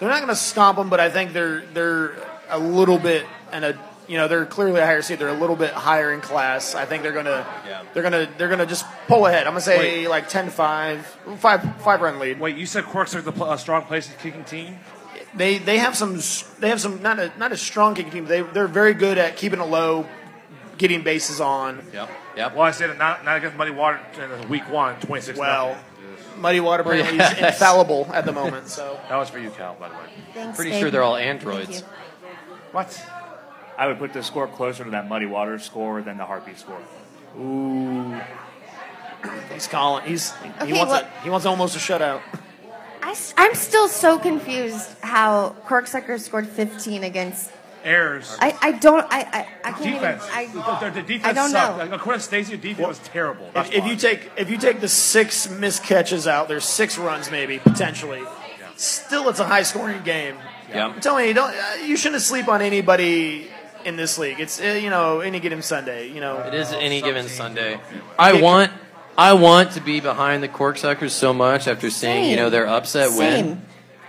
S2: they're not going to stomp them, but I think they're they're a little bit and a you know they're clearly a higher seed. They're a little bit higher in class. I think they're going to they're going to they're going to just pull ahead. I'm going to say
S4: Wait.
S2: like 10-5, five five run lead.
S4: Wait, you said corks are the pl- a strong place in kicking team?
S2: they they have some they have some not a not a strong kicking team. But they they're very good at keeping it low, getting bases on.
S1: Yep. Yep.
S4: Well, I said not not against Muddy Water in week one, 26.
S2: Well, Muddy Water
S4: Well,
S2: apparently
S4: yes.
S2: is infallible at the moment. So
S4: that was for you, Cal, by the way.
S3: Thanks,
S1: Pretty sure they're all androids.
S4: What?
S15: I would put the score closer to that Muddy Waters score than the Harpy score.
S2: Ooh, he's calling. He's he
S3: Okay,
S2: wants
S3: well-
S2: a, he wants almost a shutout.
S3: I, am still so confused how Corksucker scored 15 against.
S4: Errors.
S3: I, I don't. I, I, I can't
S4: defense.
S3: even. I,
S4: the, the defense
S3: I don't
S4: sucked.
S3: know.
S4: Like, according to Stacy, the defense was terrible. That's
S2: If, if you take if you take the six missed catches out, there's six runs maybe potentially. Still, it's a high scoring game.
S1: Yeah.
S2: I'm telling you, don't uh, you shouldn't sleep on anybody in this league. It's uh, you know any given Sunday. You know
S1: It is any given Sunday. I want I want to be behind the Corksuckers so much after seeing, you
S3: Same.
S1: know, their upset win.
S3: Same.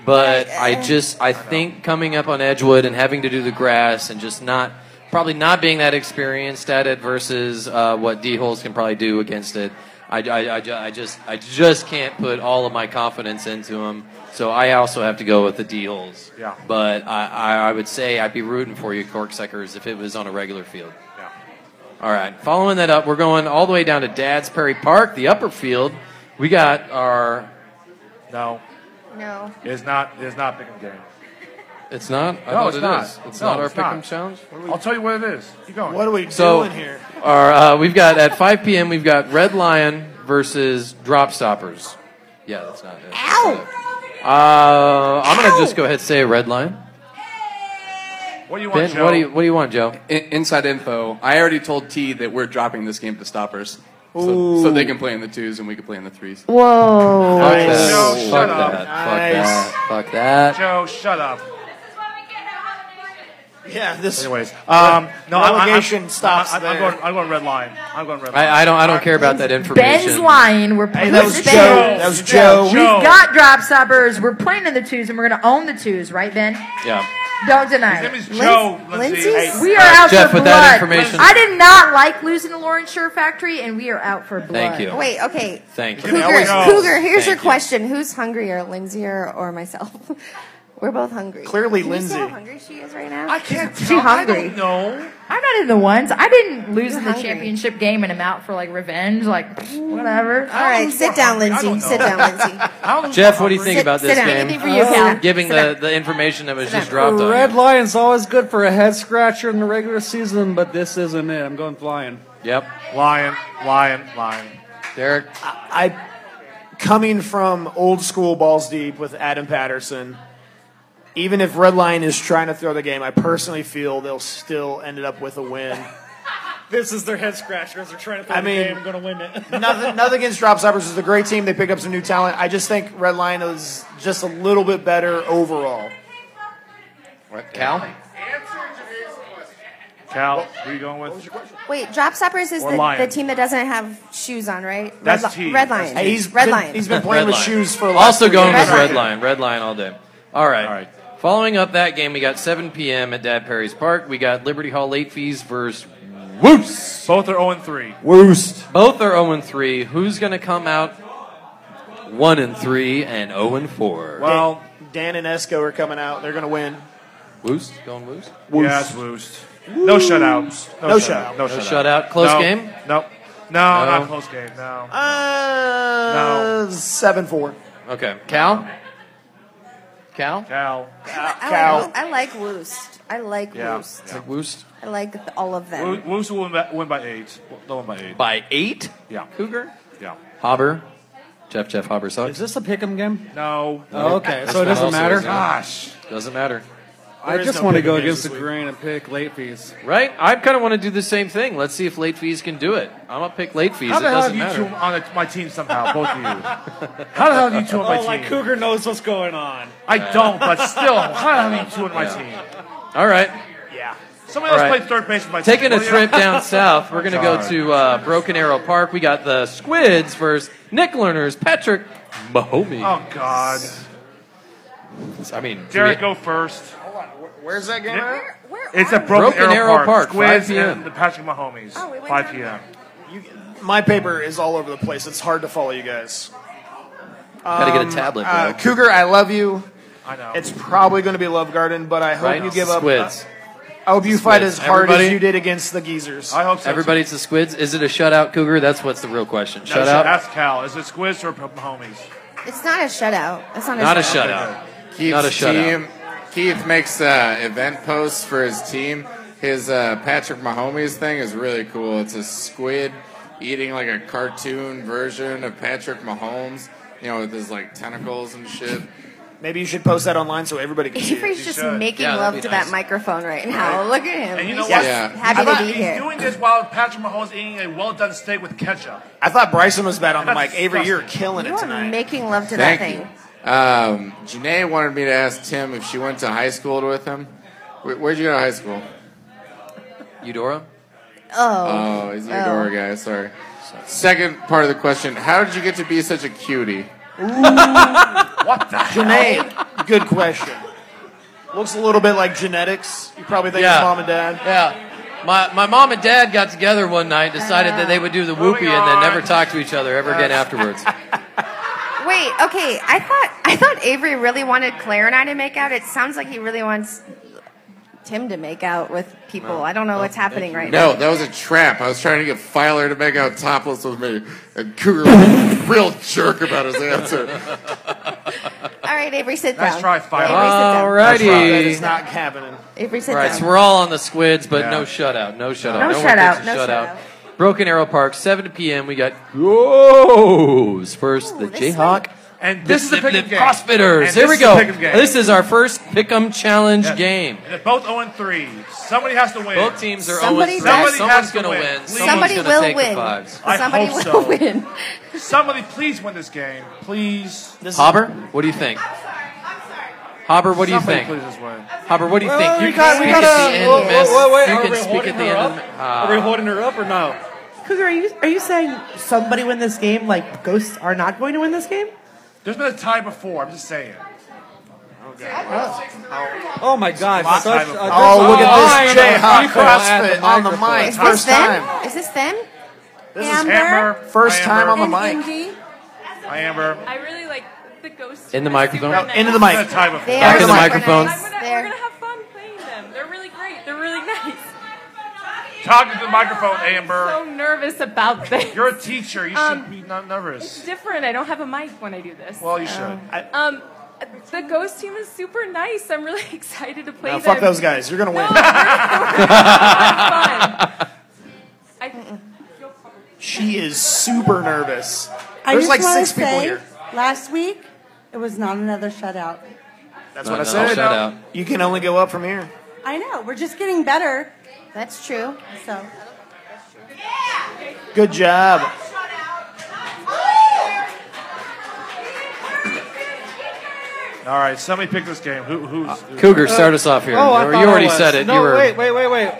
S1: But I just I think coming up on Edgewood and having to do the grass and just not probably not being that experienced at it versus uh, what D holes can probably do against it. I, I, I, ju- I just I just can't put all of my confidence into them. So I also have to go with the D holes.
S4: Yeah.
S1: But I, I, I would say I'd be rooting for you, Corksuckers, if it was on a regular field.
S4: Yeah.
S1: All right. Following that up, we're going all the way down to Dad's Perry Park, the upper field. We got our
S4: No,
S3: no.
S4: it's not. It's not picking game.
S1: It's not? I
S4: no,
S1: thought
S4: it's
S1: it
S4: not.
S1: is. It's
S4: No,
S1: not our
S4: it's
S1: pick'em challenge?
S4: I'll tell you what it is. Keep going. What
S2: are we
S1: So, our, uh, we've got at 5 p.m. we've got Red Lion versus Drop Stoppers. Yeah, that's not it. Ow! Uh, I'm gonna just go ahead and say Red Lion.
S4: What do you
S1: want, Ben, Joe? what do you- what do you want, Joe?
S13: inside info. I already told T that we're dropping this game to stoppers, so, so they can play in the twos and we can play in the threes.
S3: Whoa.
S1: Fuck
S13: Nice.
S1: that.
S13: Joe,
S1: Fuck
S13: shut
S1: that.
S13: up. Nice.
S1: Fuck that. Fuck that.
S4: Joe, shut up.
S2: Yeah, this.
S4: Anyways, um, no, I'm-
S2: relegation
S4: I'm, I'm,
S2: stops
S4: I'm, I'm
S2: there.
S4: going. I'm going red line. I'm going red line.
S1: I, I don't. I don't care about that information.
S11: Ben's lying. We're playing
S2: that was
S11: with
S2: Joe.
S11: Ben.
S2: That was Joe.
S11: We've
S2: Joe.
S11: got drop stoppers. We're playing in the twos, and we're going to own the twos, right, Ben?
S1: Yeah.
S11: Don't deny it.
S4: His name is Joe. Lindsay. Hey,
S11: We are out
S1: Jeff,
S11: for
S1: with
S11: blood.
S1: that information-
S11: I did not like losing the Lawrence Shore factory, and we are out for blood.
S1: Thank you.
S3: Wait, okay.
S1: Thank you.
S11: Oh,
S3: Cougar, Cougar
S1: Thank
S3: here's your
S1: you.
S3: question. Who's hungrier, Lindsay or, or myself? We're both hungry.
S2: Clearly
S3: Can
S2: Lindsay.
S3: You see how hungry she is right now?
S11: I can't
S3: She
S11: tell. I
S3: hungry.
S11: don't
S4: know.
S11: I'm not in the ones. I didn't lose
S3: You're
S11: in the
S3: hungry.
S11: championship game, and I'm out for like revenge, like whatever.
S3: All right, sit down, Lindsay. Sit down, Lindsay.
S1: Jeff, what do you think about
S3: sit
S1: this
S3: down.
S1: game?
S3: Anything for you, Cal.
S1: Giving
S3: Sit
S1: the, the information that was just dropped on
S8: Red
S1: you.
S8: Lion's always good for a head scratcher in the regular season, but this isn't it. I'm going flying.
S1: Yep.
S4: Lion, lion, lion.
S1: Derek,
S2: I coming from old school balls deep with Adam Patterson. Even if Red Lion is trying to throw the game, I personally feel they'll still end it up with a win.
S18: This is their head scratcher as they're trying to play
S2: I
S18: the
S2: mean,
S18: game. I'm going to win it.
S2: nothing, nothing against Drop Stoppers. It's a great team. They picked up some new talent. I just think Red Lion is just a little bit better overall.
S1: Cal?
S4: Cal, who are you going with?
S3: Wait, Drop Stoppers is
S4: Or
S3: the,
S4: Lion.
S3: the team that doesn't have shoes on, right?
S4: That's
S3: Red, Li-
S4: T.
S3: Red Lion.
S4: Hey, he's
S3: Red
S4: been-
S3: Lion.
S2: he's been playing with
S1: Lion.
S2: shoes for the last
S1: Also
S2: three
S1: going
S2: years.
S1: with Red Lion. Red Lion all day. All right. All right. Following up that game, we got 7 p.m. at Dad Perry's Park. We got Liberty Hall late fees versus Woos.
S4: Both are 0 and 3.
S1: Woost. Both are 0 and 3. Who's going to come out 1 and 3 and 0 and 4?
S2: Well, Dan and Esco are coming out. They're going to win.
S1: Woost? Going Woost?
S4: Yeah, it's Woost. No
S2: Woost.
S4: shutouts.
S2: No shutout.
S4: No
S1: No
S4: shutout.
S1: shutout. Close
S4: No.
S1: game?
S4: Nope. No, not close game. No.
S2: Uh, Seven four.
S1: Okay. Cal? Cal?
S4: Cal.
S3: I like, I like Woost. I like
S4: Yeah.
S3: Woost.
S4: Yeah.
S1: Woost?
S3: I like th- all of them.
S4: Wo- Woos will win by, win by 8. They'll win by 8.
S1: By 8?
S4: Yeah.
S1: Cougar?
S4: Yeah.
S1: Hobber? Jeff, Jeff Hobber sucks.
S8: Is this a pick'em game?
S4: No.
S8: Oh, okay,
S1: This
S8: so it
S1: one
S8: doesn't
S1: also
S8: matter.
S1: isn't.
S8: Gosh.
S1: Doesn't matter.
S8: I just want to go against the grain and pick late fees.
S1: Right? I kind of want to do the same thing. Let's see if late fees can do it. I'm gonna pick late fees.
S4: How the
S1: it
S4: hell have
S1: doesn't
S4: you
S1: matter.
S4: two on a, my team somehow, both of you? How the hell are you two on my
S18: oh, like
S4: team?
S18: Cougar knows what's going on.
S4: I don't, but still, how the hell are you two on my
S1: Yeah.
S4: team?
S1: All right.
S4: Yeah. Somebody else
S1: All right.
S4: played third base with my
S1: Taking
S4: team.
S1: a
S4: will you?
S1: trip down south, we're gonna go to uh, Broken Arrow Park. We got the Squids versus Nick Lerner's Patrick Mahomey.
S4: Oh, God.
S1: I mean,
S4: Derek, go first.
S2: Where's that game?
S4: Where-
S2: at?
S4: It's at Broken,
S1: Broken Arrow Park, 5
S4: Squids
S1: p.m.
S4: and the Patrick Mahomes.
S2: Oh, we went
S4: 5
S2: down
S4: p.m.
S2: My paper is all over the place. It's hard to follow you guys.
S1: Gotta get a tablet,
S2: uh,
S1: bro.
S2: Cougar, I love you.
S4: I know.
S2: It's probably going to be Love Garden, but I hope
S1: Right?
S2: you give up. uh,
S1: Squids.
S2: I hope you fight
S1: Squids.
S2: as hard as
S1: Everybody?
S2: you did against the geezers.
S4: I hope so.
S1: Everybody's the Squids. Is it a shutout, Cougar? That's what's the real question.
S4: No,
S1: Shutout?
S4: That's Cal. Is it Squids or Mahomes?
S3: It's not a shutout. It's not a
S1: Not a
S3: shutout.
S1: shutout.
S14: Keith's
S1: Not a shutout.
S14: team. Keith makes uh, event posts for his team. His uh, Patrick Mahomes thing is really cool. It's a squid eating like a cartoon version of Patrick Mahomes. You know, with his like tentacles and shit.
S2: Maybe you should post that online so everybody can see it.
S3: Avery's just making
S14: Yeah, that'd
S3: love
S14: be
S3: to
S14: nice.
S3: that microphone right now. Look at him.
S4: And you know
S3: He's just
S4: what?
S3: happy
S4: I
S3: to
S4: thought
S3: be
S4: he's
S3: here.
S4: doing this while Patrick Mahomes eating a well-done steak with ketchup.
S2: I thought Bryson was bad on the mic. Avery,
S4: disgusting.
S2: you're killing
S3: You
S2: it
S3: are
S2: tonight.
S3: making love to
S14: Thank
S3: that thing.
S14: you. Um, Janae wanted me to ask Tim if she went to high school with him. Where, where'd you go to high school?
S1: Eudora?
S3: Oh.
S14: Oh, he's your door guy. Sorry. Second part of the question: How did you get to be such a cutie?
S4: What the
S2: Janae, good question. Looks a little bit like genetics. You probably think
S1: Yeah.
S2: it's mom and dad.
S1: Yeah. My, my mom and dad got together one night, decided that they would do the whoopee, and then never talk to each other ever again afterwards.
S3: Wait, okay. I thought I thought Avery really wanted Claire and I to make out. It sounds like he really wants Tim to make out with people. I don't know what's happening right now.
S14: No, that was a trap. I was trying to get Filer to make out topless with me, and Cougar was a real jerk about his answer.
S3: All right, Avery, sit down.
S4: Nice try, Fire.
S3: Avery, sit down.
S1: Alrighty.
S2: That is not happening.
S3: Avery, sit
S1: All right,
S3: down.
S1: so we're all on the squids, but
S2: Yeah.
S1: no shutout. No shutout.
S3: No
S1: one
S3: shutout,
S1: picks a
S3: no shutout.
S1: Broken Arrow Park, 7 p.m. We got Goes first, the Jayhawk.
S4: And this is a pick 'em game.
S1: Crossfitters.
S4: And
S1: Here
S4: this
S1: we
S4: is a
S1: go.
S4: pick 'em game.
S1: This is our first Pick'em Challenge game.
S4: And they're both 0 3. Somebody has to win.
S1: Both teams are Somebody 0-3. does.
S4: Somebody has
S1: Someone's
S4: to
S1: gonna
S4: win.
S1: win.
S4: Please.
S1: Somebody Someone's gonna will take the win. fives.
S4: I
S3: Somebody
S4: hope
S3: will
S4: so.
S3: win.
S4: Somebody please win this game. Please. This
S1: Hobber, what do you think? Hobber, what do you
S4: Somebody
S1: think?
S4: please just win.
S1: Hobber, what do you
S4: Well,
S1: think?
S4: we
S1: You
S4: got-
S1: can
S4: we
S1: speak
S4: got
S1: at
S4: a-
S1: the end
S4: whoa,
S1: of the mess.
S4: whoa, whoa, wait,
S1: You
S4: are
S1: can
S4: we
S1: speak at
S4: holding
S1: the
S4: her
S1: end of
S4: up?
S1: the ma-
S4: Are we
S1: Ah.
S4: holding her up or no?
S9: Cougar, are you are you saying somebody win this game? Like ghosts are not going to win this game?
S4: There's been a tie before. I'm just saying. Okay.
S8: Oh my God!
S4: Lots
S8: such
S4: of-
S8: a-
S4: Oh, look at this
S8: line of
S4: Jayhawk
S8: people at
S4: CrossFit on the
S8: microphone.
S4: mic.
S3: Is this them? Is this them?
S4: This
S3: Amber?
S4: is Hammer.
S2: First
S4: Hi,
S2: time
S4: Amber.
S2: on the mic.
S3: And MD?
S4: Hi, Amber.
S6: I really like the ghosts.
S1: In the microphone.
S2: Into the mic.
S4: Tie before.
S3: They
S1: Back
S3: are
S1: in the
S3: super
S1: microphone.
S3: nice.
S6: We're gonna have fun playing them. They're really great. They're really nice.
S4: Talk to the microphone, Amber.
S6: So nervous about this.
S4: You're a teacher. You
S6: Um,
S4: should be not nervous.
S6: It's different. I don't have a mic when I do this.
S4: Well, you should. I-
S6: Um, the ghost team is super nice. I'm really excited to play
S2: Now,
S6: them.
S2: fuck those guys. You're gonna win.
S6: I,
S2: She is super nervous.
S19: I
S2: There's
S19: just
S2: like
S19: wanna
S2: six people
S19: say,
S2: here.
S19: Last week, it was not another shutout.
S2: That's
S1: No,
S2: what
S1: no,
S2: I said.
S1: shut out.
S2: You can only go up from here.
S19: I know. We're just getting better.
S3: That's true.
S19: So
S2: Good job.
S4: All right, somebody pick this game. Who, who's, who's
S1: Uh, Cougar, start us off here.
S4: Oh, I
S1: you
S4: thought
S1: you
S4: I
S1: already
S4: was.
S1: said it.
S4: No,
S1: you were,
S4: wait,
S8: Wait, wait, wait.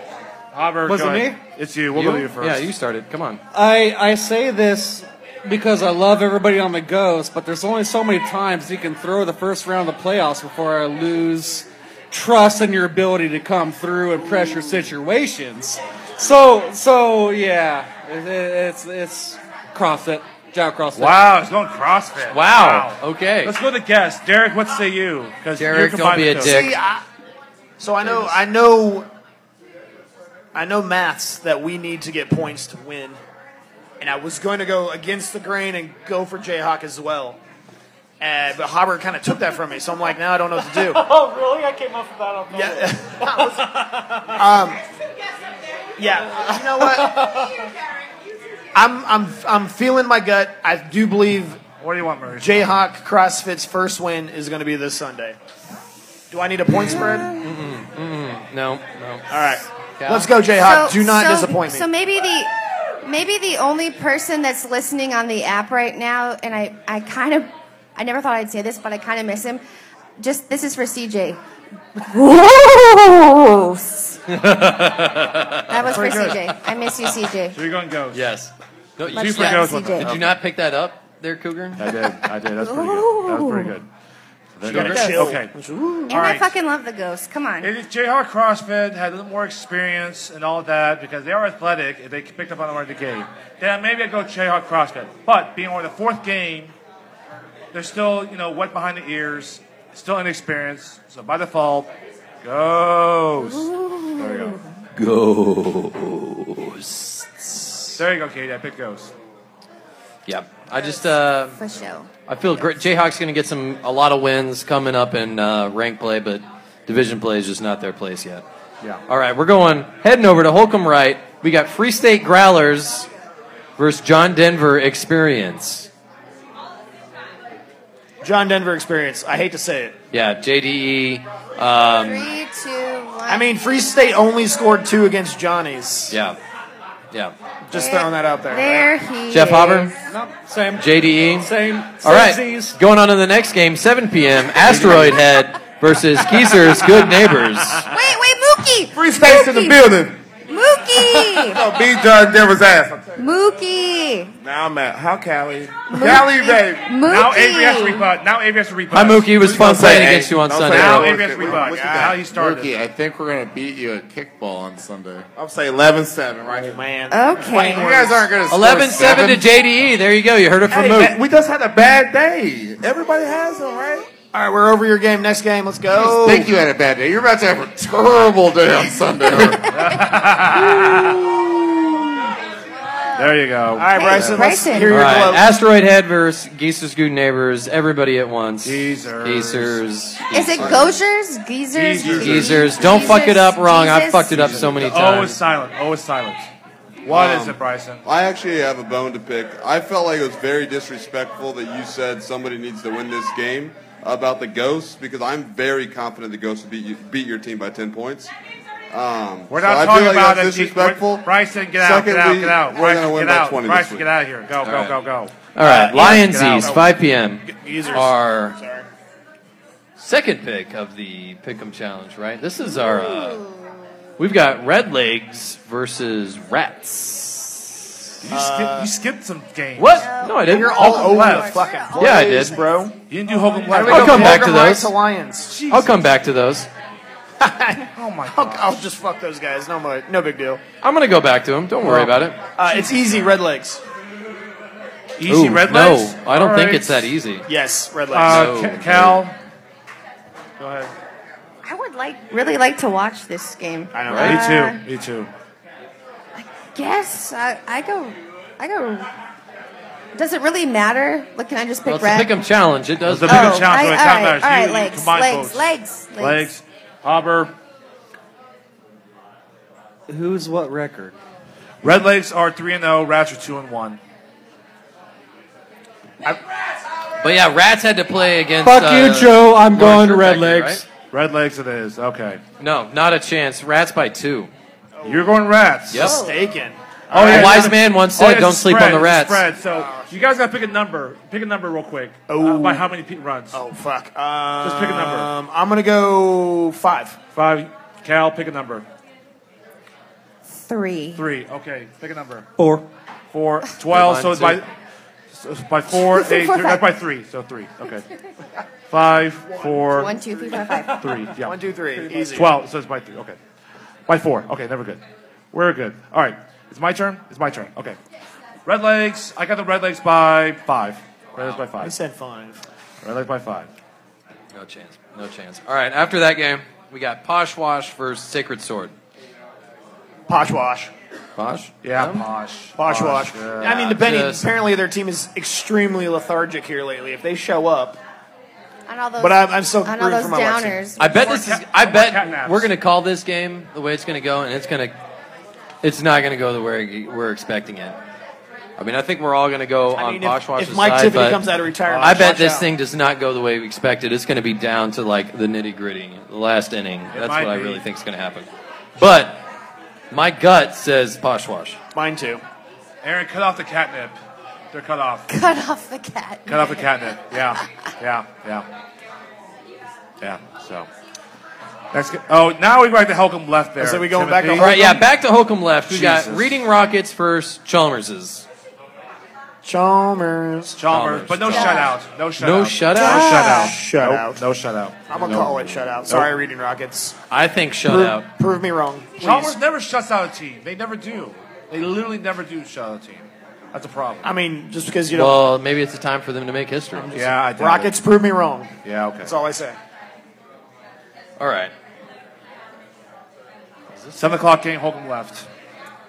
S4: Hobber,
S8: Was
S4: go
S8: it
S4: ahead.
S8: me?
S4: It's you. We'll
S8: You?
S4: go to you first.
S1: Yeah, you started. Come on.
S8: I, I say this because I love everybody on the Ghost, but there's only so many times you can throw the first round of the playoffs before I lose trust in your ability to come through and pressure situations. So so yeah, it, it, it's it's CrossFit, Jack CrossFit.
S4: Wow, it's going CrossFit.
S1: Wow. Okay.
S4: Let's go to guest. Derek, what say you? Because
S1: Derek, don't be a dick.
S2: See, I, so I know, I know, I know maths that we need to get points to win, and I was going to go against the grain and go for Jayhawk as well. Uh, but Hobber kind of took that from me, so I'm like, now I don't know what to do.
S18: oh, really? I came up with that on
S2: Um, yeah, you know what? I'm I'm I'm feeling my gut. I do believe.
S4: What do you want, Murray?
S2: Jayhawk CrossFit's first win is going to be this Sunday. Do I need a point spread?
S1: Mm-mm, mm-mm. No, no. All
S2: right. Let's go, Jayhawk.
S3: So-
S2: Uh, do not
S3: so-
S2: disappoint me.
S3: So maybe the maybe the only person that's listening on the app right now, and I, I kind of I never thought I'd say this, but I kind of miss him. Just this is for CJ. Gross. That
S4: that
S3: was for CJ. I miss you, CJ.
S4: So you're going ghost.
S1: Yes. No, you-
S3: Much
S4: Two for
S3: love,
S4: ghost. what the-
S1: Did you not pick that up there, Cougar?
S4: I did. I did. That's pretty good. That was pretty good.
S1: She
S4: Then-
S1: got a chill.
S4: Okay.
S3: And
S4: All
S3: I
S4: right.
S3: fucking love the ghost. Come on.
S4: If JR CrossFit had a little more experience and all that, because they are athletic, if they picked up on the word of the game, then maybe I'd go JR CrossFit. But being only the fourth game, they're still, you know, wet behind the ears, still inexperienced. So by default, goes. There you go.
S1: Ghosts.
S4: There you go, Katie. I picked ghost.
S1: Yep. I just uh,
S3: For show.
S1: I feel great. Jayhawks going to get some a lot of wins coming up in uh, rank play, but division play is just not their place yet.
S4: Yeah.
S1: All right, we're going heading over to Holcomb Right. We got Free State Growlers versus John Denver Experience.
S2: John Denver experience. I hate to say it.
S1: Yeah, JDE. Um,
S3: Three, two, one.
S2: I mean, Free State only scored two against Johnny's.
S1: yeah, yeah.
S2: Just throwing that out there.
S3: There he
S1: Jeff Hopper?
S8: No, same.
S1: JDE.
S8: Same.
S1: All right,
S8: samesies.
S1: going on to the next game, 7 p.m. Asteroid Head versus Keezer's Good Neighbors.
S3: Wait, wait, Mookie!
S14: Free space in the building.
S3: Mookie!
S14: Oh, beat John Denver's ass.
S3: Mookie!
S14: Now I'm at. How Cali? Cali, baby.
S4: Now Avery has to rebut. Now Avery has to rebut.
S1: Hi, Mookie. It was fun
S14: Don't say
S1: playing
S14: hey.
S1: against you on
S14: Don't
S1: Sunday.
S14: say
S1: Bro.
S14: hey.
S4: Avery has to rebut.
S14: What's the
S4: Yeah,
S14: guy?
S4: how you started.
S14: Mookie, I think we're gonna beat you at kickball on Sunday. I'll say 11-7 right here.
S2: Man.
S3: Okay.
S14: You guys aren't gonna score
S1: 11-7 to E.
S14: seven.
S1: JDE. There you go. You heard it from
S14: Hey,
S1: Mook.
S14: man, we just had a bad day. Everybody has them, right?
S2: All right, we're over your game. Next game. Let's
S14: I
S2: go.
S14: just think you had a bad day. You're about to have a terrible day on Sunday.
S4: There you go.
S2: All right, Bryson. Let's hear
S1: All
S2: your
S1: right,
S2: gloves.
S1: Asteroid head versus geezers, good neighbors. Everybody at once.
S4: Geezers.
S1: Geezers.
S3: Is it Gozers? Geezers?
S1: Geezers. Geezers. Don't fuck it up wrong. I've
S3: Jesus.
S1: fucked it up so many
S4: O is
S1: times.
S4: Oh, silent. O is silent. What is
S5: Um,
S4: it, Bryson?
S5: I actually have a bone to pick. I felt like it was very disrespectful that you said somebody needs to win this game about the Ghosts because I'm very confident the Ghosts will beat, you, beat your team by 10 points. Um,
S4: We're
S5: so
S4: not
S5: I feel
S4: talking
S5: like that's
S4: about a team-
S5: disrespectful.
S4: Bryson, get out, get out,
S5: Secondly,
S4: get out.
S5: We're
S4: Bryson,
S5: gonna win
S4: get
S5: by
S4: out.
S5: 20
S4: Bryson,
S5: this week.
S4: get out of here. Go,
S5: All
S4: go,
S5: right.
S4: go, go.
S1: All right,
S4: Uh,
S1: Lions
S4: get out.
S1: East, 5 p.m.
S4: Geezers.
S1: Our second pick of the Pick'em Challenge, right? This is our. Uh, we've got Red Legs versus Rats.
S4: You, skip, you skipped some games.
S1: What? No, I didn't.
S4: You're all
S1: Hogan
S4: over the
S1: left.
S4: fucking
S1: Yeah, I
S4: place,
S1: did,
S4: bro. You didn't do Hogan
S2: How do
S4: left.
S2: we
S1: I'll
S2: go
S1: come back to
S2: Morgan Rights
S1: those.
S2: Alliance.
S1: I'll come back to those.
S4: oh my
S2: I'll, I'll just fuck those guys. No, more, no big deal.
S1: I'm gonna go back to them. Don't
S4: Oh.
S1: worry about it.
S2: Uh, it's easy. Red legs.
S1: Ooh, No, I don't think it's that easy.
S2: Yes, red legs.
S4: Uh,
S1: No.
S4: Ca- Cal. Go ahead.
S3: I would like really like to watch this game.
S4: I know.
S3: Uh,
S4: Me too. Me too.
S3: Guess I, I go. I go. Does it really matter? Look, can I just pick
S1: Well, it's
S3: red?
S1: a Pick'em Challenge. It does.
S4: It's a Pick'em
S3: Oh,
S4: challenge.
S3: I-
S4: It
S3: all
S4: counts
S3: right,
S4: as
S3: all
S4: you-
S3: right,
S4: you
S3: legs,
S4: combine
S3: legs,
S4: votes.
S3: legs, legs.
S4: Legs. Hobber.
S8: Who's what record?
S4: Red Legs are three and zero. Rats are two and one.
S1: But yeah, Rats had to play against.
S8: Fuck
S1: uh,
S8: you, Joe. I'm
S1: Lawrence
S8: going Red
S1: Urquhart,
S8: Legs.
S4: Red Legs it is. Okay. Oh.
S1: right? No, not a chance. Rats by two.
S4: You're going Rats.
S1: Yep.
S2: Mistaken.
S1: Oh,
S4: yeah,
S1: a wise
S4: yeah.
S1: man once
S4: Oh,
S1: said,
S4: it's
S1: "Don't
S4: a
S1: sleep
S4: spread,
S1: on the
S4: it's
S1: rats."
S4: a Spread. So you guys got to pick a number. Pick a number real quick.
S2: Oh.
S4: Uh, by how many pe- runs?
S2: Oh fuck.
S8: Uh,
S2: Um,
S4: Just pick a number.
S2: I'm gonna go five.
S4: Five. Cal, pick a number.
S3: Three.
S4: Three. Okay, pick a number.
S8: Four.
S4: Four. Twelve. So it's by
S8: Mine,
S4: so it's by four, eight, three,
S3: Four,
S4: that's
S3: five.
S4: by three. So three. Okay. Five, four,
S3: One, two, three, four, five.
S4: three. Yeah.
S2: One, two, three. Easy.
S4: Twelve. So it's by three. Okay. By four. Okay. Never good. We're good. All right. It's my turn. It's my turn. Okay. Red legs. I got the red legs by five. Red legs by
S2: I
S4: five.
S2: said five.
S4: Red legs by five.
S1: No
S3: Oh.
S1: chance. No chance. All right. After that game, we got Poshwash versus Sacred Sword.
S2: Poshwash.
S1: Posh.
S4: Yeah.
S1: Um,
S4: Posh.
S2: Poshwash.
S4: yeah.
S2: I mean, depending.
S1: Uh, Just-
S2: Apparently, their team is extremely lethargic here lately. If they show up,
S3: On all those.
S2: But I'm- I'm so
S3: on all
S2: rooting
S3: those
S2: for my wife's team.
S3: downers.
S1: I bet this is. I
S4: cat naps.
S1: bet we're gonna call this game the way it's gonna go, and it's gonna. It's not gonna go the way we're expecting it. I mean, I think we're all gonna go
S2: I
S1: on
S2: mean, if,
S1: Poshwash's
S2: if Mike
S1: side,
S2: Tiffany
S1: but
S2: comes out of retirement,
S1: I bet
S2: watch
S1: this
S2: out.
S1: thing does not go the way we expected. It's going to be down to like the nitty gritty, the last inning. That's
S4: might
S1: what I
S4: be.
S1: really think is going to happen. But my gut says Poshwash.
S2: Mine too.
S4: Aaron, cut off the catnip. They're cut off.
S3: Cut off the cat.
S4: Cut off the catnip. Yeah, yeah, yeah, yeah. So that's good. Oh, now we go back to Helcom left there.
S2: Oh, So we going back to
S4: Timothy.
S1: All right, yeah, back to Hokum left. We got
S4: Jesus.
S1: Reading Rockets versus Chalmers's.
S2: Chalmers.
S4: Chalmers, but no
S1: Chalmers.
S4: shutout. No shutout.
S1: No
S4: No
S1: shutout.
S4: shutout.
S2: Shut
S4: Nope,
S2: out.
S4: No shutout.
S2: I'm gonna call it shutout. Sorry, reading rockets.
S1: I think shutout.
S2: Prove, prove me wrong. please.
S4: Chalmers never shuts out a team. They never do. They literally never do shut out a team. That's a problem.
S2: I mean, just because you don't.
S1: Well, maybe it's a time for them to make history.
S4: yeah, I doubt
S2: rockets, prove me wrong.
S4: it. Yeah, okay.
S2: That's all I say.
S1: All right,
S4: Seven o'clock game. Holcomb left.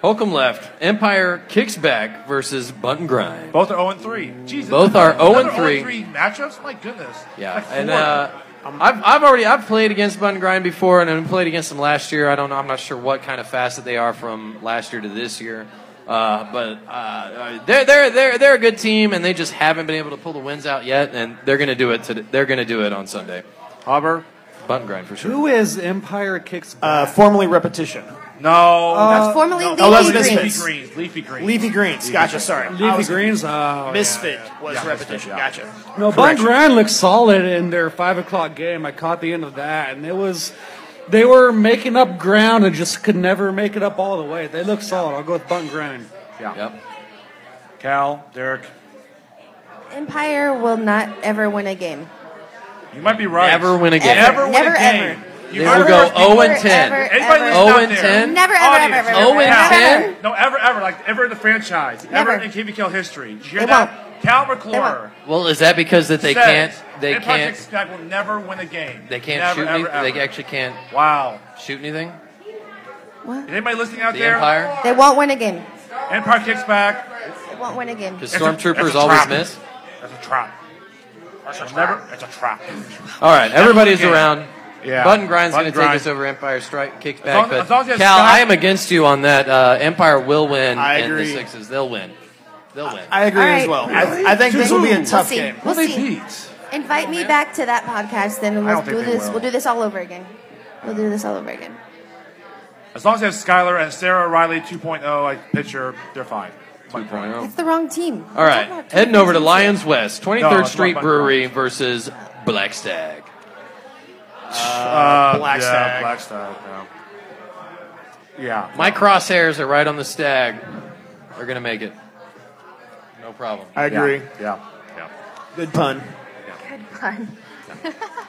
S1: Hokum left. Empire kicks back versus Bunt and Grind.
S4: Both are zero and three. Jesus.
S1: Both are 0 and
S4: Another 0
S1: 3.
S4: Three matchups. My goodness.
S1: Yeah,
S4: Like
S1: and
S4: four.
S1: uh, I've, I've already I've played against Bun Grind before, and I've played against them last year. I don't know. I'm not sure what kind of facet they are from last year to this year. Uh, but uh, uh, they're they're they're they're a good team, and they just haven't been able to pull the wins out yet. And they're gonna do it. Today. They're gonna do it on Sunday.
S4: Hobber.
S1: Bun Grind for sure.
S8: Who is Empire Kicks
S2: Uh,
S8: Back?
S2: formerly repetition. Uh,
S4: No,
S8: Uh,
S3: That's formerly
S4: Oh, no,
S3: Leafy
S4: no,
S2: Eleven
S4: Leafy
S2: Misfits.
S4: Greens. Leafy Greens.
S2: Leafy Greens. gotcha. Sorry. I
S8: Leafy
S2: was-
S8: Greens? Oh,
S2: Misfit was repetition.
S4: yeah.
S2: Gotcha.
S8: No, Bun Grind looked solid in their five o'clock game. I caught the end of that, and it was they were making up ground and just could never make it up all the way. They looked solid. I'll go with Bun Grind.
S4: Yeah.
S1: Yep.
S4: Cal, Derek,
S3: Empire will not ever win a game.
S4: you might be right.
S1: Never win a game.
S4: Ever win
S3: Never,
S4: a game. You
S1: They
S4: might
S1: will
S4: be
S1: go
S4: right.
S1: 0 and
S3: Ever,
S1: 10.
S3: ever,
S4: Anybody
S3: ever.
S4: that's
S1: Oh,
S4: out
S1: and
S4: there,
S1: 10?
S3: Never, ever, ever,
S4: audience,
S3: ever,
S1: Oh,
S3: ever,
S1: and
S3: ever,
S1: 10?
S3: ever.
S4: No, ever, ever, like ever in the franchise,
S3: Never.
S4: ever in KVKL history. Did you hear
S3: They
S4: that? Cal McClure
S3: won't.
S1: Well, is that because that they
S4: says,
S1: can't they
S4: Empire
S1: can't
S4: Six Pack will never win a game.
S1: they can't
S4: never,
S1: shoot
S4: ever,
S1: any,
S4: ever.
S1: they actually can't
S4: Wow.
S1: shoot anything?
S4: Is anybody listening out
S1: The
S4: there?
S1: Empire.
S3: They won't win a game.
S4: Empire kicks back.
S3: It won't win again.
S1: Because stormtroopers always miss.
S4: That's a trap. That's a trap. It's a trap.
S1: All right, everybody's
S4: Yeah.
S1: around.
S4: Yeah.
S1: Button grind's
S4: Button
S1: going to take
S4: grind.
S1: us over Empire Strike Kicks
S4: As long-
S1: Back. But
S4: as long as you
S1: Cal,
S4: have Scott-
S1: I am against you on that. Uh, Empire will win.
S2: I
S1: and
S2: agree.
S1: The sixes, they'll win. They'll win.
S2: I agree as well. I, I think this will be a tough
S3: We'll see.
S2: game.
S3: We'll see. Invite me back to that podcast, then and
S4: I
S3: we'll
S4: don't think
S3: do
S4: they
S3: this.
S4: will.
S3: We'll do this all over again. We'll do this all over again.
S4: As long as they have Skylar and Sarah Riley 2.0, oh, I picture they're fine.
S3: It's the wrong team.
S1: All right, heading over to Lions West,
S4: No,
S1: 23rd
S4: it's
S1: Street
S4: not Button
S1: Brewery versus Black Stag.
S4: Uh,
S2: Black
S4: yeah,
S2: Stag.
S4: Black Stag. No. Yeah.
S1: My crosshairs are right on the Stag. They're going to make it. No problem.
S2: I agree.
S4: Yeah. Yeah.
S2: Good pun.
S3: Good pun.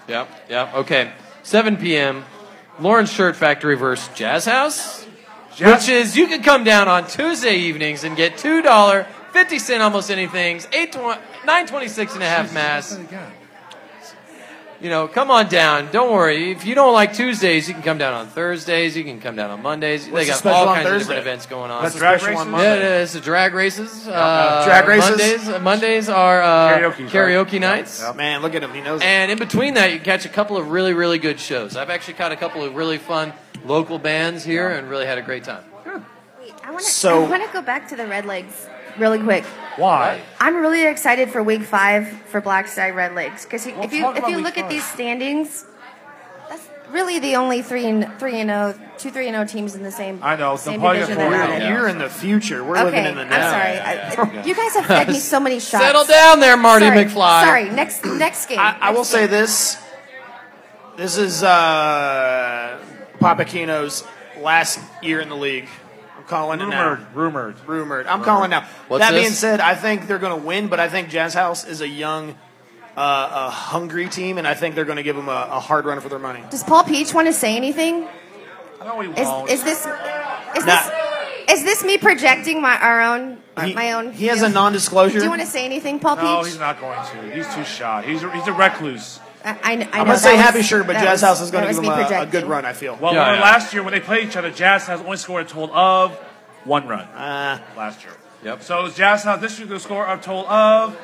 S1: Yep, yep. Okay, 7 p.m. Lawrence Shirt Factory versus Jazz House, which is you can come down on Tuesday evenings and get two dollar fifty cent almost anything's eight twen- nine twenty six and a half mass. You know, come on down. Don't worry. If you don't like Tuesdays, you can come down on Thursdays. You can come down on Mondays.
S2: What's
S1: they
S2: the
S1: got
S2: special
S1: all
S2: on
S1: kinds of
S2: Thursday?
S1: different events going on.
S2: What's the Drag special on races? Monday?
S1: Yeah, yeah, it's the drag races.
S2: Uh,
S1: Uh,
S2: drag races?
S1: Mondays, Mondays are uh,
S2: Karaoke's
S1: karaoke
S2: right.
S1: nights.
S2: Man, look at him. He knows. it.
S1: And in between that, you catch a couple of really, really good shows. I've actually caught a couple of really fun local bands here and really had a great time.
S3: Wait, I want to.
S1: So-
S3: I want to go back to the Red Legs really quick.
S1: Why?
S3: I'm really excited for Week Five for Black Side Red Legs because
S7: We'll
S3: if you
S7: talk
S3: if
S7: about
S3: you
S7: Week
S3: look
S7: Five.
S3: at these standings, that's really the only three and three and oh, two three and oh teams in the same.
S4: I know.
S3: Same
S4: probably
S3: division
S4: got
S3: they're
S4: four
S3: not
S4: now.
S3: in.
S2: You're in the future. We're
S3: okay,
S2: living in the now.
S3: I'm sorry. I- You guys have fed me so many shots.
S1: Settle down there, Marty
S3: Sorry,
S1: McFly.
S3: Sorry. Next next game.
S2: I will say this. This is uh, Papakino's last year in the league. I'm calling it now.
S4: Rumored. Rumored.
S2: Rumored. I'm calling now.
S4: What's
S2: that
S4: this?
S2: being said, I think they're going to win, but I think Jazz House is a young, uh, a hungry team, and I think they're going to give them a, a hard run for their money.
S3: Does Paul Peach want to say anything?
S4: No, he won't.
S3: Is, is this is
S2: Nah.
S3: this is this me projecting my our own
S2: He-
S3: my own?
S2: he has a
S3: view?
S2: non-disclosure.
S3: Do you want to say anything, Paul
S4: No,
S3: Peach?
S4: he's not going to. He's too shy. He's a, he's a recluse.
S3: I, I, I know,
S2: I'm gonna
S3: that
S2: say
S3: was-
S2: happy sure, but
S3: that
S2: Jazz
S3: was-
S2: House is going
S3: that
S2: to
S3: was
S2: give them
S3: me
S2: a, a
S3: projecting.
S2: good run. I feel.
S4: Well, remember last year when they played each other, Jazz has only scored a total of one run
S2: Uh.
S4: last year.
S1: Yep.
S4: So Jazz has this year going to score a total of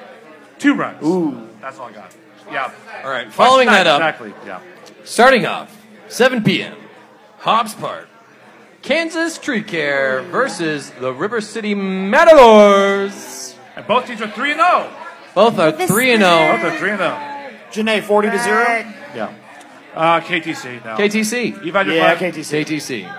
S4: two runs. Ooh. That's all I got. Yeah.
S1: All right. Following that up,
S4: Exactly. Yeah.
S1: starting off, 7 p.m., Hobbs Park, Kansas Tree Care versus the River City Matadors.
S4: And both teams are 3 and 0.
S1: Both are 3 and oh. 0.
S4: Both are 3 and oh. 0.
S2: Janae, 40 to zero.
S4: Yeah. Uh, KTC now.
S1: KTC.
S4: You've had your
S2: Yeah,
S4: fun.
S2: KTC.
S1: KTC.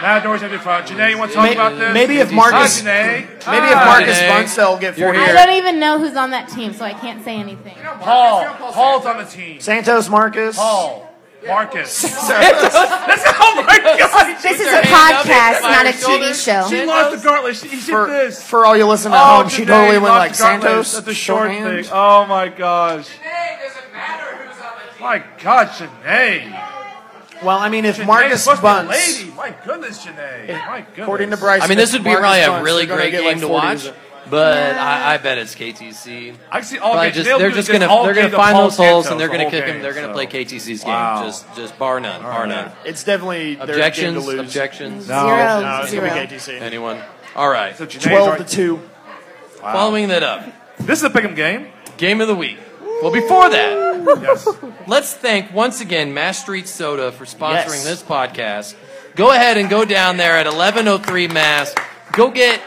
S4: Matadors have your fun. Janae, you want to talk
S2: Maybe-
S4: about this?
S2: maybe if
S4: Hi,
S2: Marcus-
S4: Janae.
S2: Maybe if
S4: Hi.
S2: Marcus Bunsell get 40.
S17: I don't even know who's on that team, so I can't say anything.
S4: Paul. Paul's on the team.
S2: Santos Marcus.
S4: Paul. Marcus.
S2: Santos.
S4: That's oh my God.
S3: This is a podcast, not a TV show.
S4: She lost the gauntlet. She, she did
S2: For,
S4: this.
S2: for all you listening at
S4: Oh,
S2: home, she
S4: today
S2: totally
S4: he
S2: went
S4: lost
S2: like
S4: the gauntlet
S2: Santos.
S4: at the short
S2: shorthand.
S4: thing. Oh my gosh. My God, Janae.
S2: Well, I mean, if
S4: Janae's
S2: Marcus
S4: supposed to be a
S2: Bunts,
S4: lady. My goodness, Janae. My goodness.
S2: according to Bryce,
S1: I mean, this would be
S2: Marcus
S1: probably a
S2: Bunts,
S1: really
S2: they're
S1: great
S2: gonna get
S1: game
S2: like
S1: to
S2: 40
S1: watch,
S2: it?
S1: but I, I bet it's KTC.
S4: I see all
S1: Probably
S4: games.
S1: just-
S4: They'll
S1: they're
S4: do
S1: just
S4: this
S1: gonna
S4: all
S1: they're gonna
S4: game to
S1: find
S4: Paul
S1: those holes and
S4: Santos
S1: they're
S4: the
S1: gonna
S4: whole
S1: kick
S4: game,
S1: them. They're gonna
S4: so.
S1: play KTC's game,
S4: Wow.
S1: just just bar none, bar none.
S2: It's definitely their game to
S1: Objections,
S2: lose.
S1: objections.
S4: No.
S3: Zero,
S2: No, it's
S3: zero.
S2: gonna be KTC.
S1: Anyone? All right.
S4: So Janae's
S2: Twelve
S4: already-
S2: to two.
S4: Wow.
S1: Following that up,
S4: This is a pick'em game.
S1: game of the week. Well, before that,
S4: Yes.
S1: let's thank once again Mass Street Soda for sponsoring
S2: Yes.
S1: this podcast. Go ahead and go down there at 11:03 Mass. Go get.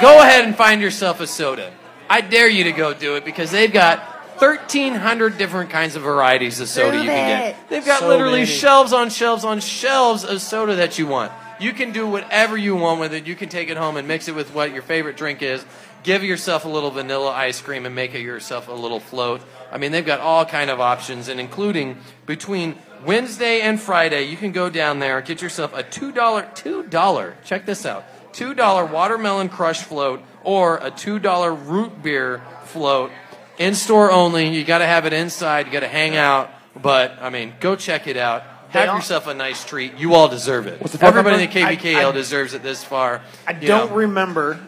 S1: Go ahead and find yourself a soda. I dare you to go do it because they've got 1,300 different kinds of varieties of soda
S3: Prove
S1: you can
S3: it.
S1: get. They've got
S2: So
S1: literally
S2: many.
S1: shelves on shelves on shelves of soda that you want. You can do whatever you want with it. You can take it home and mix it with what your favorite drink is. Give yourself a little vanilla ice cream and make it yourself a little float. I mean, they've got all kind of options, and including between Wednesday and Friday, you can go down there and get yourself a two dollar two dollar. Check this out: two dollar watermelon crush float or a two dollar root beer float. In store only. You got to have it inside. You got to hang out. But I mean, go check it out.
S2: They
S1: Have
S2: all-
S1: yourself a nice treat. You all deserve it.
S2: the phone
S1: Everybody in the
S2: number?
S1: KBKL
S2: I- I-
S1: deserves it this far.
S2: I
S1: You
S2: don't
S1: know.
S2: remember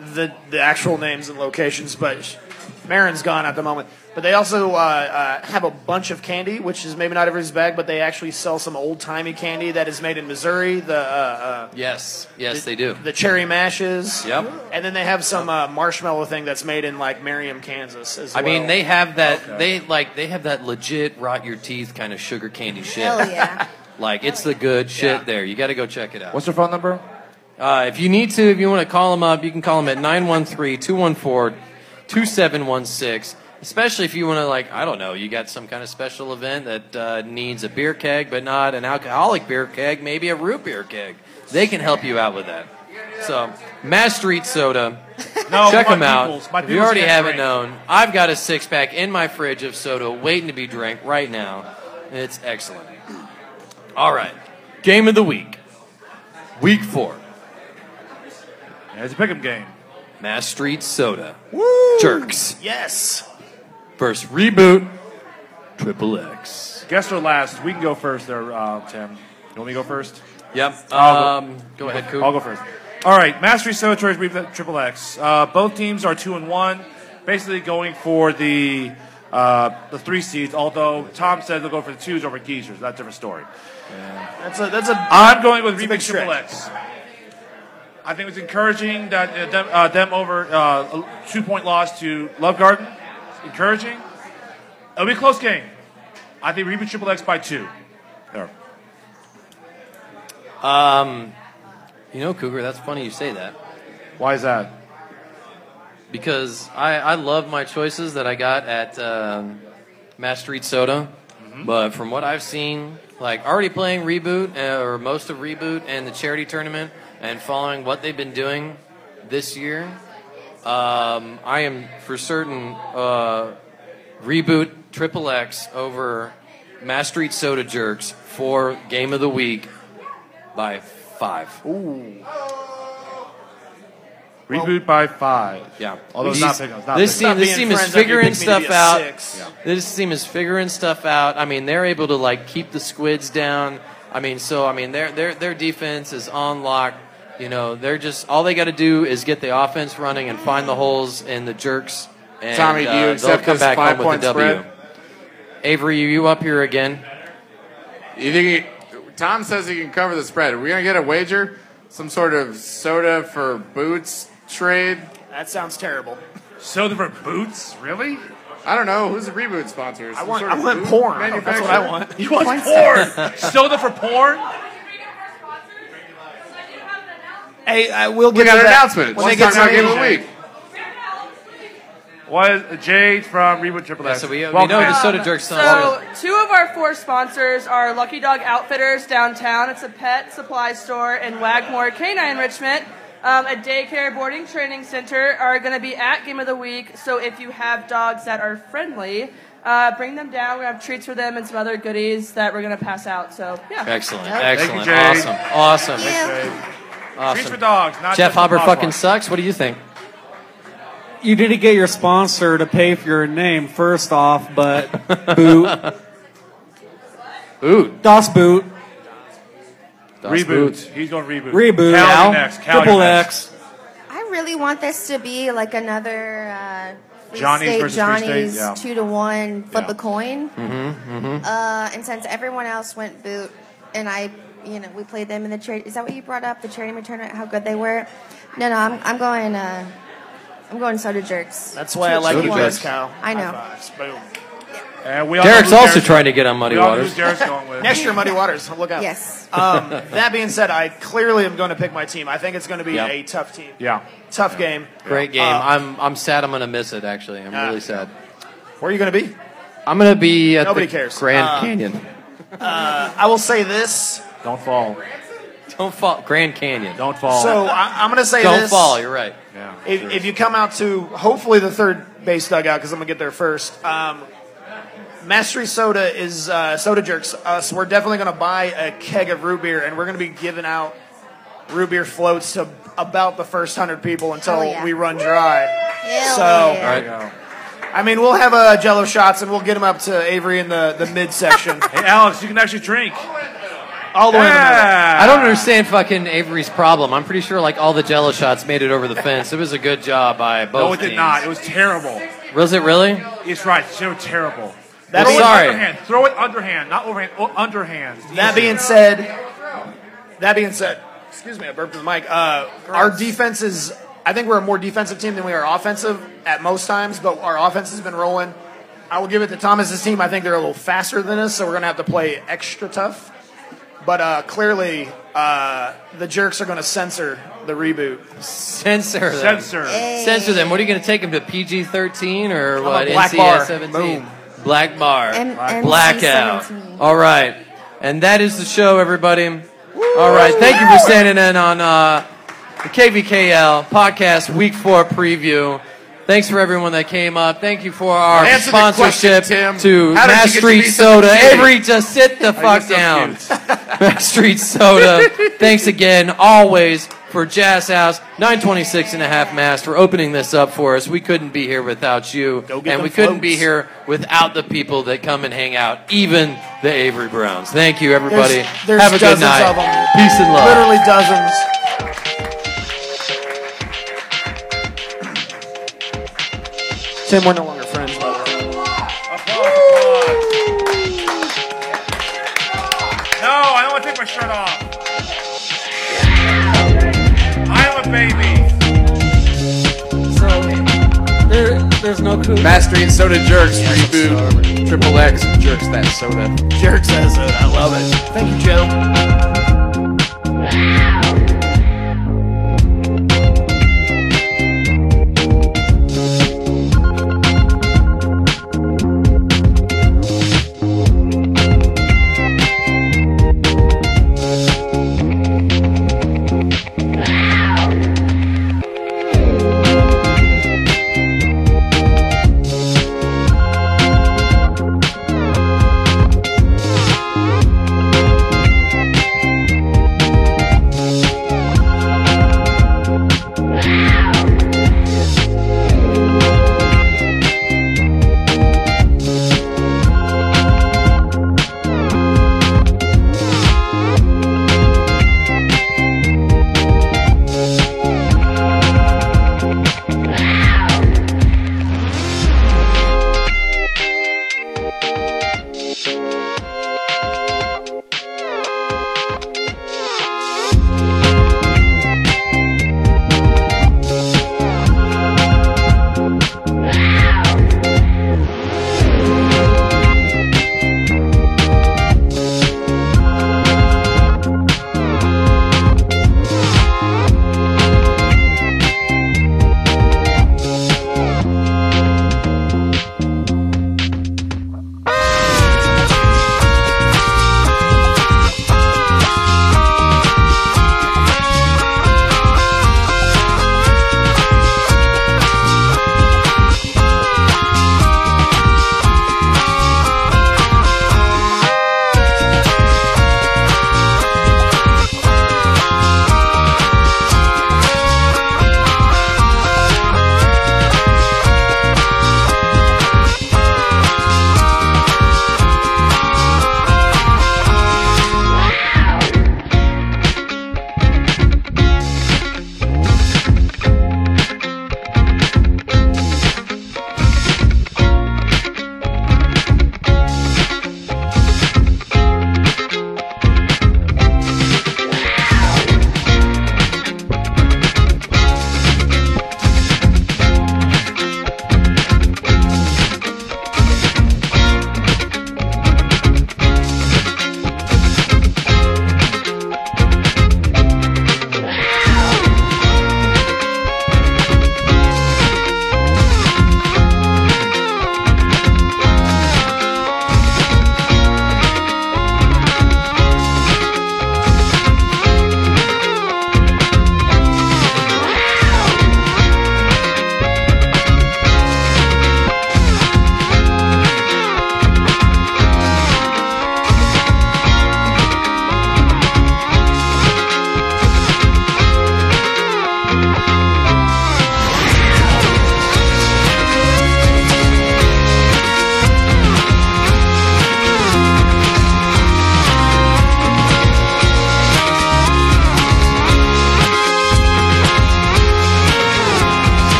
S2: the the actual names and locations, but Marin's gone at the moment. But they also uh, uh, have a bunch of candy, which is maybe not everybody's bag, but they actually sell some old timey candy that is made in Missouri. The uh, uh,
S1: Yes, yes, they do.
S2: the cherry mashes.
S1: Yep.
S2: And then they have some uh, marshmallow thing that's made in like Merriam, Kansas. As
S1: I mean,
S2: well.
S1: they have that.
S2: Okay.
S1: They like they have that legit rot your teeth kind of sugar candy shit.
S3: Hell yeah.
S1: Like it's the good shit there. You got to go check it out.
S14: What's their phone number?
S1: Uh, if you need to, if you want to call them up, you can call them at 913-214-2716. Especially if you want to, like, I don't know, you got some kind of special event that uh, needs a beer keg, but not an alcoholic beer keg, maybe a root beer keg. They can help you out with that. So, Mass Street Soda.
S4: No,
S1: check
S4: my
S1: them out.
S4: peoples. My
S1: if you
S4: peoples
S1: already
S4: get
S1: haven't
S4: drank.
S1: known, I've got a six pack in my fridge of soda waiting to be drank right now. It's excellent. All right, game of the week, week four.
S4: It's a pick'em game.
S1: Mass Street Soda. Jerks
S2: Yes.
S1: versus Reboot Triple X.
S4: Guest or last? We can go first there, uh, Tim. You want me to go first?
S1: Yep.
S4: I'll
S1: Um, go ahead, Coop.
S4: I'll go first. All right, Mastery Soda Choice Reboot Triple X. Uh, both teams are two and one, basically going for the uh, the three seeds. Although Tom said they'll go for the twos over geezers. That's a different story.
S2: That's a that's a.
S4: I'm going with
S2: that's a big
S4: Reboot Triple X. I think it's encouraging that uh, them, uh, them over uh, a two point loss to Love Garden. It's encouraging. It'll be a close game. I think Reboot Triple X by two. There. Uh,
S1: Um, you know, Cougar, that's funny you say that.
S4: Why is that?
S1: Because I, I love my choices that I got at um, Mass Street Soda,
S4: Mm-hmm.
S1: but from what I've seen, like already playing Reboot uh, or most of Reboot and the charity tournament, and following what they've been doing this year, um, I am for certain uh, Reboot Triple X over Mass Street Soda Jerks for Game of the Week by five.
S4: Ooh. Reboot by five.
S1: Yeah.
S4: Although it's
S1: These-
S4: not big enough, it's not
S1: this
S4: big
S1: team, this team
S4: enough. Stop being
S1: is
S4: friends after you
S1: figuring
S4: picked me to be
S1: stuff
S4: a
S1: out.
S4: six. Yeah.
S1: This team is figuring stuff out. I mean, they're able to like keep the squids down. I mean, so I mean, their their their defense is on lock. You know, they're just all they got to do is get the offense running and find the holes in the jerks. And,
S14: Tommy, do you
S1: uh, they'll
S14: accept
S1: come
S14: this
S1: back home
S14: five-point
S1: with a W.
S14: spread?
S1: Avery, you up here again?
S14: You think he, Tom says he can cover the spread? Are we gonna get a wager? Some sort of soda for boots trade?
S2: That sounds terrible.
S4: Soda for boots? Really?
S14: I don't know. Who's the reboot sponsor? Some
S2: want-
S14: sort of
S2: I want
S14: boot
S2: porn. That's what I
S14: manufacturer?
S2: want.
S4: You want porn? Soda for porn?
S2: Hey, I will
S14: We
S2: get
S14: got
S2: to
S14: an
S2: that
S14: announcement.
S2: when
S14: Let's
S2: they get
S14: talk about
S2: to
S14: game of the
S2: me.
S14: week.
S4: Was Jade from Reboot Triple X?
S1: so we- we
S4: Welcome
S1: know
S4: in.
S1: the soda jerks don't
S20: So, two of our four sponsors are Lucky Dog Outfitters downtown. It's a pet supply store in Wagmore Canine Enrichment. Um, a daycare boarding training center are going to be at Game of the Week. So, if you have dogs that are friendly, uh, bring them down. We're going to have treats for them and some other goodies that we're going to pass out. So, yeah.
S1: Excellent,
S4: Thank you,
S1: excellent,
S4: Jade.
S1: awesome, awesome, awesome.
S4: Treats for dogs, not
S1: Jeff
S4: just for
S1: Hopper
S4: dog
S1: fucking
S4: walkers.
S1: sucks. What do you think?
S8: You need to get your sponsor to pay for your name first off, but boot.
S1: Boot.
S8: Das Boot.
S4: Reboot. He's going reboot.
S8: Reboot.
S4: Cal,
S8: Al.
S4: you're next. Cal,
S8: Triple
S4: you're next.
S8: X.
S3: I really want this to be like another uh, Free
S4: Johnny's
S3: State
S4: versus Free State,
S3: Johnny's
S4: yeah.
S3: two to one flip a coin.
S1: Mm-hmm. Mm-hmm.
S3: Uh, and since everyone else went boot, and I, you know, we played them in the charity. Is that what you brought up? The charity tournament, how good they were. No, no, I'm, I'm going. Uh, I'm going soda jerks.
S2: That's why I like
S1: Soda
S2: you
S1: jerks.
S2: guys, Kyle.
S3: I know.
S2: High fives. Boom.
S4: And we all know
S1: Derek's
S4: who
S1: also
S4: Derek's
S1: trying to get on Muddy
S4: We all know
S1: Waters.
S4: who Derek's going with.
S2: Next year, Muddy Waters. Look out.
S3: Yes.
S2: Um, that being said, I clearly am going to pick my team. I think it's going to be
S1: Yeah.
S2: a tough team.
S4: Yeah.
S2: Tough game.
S1: Great game.
S2: Uh,
S1: I'm I'm sad. I'm gonna miss it. Actually, I'm
S2: Ah.
S1: really sad.
S2: Uh, Where are you gonna be?
S1: I'm gonna be at
S2: Nobody
S1: the
S2: cares.
S1: Grand
S2: Uh,
S1: Canyon.
S2: uh, I will say this.
S4: Don't fall.
S1: Don't fall. Grand Canyon.
S4: Don't
S1: fall.
S2: So I, I'm going to say
S1: Don't
S2: this.
S1: fall. You're right.
S4: Yeah.
S2: If, if you come out to hopefully the third base dugout, because I'm gonna get there first. Um, Mastery Soda is uh, Soda Jerks. Uh, so we're definitely gonna buy a keg of root beer, and we're gonna be giving out root beer floats to about the first hundred people until
S3: Hell yeah.
S2: we run dry.
S3: Hell
S2: so.
S3: yeah.
S1: All
S4: right.
S2: I mean, we'll have uh, Jello shots, and we'll get them up to Avery in the, the midsection.
S4: Hey, Alex, you can actually drink.
S2: All the way in the middle.
S1: I don't understand fucking Avery's problem. I'm pretty sure like all the Jello shots made it over the fence. It was a good job by both.
S4: No, it did
S1: teams.
S4: not. It was terrible.
S1: Was it really?
S4: It's right. They were terrible.
S1: That's-
S4: throw
S1: Sorry.
S4: It underhand. Throw it underhand, not overhand. o- Underhand.
S2: That being said, that being said, excuse me, I burped in the mic. Uh, our defense is, I think we're a more defensive team than we are offensive at most times, but our offense has been rolling. I will give it to Thomas's team. I think they're a little faster than us, so we're going to have to play extra tough. But uh, clearly, uh, the jerks are going to censor the reboot.
S1: Censor them.
S2: Censor. Hey.
S1: Censor them. What are you going to take them to? PG 13 or what?
S2: black
S1: NCS
S2: bar.
S1: 17?
S2: Boom.
S1: Black bar.
S2: M- MC
S1: Blackout.
S2: 17.
S1: All right. And that is the show, everybody. All right. Thank you for standing in on uh, the KVKL podcast week four preview. Thanks for everyone that came up. Thank you for our
S14: Answer the
S1: sponsorship
S14: question, Tim.
S1: to
S14: How did
S1: Mass
S14: you get to
S1: Street
S14: be so
S1: Soda.
S14: cute?
S1: Avery, just sit the
S14: Are you
S1: fuck
S14: so
S1: down. Mass Street Soda. Thanks again, always, for Jazz House, 926 and a half Mass, for opening this up for us. We couldn't be here without you.
S2: get
S1: and we
S2: them
S1: couldn't be
S2: floats.
S1: here without the people that come and hang out, even the Avery Browns. Thank you, everybody.
S2: There's, there's
S1: Have a good
S2: dozens
S1: night.
S2: of 'em.
S1: Peace and love.
S2: Literally dozens. Tim, we're no longer friends, by the way.
S4: No, I don't want to take my shirt off. I am a baby.
S1: There, there's no cool.
S13: Mastery and Soda Jerks reboot. Triple X jerks that soda.
S2: Jerks that soda. I love it. Thank you, Joe.
S21: Wow.